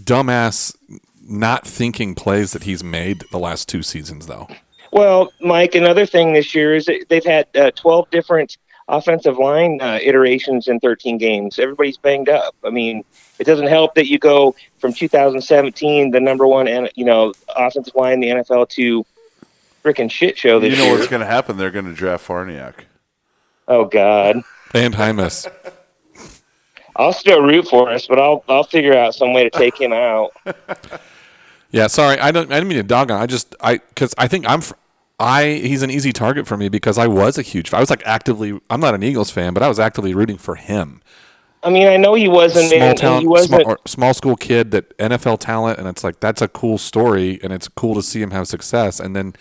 dumbass, not thinking plays that he's made the last two seasons though. Well, Mike, another thing this year is that they've had uh, 12 different offensive line uh, iterations in 13 games. Everybody's banged up. I mean, it doesn't help that you go from 2017, the number one, and you know, offensive line in the NFL to freaking shit show this You know year. what's going to happen? They're going to draft Farniak. oh God, And Hymus. I'll still root for us, but I'll I'll figure out some way to take him out. Yeah, sorry. I don't. I didn't mean to dog on. I just I because I think I'm. fr- I he's an easy target for me because I was a huge. I was like actively. I'm not an Eagles fan, but I was actively rooting for him. I mean, I know he wasn't Small in, town, he wasn't small, or small school kid that NFL talent, and it's like that's a cool story, and it's cool to see him have success. And then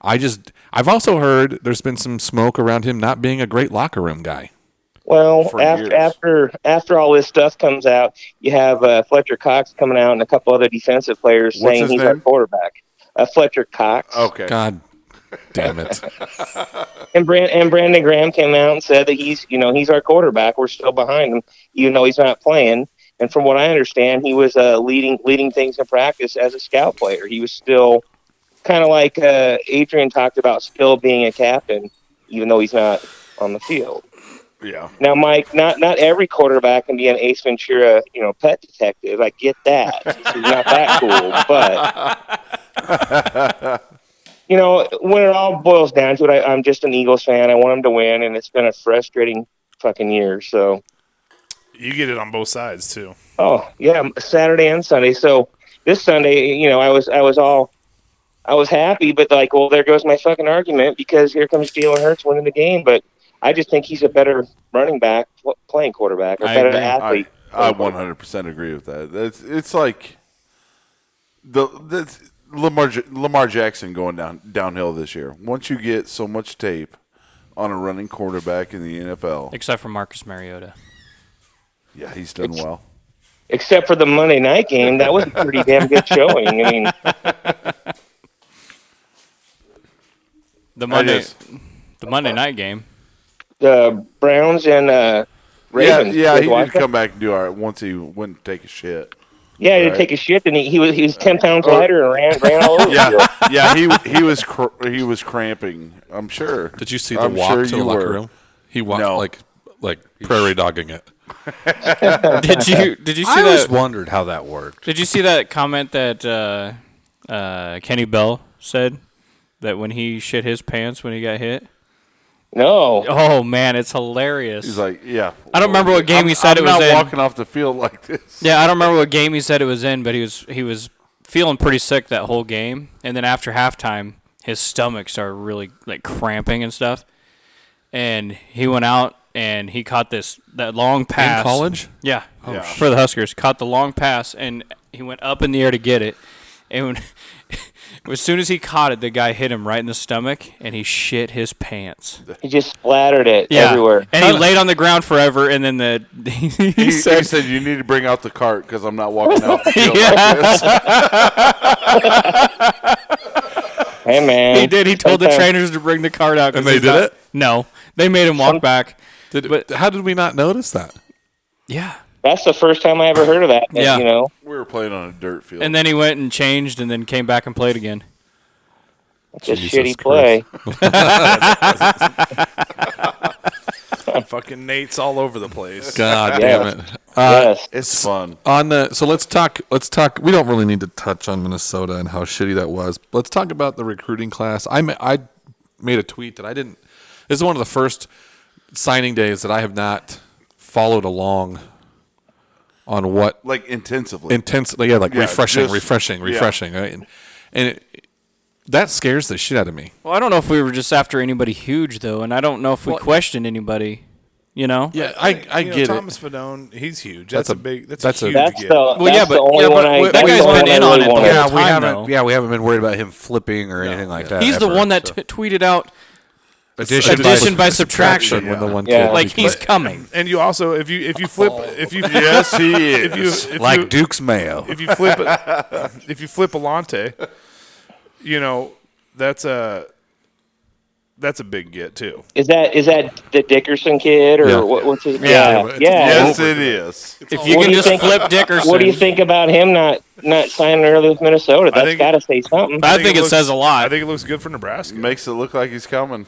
I just I've also heard there's been some smoke around him not being a great locker room guy. Well, for years. after, after after all this stuff comes out, you have uh, Fletcher Cox coming out and a couple other defensive players What's saying his he's our name? quarterback. Uh, Fletcher Cox Okay. God damn it. and Brand and Brandon Graham came out and said that he's you know he's our quarterback. We're still behind him, even though he's not playing. And from what I understand, he was uh, leading leading things in practice as a scout player. He was still kind of like uh, Adrian talked about, still being a captain, even though he's not on the field. Yeah. Now, Mike, not not every quarterback can be an Ace Ventura, you know, pet detective. I get that. He's not that cool, but you know, when it all boils down to it, I, I'm just an Eagles fan. I want them to win, and it's been a frustrating fucking year. So, You get it on both sides too. oh yeah, Saturday and Sunday. So this Sunday, you know, I was I was all. I was happy, but like, well, there goes my fucking argument because here comes Jalen Hurts winning the game. But I just think he's a better running back, pl- playing quarterback, or I better agree. athlete. I, I 100% agree with that. That's it's like the that's Lamar Ja- Lamar Jackson going down downhill this year. Once you get so much tape on a running quarterback in the NFL, Except for Marcus Mariota. yeah, he's done well. except for the Monday night game. That was a pretty damn good showing. I mean, The Monday, just- the Monday night game. the Browns and uh, Ravens. yeah, yeah, You he watch did that? come back and do all right once he went and take a shit. Yeah, he did right. take a shit, and he, he was he was ten pounds lighter and ran ran all over. Yeah, yeah, he he was cr- he was cramping. I'm sure. Did you see the I'm walk sure to the you locker were. room? He walked No. like like prairie dogging it. Did you did you see I that? always wondered how that worked. Did you see that comment that uh, uh, Kenny Bell said that when he shit his pants when he got hit? No, Oh man, it's hilarious. He's like, yeah. I don't remember what game I'm- he said I'm it was not in. walking off the field like this. yeah, I don't remember what game he said it was in, but he was he was feeling pretty sick that whole game, and then after halftime, his stomach started really like cramping and stuff, and he went out and he caught this that long pass In college? Oh, Yeah, for the Huskers, caught the long pass and he went up in the air to get it, and when, as soon as he caught it, the guy hit him right in the stomach and he shit his pants he just splattered it everywhere. and he laid on the ground forever, and then the He, he he said, said. "You need to bring out the cart because I'm not walking Oh, out the field." Yeah. Hey man, He did. He told the Sometimes- trainers to bring the card out. 'cause And they he's did not- it? No, they made him walk back. Did But- how did we not notice that? Yeah, That's the first time I ever heard of that. and, Yeah. you know, We were playing on a dirt field. and then he went and changed, and then came back and played again. it's a Jesus shitty Christ. play. Fucking Nate's all over the place. God Yeah. damn it. Uh, yes, it's fun. on the so let's talk let's talk we don't really need to touch on minnesota and how shitty that was let's talk about the recruiting class i ma- i made a tweet that i didn't this is one of the first signing days that i have not followed along on what like intensively. intensely yeah like Yeah, refreshing just- refreshing yeah. refreshing right? and, and it, that scares the shit out of me Well, I don't know if we were just after anybody huge though, and I don't know if we questioned anybody. You know? yeah i i You know, get it Thomas Fedone, he's huge. That's, That's a- a, big. That's, that's a- a huge. that's get. the that's yeah, the but- only yeah, one but I. that that's guy's the been one I in really on it the wanted. whole Yeah, we time, haven't. though. Yeah, we haven't been worried about him flipping or anything like that. He's the ever, one that so. t- tweeted out Addition, Addition by subtraction. when the one Yeah. kid Like we he's coming. And you also, if you if you flip, if you Oh. yes, he is. if you if like you, Duke's Mayo. if you flip a, if you flip a latte, you know that's a that's a big get too. Is that is that the Dickerson kid or Yeah. what, what's his? Yeah. yeah. yes, it is. If you What can do you just think- flip Dickerson, What do you think about him not not signing early with Minnesota? That's think- got to say something. I think it looks- says a I lot think it looks good for Nebraska. Makes it look like he's coming.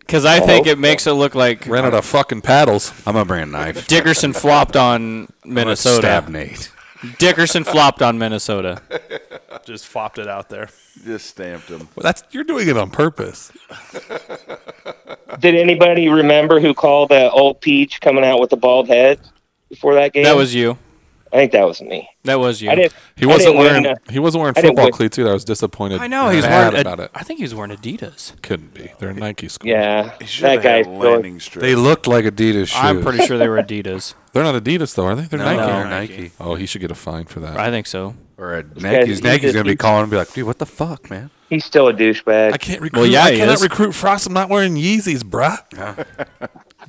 because I think it makes it look like rented a fucking paddles. I'm gonna bring a knife. Dickerson flopped on I'm gonna stab Minnesota. Nate. Dickerson flopped on Minnesota. Just flopped it out there. Just stamped him. Well, that's you're doing it on purpose. Did anybody remember who called that old peach coming out with the bald head before that game? That was you. I think that was me. That was you. I didn't. He wasn't I wearing didn't win, he wasn't wearing I didn't football win. cleats either. I was disappointed. I know he's bad wearing. Ad- about it. I think he was wearing Adidas. Couldn't be. They're Nike school. Yeah, He should that have guy. had landing strip. They looked like Adidas shoes. I'm pretty sure they were Adidas. They're not Adidas though, are they? They're no, Nike. they're No. Nike. Oh, he should get a fine for that. I think so. Or a guy's- Nike's Nike's gonna be calling and be like, dude, what the fuck, man? He's still a douchebag. I can't recruit. Well, yeah, I he cannot is. recruit Frost. I'm not wearing Yeezys, bruh.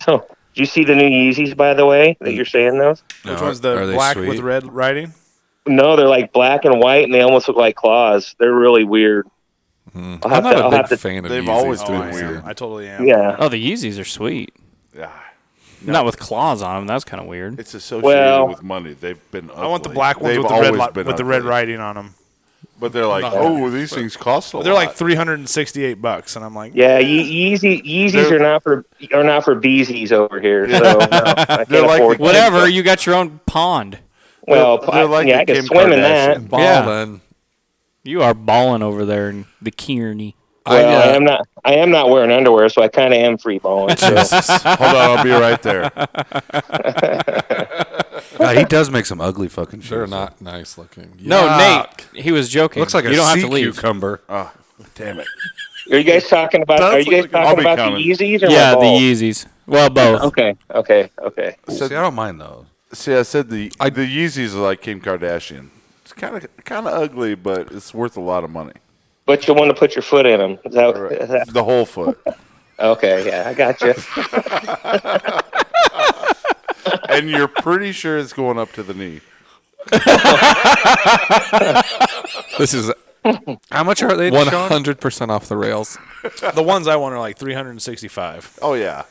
So, do you see the new Yeezys, by the way, Mm. that you're saying those? Which No, one's the are they black with sweet? red writing? No, they're like black and white, and they almost look like claws. They're really weird. I'll Hmm. I'm have not to. I'll a big have to. fan of They've Yeezys. always to been be honest weird. with you. I totally am. Yeah. Oh, the Yeezys are sweet. Ah, Not with claws on them. That's kind of weird. It's associated Well- with money. They've been. Ugly. I want the black ones They've with the red always li- been with the red ugly. writing on them. But they're like, oh, these things cost a lot. They're like 368 bucks, and I'm like, Yeah, Ye- Yeezy Yeezys They're- are not for are not for beesies over here. So no, I can't They're like afford. the- Whatever. You got your own pond. well, they're- they're I- like yeah, the I can Kim swim in that. Kardashian. Ball Yeah. then. You are balling over there in the Kearney. Well, I, uh, I am not. I am not wearing underwear, so I kind of am free balling. So. Hold on, I'll be right there. God, he does make some ugly fucking shoes. They're not nice looking. No, Yeah. Nate. He was joking. Looks like a you don't have sea to leave. cucumber. Oh, damn it! Are you guys talking about? That's Are you what guys we- I'll talking be about coming. the Yeezys or Yeah, my the balls? Yeezys. Well, both. Okay, okay, okay. See, I don't mind those. See, I said the the Yeezys are like Kim Kardashian. It's kind of kind of ugly, but it's worth a lot of money. But you want to put your foot in them? Is that, is that- The whole foot, okay? Yeah, I got you. and you're pretty sure it's going up to the knee. This is How much are they? Sean? 100% off the rails. the ones I want are like 365. Oh yeah,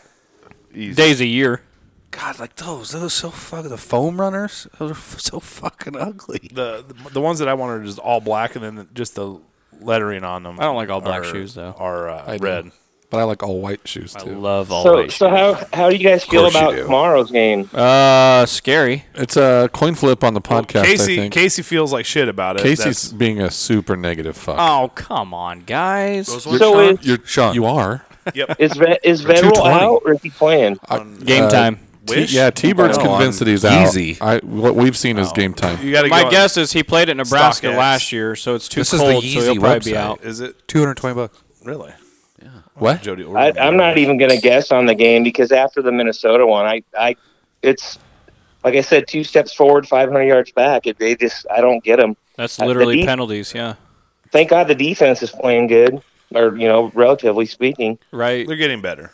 easy. Days a year. God, like those, those so fucking the foam runners. Those are f- so fucking ugly. The, the the ones that I want are just all black, and then just the lettering on them. I don't like all black are- shoes, though. Are uh, do. red. But I like all white shoes I too. love all So, these. so how how do you guys feel course you about do. tomorrow's game? Uh, scary. it's a coin flip on the podcast. I Casey think. Casey feels like shit about it. Casey's That's- being a super negative fuck. Oh, come on, guys. Ah, So is You're Sean. You are. is Ve- is Venable 220. out or is he playing? Game Uh, time. T- yeah, T Bird's No, convinced on that he's out. Yeezy. I, what we've seen is game time. you got to My go guess is he played at Nebraska StockX. last year, so it's too This is the cold, so Yeezy he'll probably website. be out. Is it Two hundred twenty bucks. really? What? Jody, Orr- I, I'm not even going to guess on the game because after the Minnesota one, I I it's like I said, two steps forward, 500 yards back. It, they just I don't get them. That's Uh, the literally beat- penalties. Yeah, Thank God the defense is playing good, or you know, relatively speaking. right. They're getting better.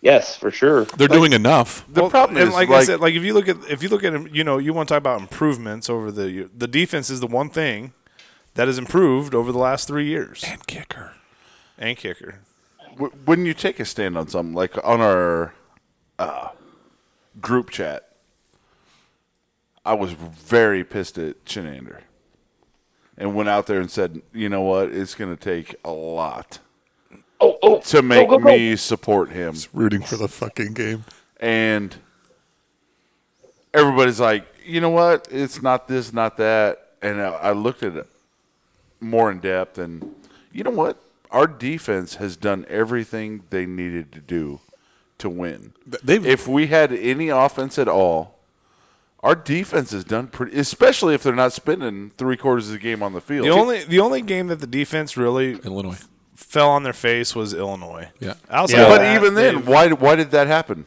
Yes, for sure. They're doing enough. The problem and is like, like, I said, like if you look at if you look at him, you know, you want to talk about improvements over the the defense is the one thing that has improved over the last three years And kicker. and kicker. w- when you take a stand on something like on our uh, group chat, I was very pissed at Chenander, and went out there and said, "You know what? It's going to take a lot Oh, oh, to make go, go. me support him." Rooting for the fucking game. and everybody's like, you know what? It's not this, not that. And I, I looked at it more in depth, and you know what? Our defense has done everything they needed to do to win. They've If we had any offense at all, our defense has done pretty, especially if they're not spending three quarters of the game on the field. The only the only game that the defense really Illinois. fell on their face was Illinois. Yeah. Outside but of that, even then, they- why why did that happen?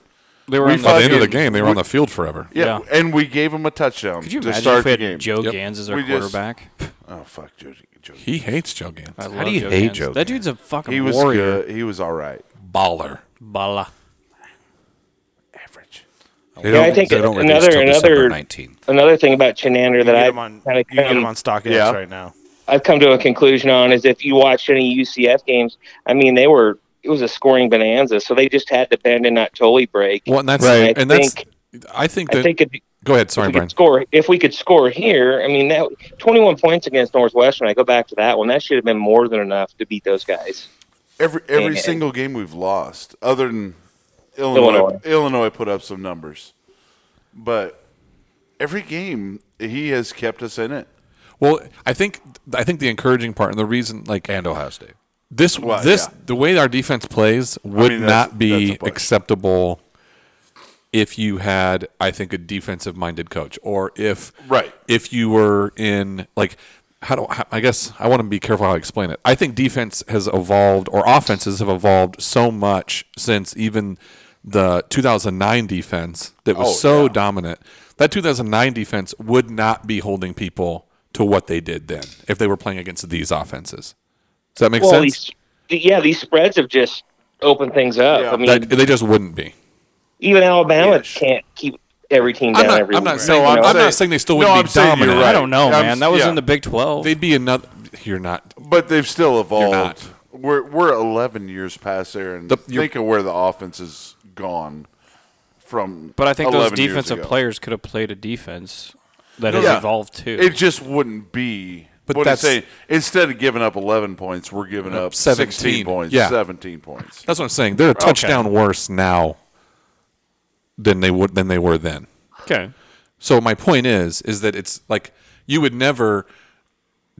They were. We on the- By the end of the Fucking- game, they were on the field forever. Yeah, Yeah. and we gave him a touchdown Could you to imagine if start we the had game. Joe Yep. Gans as our We just- quarterback? oh fuck, Joe, Joe He hates Joe Gans. I do love you Joe hate Gans. Joe That dude's a fucking He was warrior. good. He was all right. baller. Bala. They Yeah, I don't- think they don't another- release till December another- 19. Another thing about Chenander that get I 'em on, kind of you get him on stock X Yeah. right now. I've come to a conclusion on is if you watched any UCF games, I mean, they were it was a scoring bonanza, so they just had to bend and not totally break. Well, and that's Right. and I that's. think- I think that. I think if, if go ahead. Sorry, we Brian. could score, if we could score here, I mean that twenty-one points against Northwestern. I go back to that one. That should have been more than enough to beat those guys. Every every Yeah. single game we've lost, other than Illinois, Illinois, Illinois. put up some numbers, but every game he has kept us in it. Well, I think I think the encouraging part and the reason like and Ohio State. this Well, this yeah. the way our defense plays would mean, that's- not be that's a plus. acceptable if you had I think a defensive minded coach or if Right. if you were in like how do how- I guess I want to be careful how I explain it. I think defense has evolved or offenses have evolved so much since even the 2009 defense that was Oh, so yeah. dominant. That 2009 defense would not be holding people to what they did then if they were playing against these offenses. Does that make well, sense? these, yeah, these spreads have just opened things up. Yeah. I mean, That- they just wouldn't be. even Alabama Yes. can't keep every team down I'm not, every I'm not week. saying. No, I'm, I'm not saying- saying they still No, wouldn't I'm be saying you're dominant. right. I don't know, I'm s- man. That was yeah. in the Big Twelve. They'd be another. You're not. But they've still evolved. not. We're we're eleven years past there, and The- you're- think of where the offense has gone from. But I think those 11 years defensive ago. players could have played a defense that Yeah. has evolved too. It just wouldn't be. But But what that's that's- saying, instead of giving up 11 points, we're giving up 17. 16 points, Yeah. 17 points. That's what I'm saying. They're a touchdown worse now than they would than they were then. okay. So my point is, is that it's like you would never.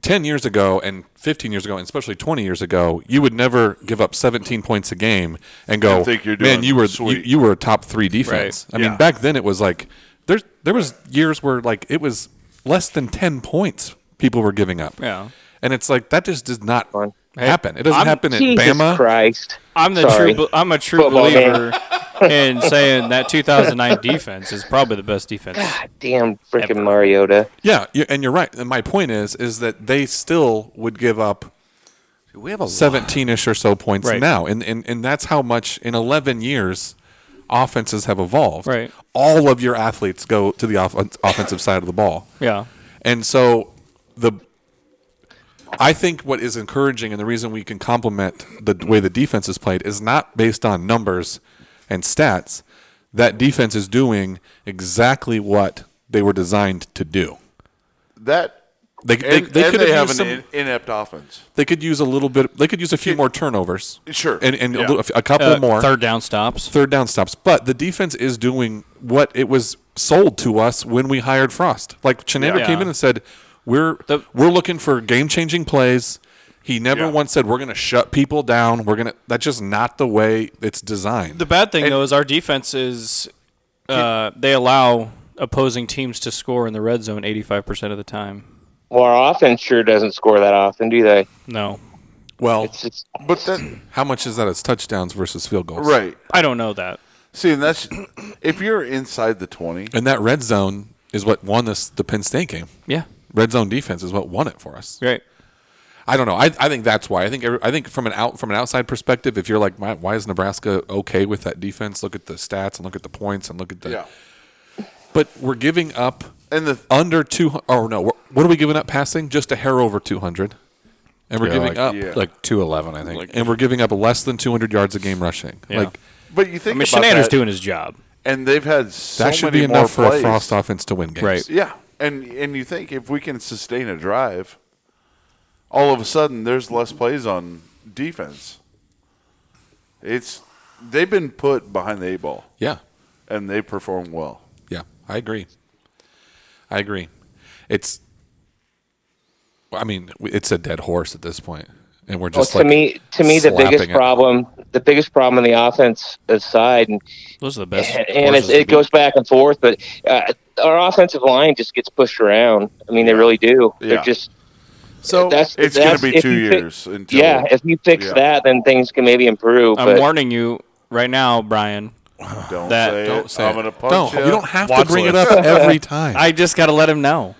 10 years ago and 15 years ago and especially 20 years ago you would never give up 17 points a game and go And think you're man doing you were you, sweet." you were a top 3 defense i Yeah. mean back then it was like there's there was years where like it was less than 10 points people were giving up Yeah. and it's like that just does not Hey, happen it doesn't I'm- happen at Jesus bama Christ. I'm the Sorry. true. be- I'm a true Football game. believer in saying that 2009 defense is probably the best defense. Damn freaking Mariota. Yeah, you and you're right. And my point is, is that they still would give up We have a seventeen-ish or so points Right. now, and, and and that's how much in eleven years offenses have evolved. Right. all of your athletes go to the off- offensive side of the ball. Yeah. And so the I think what is encouraging and the reason we can complement the way the defense is played is not based on numbers and stats. That defense is doing exactly what they were designed to do. That They, they, and, they and could they have have used an some, in- inept offense. they could use a little bit. They could use a few more turnovers. Sure. and and a Yeah. little- a, couple Uh, more Third down stops. third down stops. But the defense is doing what it was sold to us when we hired Frost. Like Chenander Yeah. came in and said, "We're The- we're looking for game changing plays." He never once said we're going to shut people down. We're going to. That's just not the way it's designed. The bad thing though is our defense is uh, they allow opposing teams to score in the red zone 85% of the time. Well, our offense sure doesn't score that often, do they? No. well, It's just, But that how much is that as touchdowns versus field goals? right. I don't know that. See, and that's if you're inside the 20, And that red zone is what won this the Penn State game. Yeah. Red zone defense is what won it for us. Right. I don't know. I, I think that's why. I think every, I think from an out from an outside perspective, if you're like, My, why is Nebraska okay with that defense? Look at the stats and look at the points and look at the. yeah. But we're giving up And the under two. Oh no, we're, what are we giving up passing? Just a hair over two hundred, and we're Yeah, giving like- up yeah. like two eleven, I think. and we're giving up less than two hundred yards a game rushing. Yeah. Like but you I think mean, about Shenander's that, doing his job. and they've had so that should many be enough for more a plays. Frost offense to win games. Right. Yeah, and and you think if we can sustain a drive, all of a sudden there's less plays on defense. It's they've been put behind the eight ball Yeah. and they perform well. Yeah, I agree. I agree. It's. I mean, it's a dead horse at this point, and we're well, just to like me, to me, the slapping biggest it. problem, the biggest problem on the offense side, and, Those are the best. and, and horses it's, to it goes back and forth, but uh, our offensive line just gets pushed around. I mean, they really do. Yeah. They're just So That's- it's going that's to be if two you pick- years until yeah. If you fix yeah. that, then things can maybe improve. beat. I'm but warning you right now, Brian. don't that- say Don't it. say I'm it. going to punch don't, you. You don't have Watch to bring list. it up every time. I just got to let him know.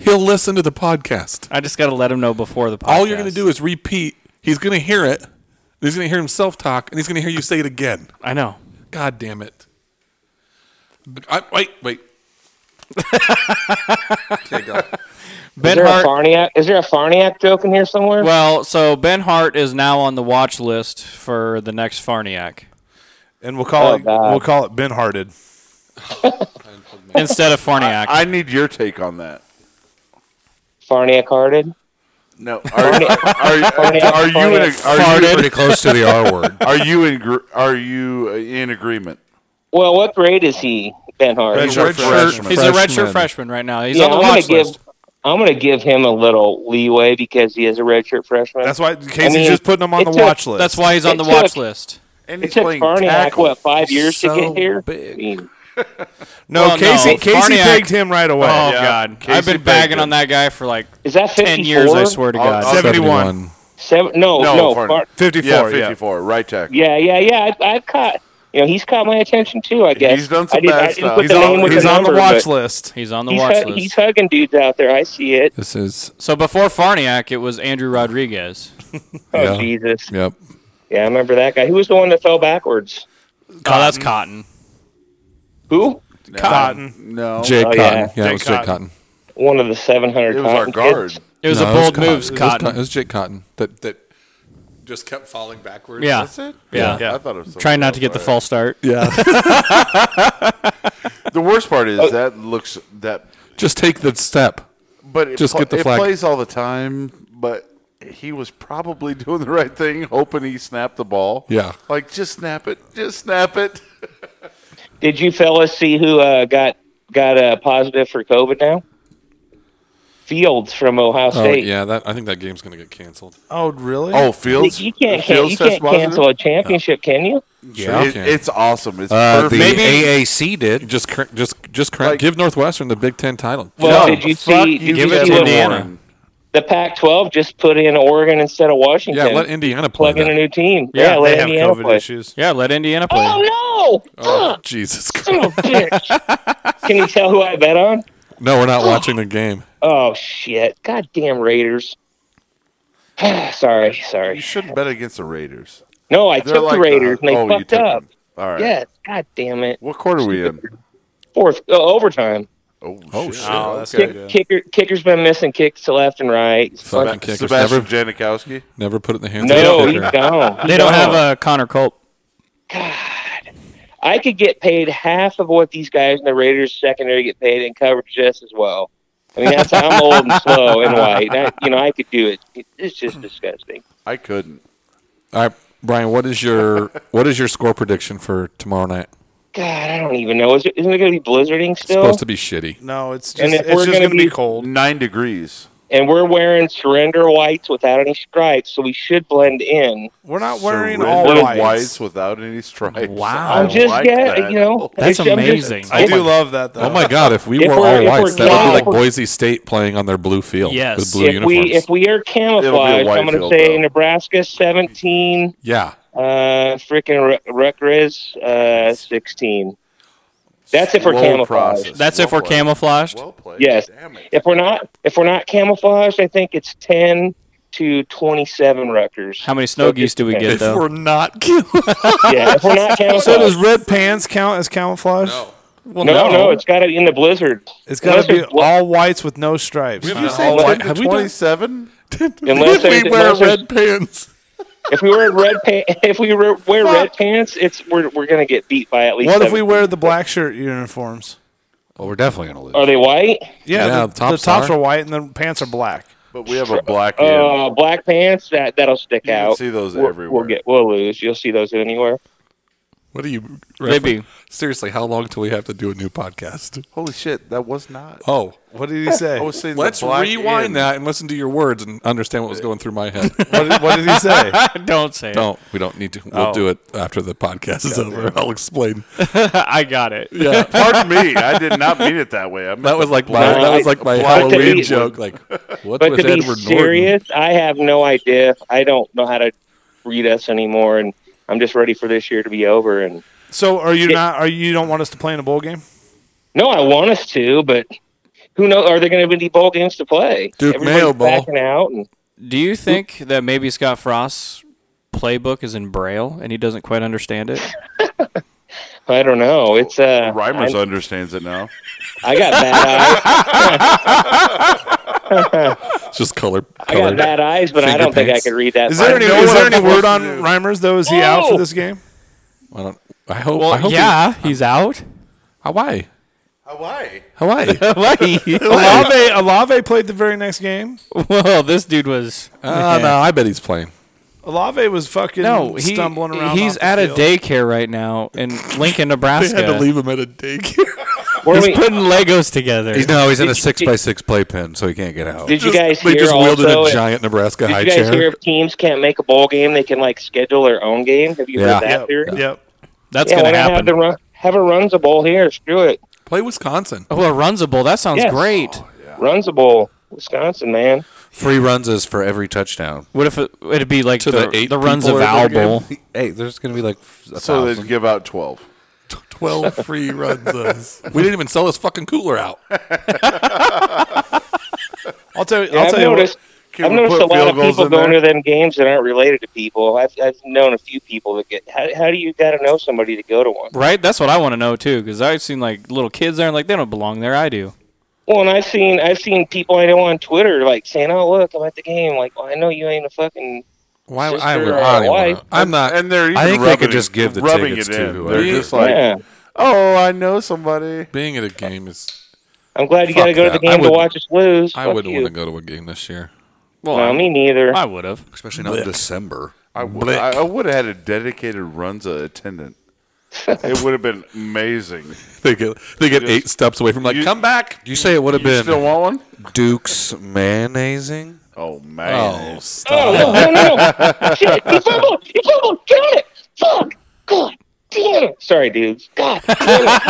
He'll listen to the podcast. I just got to let him know before the podcast. All you're going to do is repeat. He's going to hear it, He's going to hear himself talk, and he's going to hear you say it again. I know. God damn it! I, wait, wait. okay, go. Is Ben there a Hart. Farniak? Is there a Farniak joke in here somewhere? Well, so Ben Hart is now on the watch list for the next Farniak And we'll call Oh, it God. we'll call it Ben Hearted. instead of Farniak. I need your take on that. Farniak hearted. No, are, are, are, you in a, are you Pretty close to the R word. are you in gr- are you in agreement? Well, what grade is he, Ben Hart? Red shirt freshman. He's a redshirt freshman right now. He's yeah, on the I'm watch gonna list. give. I'm gonna give him a little leeway because he is a redshirt freshman. That's why Casey's mean, just putting him on it the took- watch list. That's why he's on It the watch took- list. And it took Farniak what five years So to get here. big. I mean, no, Well, no, Casey Casey Farniak- pegged him right away. Oh Yeah. God, Casey I've been Baker. bagging on that guy for like is that 54? ten years. I swear to I'll- God. I'll- 71. Seven, no, No, no. Farniak. Far- 54, Yeah, yeah, fifty-four, right tackle. yeah, yeah, yeah. I, I've caught. You know, he's caught my attention too. I guess He's done I some didn't- I bad didn't stuff. put He's, the name on, with he's the on the number, watch but list. he's on the He's, watch hug- list. he's hugging dudes out there. I see it. This is so before Farniak, it was Andrew Rodriguez. Oh Yeah. Jesus! yep. Yeah, I remember that guy. Who was the one that fell backwards? Oh, that's Cotton. Who? Cotton. No, Jake Oh, Cotton. yeah. Yeah, it Jake was Jake Cotton. Cotton. One of the seven it hundred. was our guard. It was No, a it was bold Cotton. moves, It was Cotton. It was Jake Cotton that that just kept falling backwards. Yeah. That's it. Yeah. Yeah. I thought it was Trying not to get the something false start. else. Yeah. All right. The worst part Uh, is that looks that, just take the step. but it Just get the it flag. plays all the time. But he was probably doing the right thing, hoping he snapped the ball. Yeah. like just snap it, just snap it. Did you fellas see who uh, got got uh, positive for COVID now? Fields from Ohio Oh State. yeah, that I think that game's gonna get canceled. Oh really? Oh, Fields. You can't, Fields you can't test positive? cancel a championship, can you? Yeah, It- it's awesome. It's Uh, the perfect. Maybe- AAC did. just cr- just just crank. Like- give Northwestern the Big Ten title. Well, No, did you fuck see? you, did you give it see to what Indiana. The Pac-12 just put in Oregon instead of yeah, Washington. let Indiana play. plug in a That. new team. Yeah, Yeah, they let they have Indiana COVID play. issues. Yeah, let Indiana play. Oh no! Oh, Ugh, Jesus Christ! son of a bitch. Can you tell who I bet on? No, we're not watching the game. Oh shit! Goddamn Raiders. sorry, You sorry. shouldn't bet against the Raiders. No, I took the Raiders and they oh, you fucked took up. them. All right. Yes, god damn it. What quarter are we in? Fourth uh, overtime. Oh, Oh, shit. Oh, that's Kick, not good. Kicker, kicker's been missing kicks to left and right. Fucking Seb- kickers. Sebastian Never, Janikowski. never put it in the hands No, of the he's kicker. gone. They don't have a Connor Colt. I could get paid half of what these guys in the Raiders secondary get paid in coverage just as well. I mean, that's I'm old and slow and white. I, you know, I could do it. It- It's just disgusting. I couldn't. All right, Brian. What is your what is your score prediction for tomorrow night? God, I don't even know. Is it, isn't it going to be blizzarding It's still? supposed to be shitty. No, it's just And if it's just we're gonna going to be be- cold. Nine degrees. and we're wearing surrender whites without any stripes, so we should blend in. We're not wearing all Surrender whites. whites without any stripes. Wow. I I'm just like get- that. you know, That's I'm just- amazing. I oh do my- love that though. Oh my God! If we If were we're- all if we're whites, that would be like down- Boise State playing on their blue field Yes. with blue If uniforms. we if we are camouflaged, white I'm going to field, say though. Nebraska 17, yeah, uh, freaking Rut- Rutgers uh, 16. That's if we're Slow camouflaged. process. That's Well if we're played. camouflaged. Well played. Yes. Damn it. If we're not if we're not camouflaged, I think it's 10 to 27 Rutgers. How many snow geese do we get though? not killing. yeah, if we're not So does camouflaged. red pants count as camouflage? Well, no, no, it's got to be in the blizzard. It's got to Unless be it's bl- all whites with no stripes. Have you Uh, said all white- 10 have to we done- 27? Unless if there's- we wear unless there's- red pants. If we wear red pa- if we wear, wear red pants, it's we're, we're gonna get beat by at least. What if we 17. wear the black shirt uniforms? Well, we're definitely going to lose. Are they white? Yeah, Yeah, the, the tops the tops are. are. white and the pants are black. But we have a black end. Uh, black pants that that'll stick You can out. see those we'll, everywhere. We'll get we'll lose. You'll see those anywhere. What do you? Maybe. Seriously, how long till we have to do a new podcast? Holy shit, that was not. Oh, What did he say? I was saying the let's black rewind end. that and listen to your words and understand what was going through my head. what, did, what did he say? don't say it. don't. We don't need to. We'll Oh. do it after the podcast is over. I'll explain. I got it. Yeah, Pardon me, I did not mean it that way. I meant that was the like my black- that was like my Black- Halloween be- joke. Like, what's But with to be Edward Norton? serious, I have no idea. I don't know how to read us anymore, and I'm just ready for this year to be over. And So are you not? Are you don't want us to play in a bowl game? no, I want us to, but who knows? Are there going to be any bowl games to play? Duke Mayo Bowl. backing out, and Do you think that maybe Scott Frost playbook is in braille and he doesn't quite understand it? I don't know. It's uh, Reimers I, understands it now. I got bad eyes. It's just color. I got colored. bad eyes, but I Finger don't think I paints. could read that. Is there any, know is what there I'm any word supposed on to do. Reimers though? Is he out Oh! for this game? I don't. I hope. Well, I hope yeah, he's out. he- Hawaii. Hawaii. Hawaii. Hawaii. Alave Alave played the very next game. well, this dude was oh no, I bet he's playing. Alave was fucking no he, stumbling around. He's off the at a field. daycare right now in Lincoln, Nebraska. him at a daycare. Were He's we, putting Legos together. He's, no, he's in a six did- by six playpen, so he can't get Oh. out. did you guys they hear just wielded also? a giant Nebraska did high you guys chair. hear if teams can't make a bowl game, they can like schedule their own game? Have you Yeah. heard that Yep. theory? Yep. That's yeah, why gonna not happen. Have, the run, have a runs a bowl here. Screw it. Play Wisconsin. Oh, oh, a Runzable. That sounds Yes. great. Runs a bowl. Wisconsin, man. Free runs is for every touchdown. What if it, it'd be like To the, the eight the runs people of that Owl were there. Bowl? Hey, there's going to be like a So they thousand. give out twelve. Twelve free runs. Us. We didn't even sell this fucking cooler out. I'll tell you. Yeah, I'll I've tell you. noticed. What, Can I've we noticed put a lot field of goals people in going there? to them games that aren't related to people. I've, I've known a few people that get. How, how do you got to know somebody to go to one? Right? That's what I want to know too, because I've seen like little kids there, and like they don't belong there. I do. Well, and I've seen I've seen people I know on Twitter like saying, "Oh, look, I'm at the game." Like, well, I know you ain't a fucking. Why? Sister I would, or I don't wife. wanna- I'm not. And they're. Even I think they rubbing could it- just give the rubbing tickets it to in. whoever. They're just like, yeah, oh, I know somebody. being at a game is. I'm glad you fuck got to go to the that. I game to wouldn't- watch us lose. I Fuck wouldn't you. want to go to a game this year. Well, No, I- me neither. I would have. especially not in December. I would have had a dedicated Runza attendant. it would have been amazing. They get they get Just- eight steps away from like You- come back. You say it would have You been still want one? Duke's mayonnaising? Oh Oh, man! Oh no, no, no, no! Shit, you fumbled! You fumbled! Got it! Fuck! God damn it! Sorry, dudes. God damn it!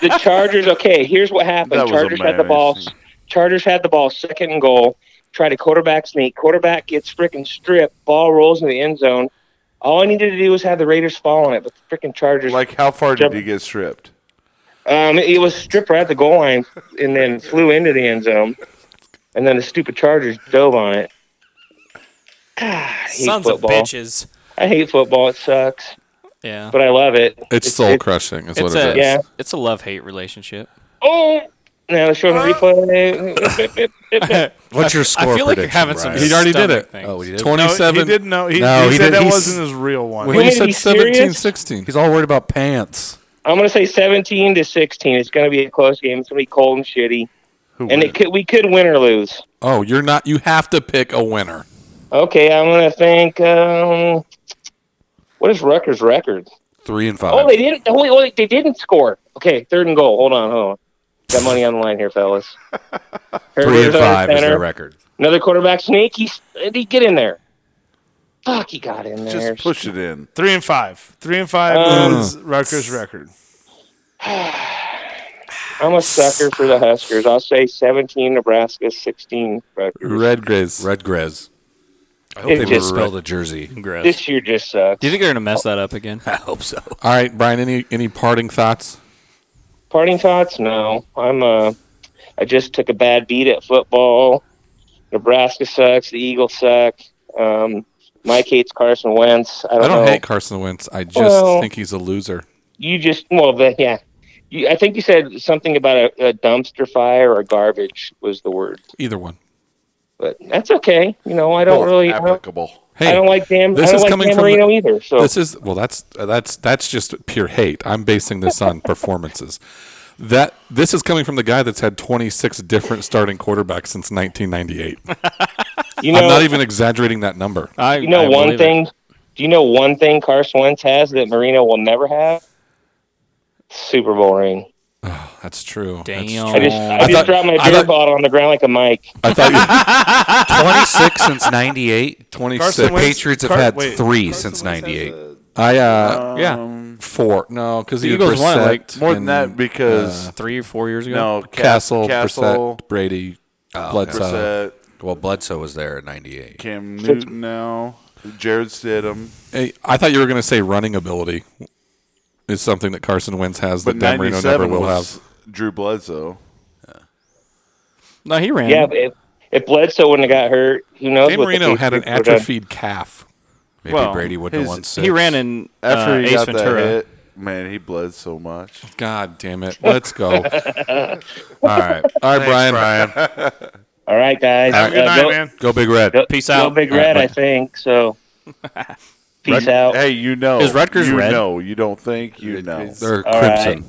the Chargers. Okay, here's what That happened. was Chargers had the amazing. ball. Chargers had the ball, second and goal. Tried a quarterback sneak. Quarterback gets freaking stripped. Ball rolls in the end zone. All I needed to do was have the Raiders fall on it, but the freaking Chargers. Like, how far did you get stripped? um, it was stripped right at the goal line, and then flew into the end zone. And then the stupid Chargers dove on it. God, I hate Sons of football. bitches. I hate football. It sucks, Yeah. but I love it. It's soul crushing. Is It's what a it is. Yeah. it's a love hate relationship. Oh, now they're showing a replay. What's your score? I feel like you're prediction, having some. Ryan? He already did stomach it. things. Oh, he did. no, Twenty-seven. he didn't know. He, No, he, he said did- that he's- wasn't his real one. When he Wait, said he's 17, serious? 16. He's all worried about pants. I'm gonna say 17 to 16. It's gonna be a close game. It's gonna be cold and shitty, Who and would- it could we could win or lose. Oh, you're not. You have to pick a winner. Okay, I'm gonna think. Um, what is Rutgers' record? Three and five. Oh, they didn't. Oh, wait, wait, they didn't score. Okay, third and goal. Hold on, hold on. Got money on the line here, fellas. Three and Herbert's under five is their center. record. Another quarterback sneak. He's, he get in there. Fuck, he got in there. Just push it in. Three and five. Three and five Um, Uh. was Rutgers' record. I'm a sucker for the Huskers. I'll say 17 Nebraska, 16 Rutgers. Red Grizz. Red Grez. I hope It they just- misspelled a jersey. Gross. Do This year just sucks. you think they're gonna mess that up again? I hope so. All right, Brian. Any any parting thoughts? Parting thoughts? No. I'm uh, I just took a bad beat at football. Nebraska sucks. The Eagles suck. Um, Mike hates Carson Wentz. I don't, I don't know. hate Carson Wentz. I just Well- think he's a loser. you just well, the, yeah. You, I think you said something about a, a dumpster fire or garbage was the word, Either one. but that's okay. You know, I don't Both really. I don't, applicable. Hey, I don't like Dan. this I is don't like coming Dan from the- Marino either. So this is well. That's that's that's just pure hate. I'm basing this on performances. That this is coming from the guy that's had 26 different starting quarterbacks since 1998. you know, I'm not even exaggerating that number. I You know I one believe it. thing? Do you know one thing Carson Wentz has that Marino will never have? Super Bowl ring. That's true. That's Damn. I just I, just thought- dropped my I beer thought- bottle on the ground like a mic. I thought Twenty six since ninety eight. you 26. Carson The Wentz- Patriots have Car- had wait, three since ninety eight. I uh Yeah. four. No, because The Eagles won it, like, More than that, uh, because Three or four years ago. no Castle, Cas- Castle, Oh, Brissett, Brady, Bledsoe. Brissett, uh, Well, Bledsoe was there in ninety eight. Cam Newton now, Jared Stidham. Hey, I thought you were going to say running ability is something that Carson Wentz has But that Dan Marino never ninety-seven will was have. Drew Bledsoe. No, he ran. Yeah, but if, if Bledsoe wouldn't have got hurt, who knows? Dan what the Marino had an Patriots would've done. atrophied calf. Maybe Well, Brady wouldn't have his- won six. He ran in uh, After he Ace got Ventura. that hit, man, he bled so much. God damn it. Let's go. All right. All right. All right, Brian. All right, guys. Have a good Uh, night, go, man. Go Big Red. Go, Peace go out. Big All right, Red, bye. I think. So, peace out. Hey, you know. Is Rutgers you red? know. You don't think you know. They're All right. crimson.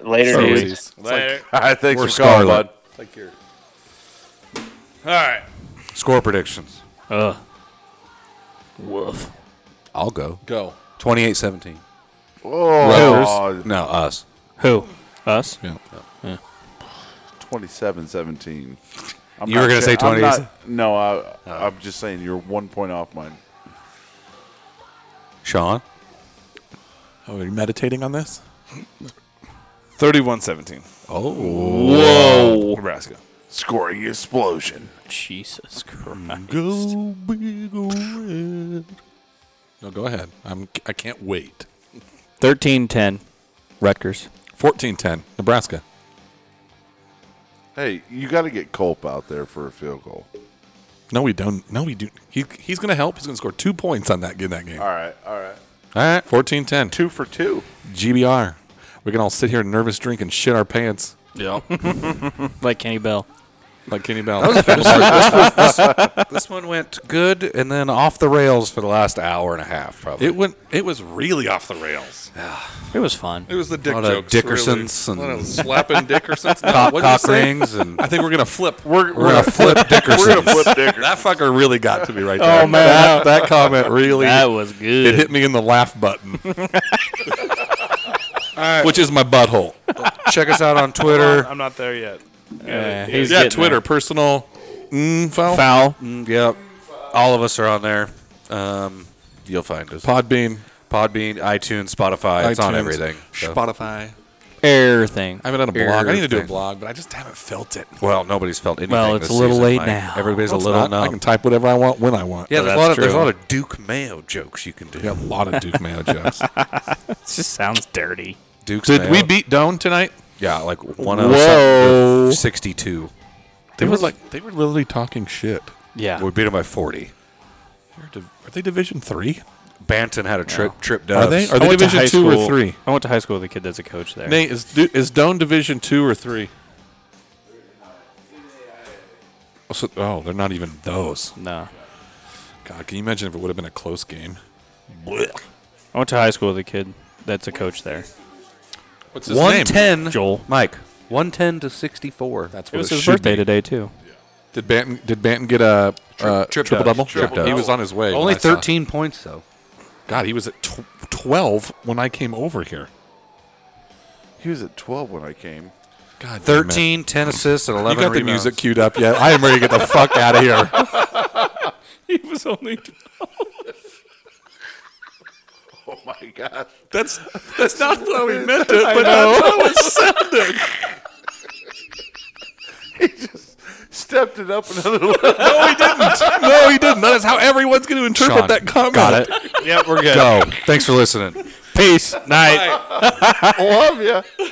Later, Sorry. dudes. It's Later. All right, thanks Or for calling, scarlet. bud. All right. Score predictions. Ugh. Woof. I'll go. Go. 28-17. Oh, No, us. Who? Us? Yeah. 27 17. I'm You were not gonna say I'm 20, not- is it? No, Oh. I, I'm just saying you're one point off mine. Sean? Oh, are you meditating on this? 31 17. Oh. Whoa. Nebraska. Scoring explosion. Jesus Christ. No, go ahead. I'm, I can't wait. 13-10. Rutgers. 14-10, Nebraska. Hey, you got to get Culp out there for a field goal. No, we don't. No, we do. He, he's going to help. He's going to score two points on that in that game. All right, all right. All right. 14-10. Two for two. GBR. We can all sit here and nervous drink and shit our pants Yeah. like Kenny Bell. like Kenny Bell. This one went good and then off the rails for the last hour and a half, probably. it went. It was really off the rails. It was fun. It was the dick A lot of jokes. really. Dickersons and- A lot of slapping Dickersons. No, cock, what'd you cock say? rings and I think we're gonna flip. We're, we're going to flip Dickersons. We're gonna flip Dickerson. That fucker really got to me right there. Oh man, that, that comment really That was good. it hit me in the laugh button, which is my butthole. Check us out on Twitter. I'm not there yet. Yeah, he's Yeah, getting Twitter personal there. info. Foul. Mm, Yep. All of us are on there. Um, you'll find us. Podbean, Podbean, iTunes, Spotify. It's on iTunes, everything. so. Spotify. Air thing. I haven't done a blog. I need to do a Everything. blog, but I just haven't felt it. Well, nobody's felt anything. Well, it's this a little season, late Mike. now. Everybody's No, a it's little not. I numb. can type whatever I want when I want. Yeah, Oh, there's a that's lot of there's a true. lot of Duke Mayo jokes you can do. We got a lot of Duke Mayo jokes. It just sounds dirty. Duke's Did Mayo. we beat Doan tonight? Yeah, like Whoa. 62. They were like they were literally talking shit. Yeah. We beat them by 40. They're div- Are they Division Three? Banton had a trip trip Are doves. they? Are they went to Division high Two or school- Three? I went to high school with a kid that's a coach there. Nate is Du- is Doan Division Two or Three? Oh, so- oh, they're not even those. No. God, can you imagine if it would have been a close game? I went to high school with a kid that's a coach there. What's his name? 110. Joel. Mike. 110 to 64. That's It was it his should birthday be. today, too. Did Banton did Banton get a uh, trip triple dubs. double? Trip he dubs. was on his way. when only I saw- 13 points though. God, he was at tw- twelve when I came over here. He was at 12 when I came. God, damn 13, it. 10 assists, and 11 You got the rebounds. music queued up yet? I am ready to get the fuck out of here. He was only. Oh, my God. That's that's not how we meant it, but that's how it sounded. Stepped it up another level. No, he didn't. No, he didn't. That is how everyone's going to interpret Sean, that comment. Got it. Yeah, we're good. Go. Thanks for listening. Peace. Night. Love you.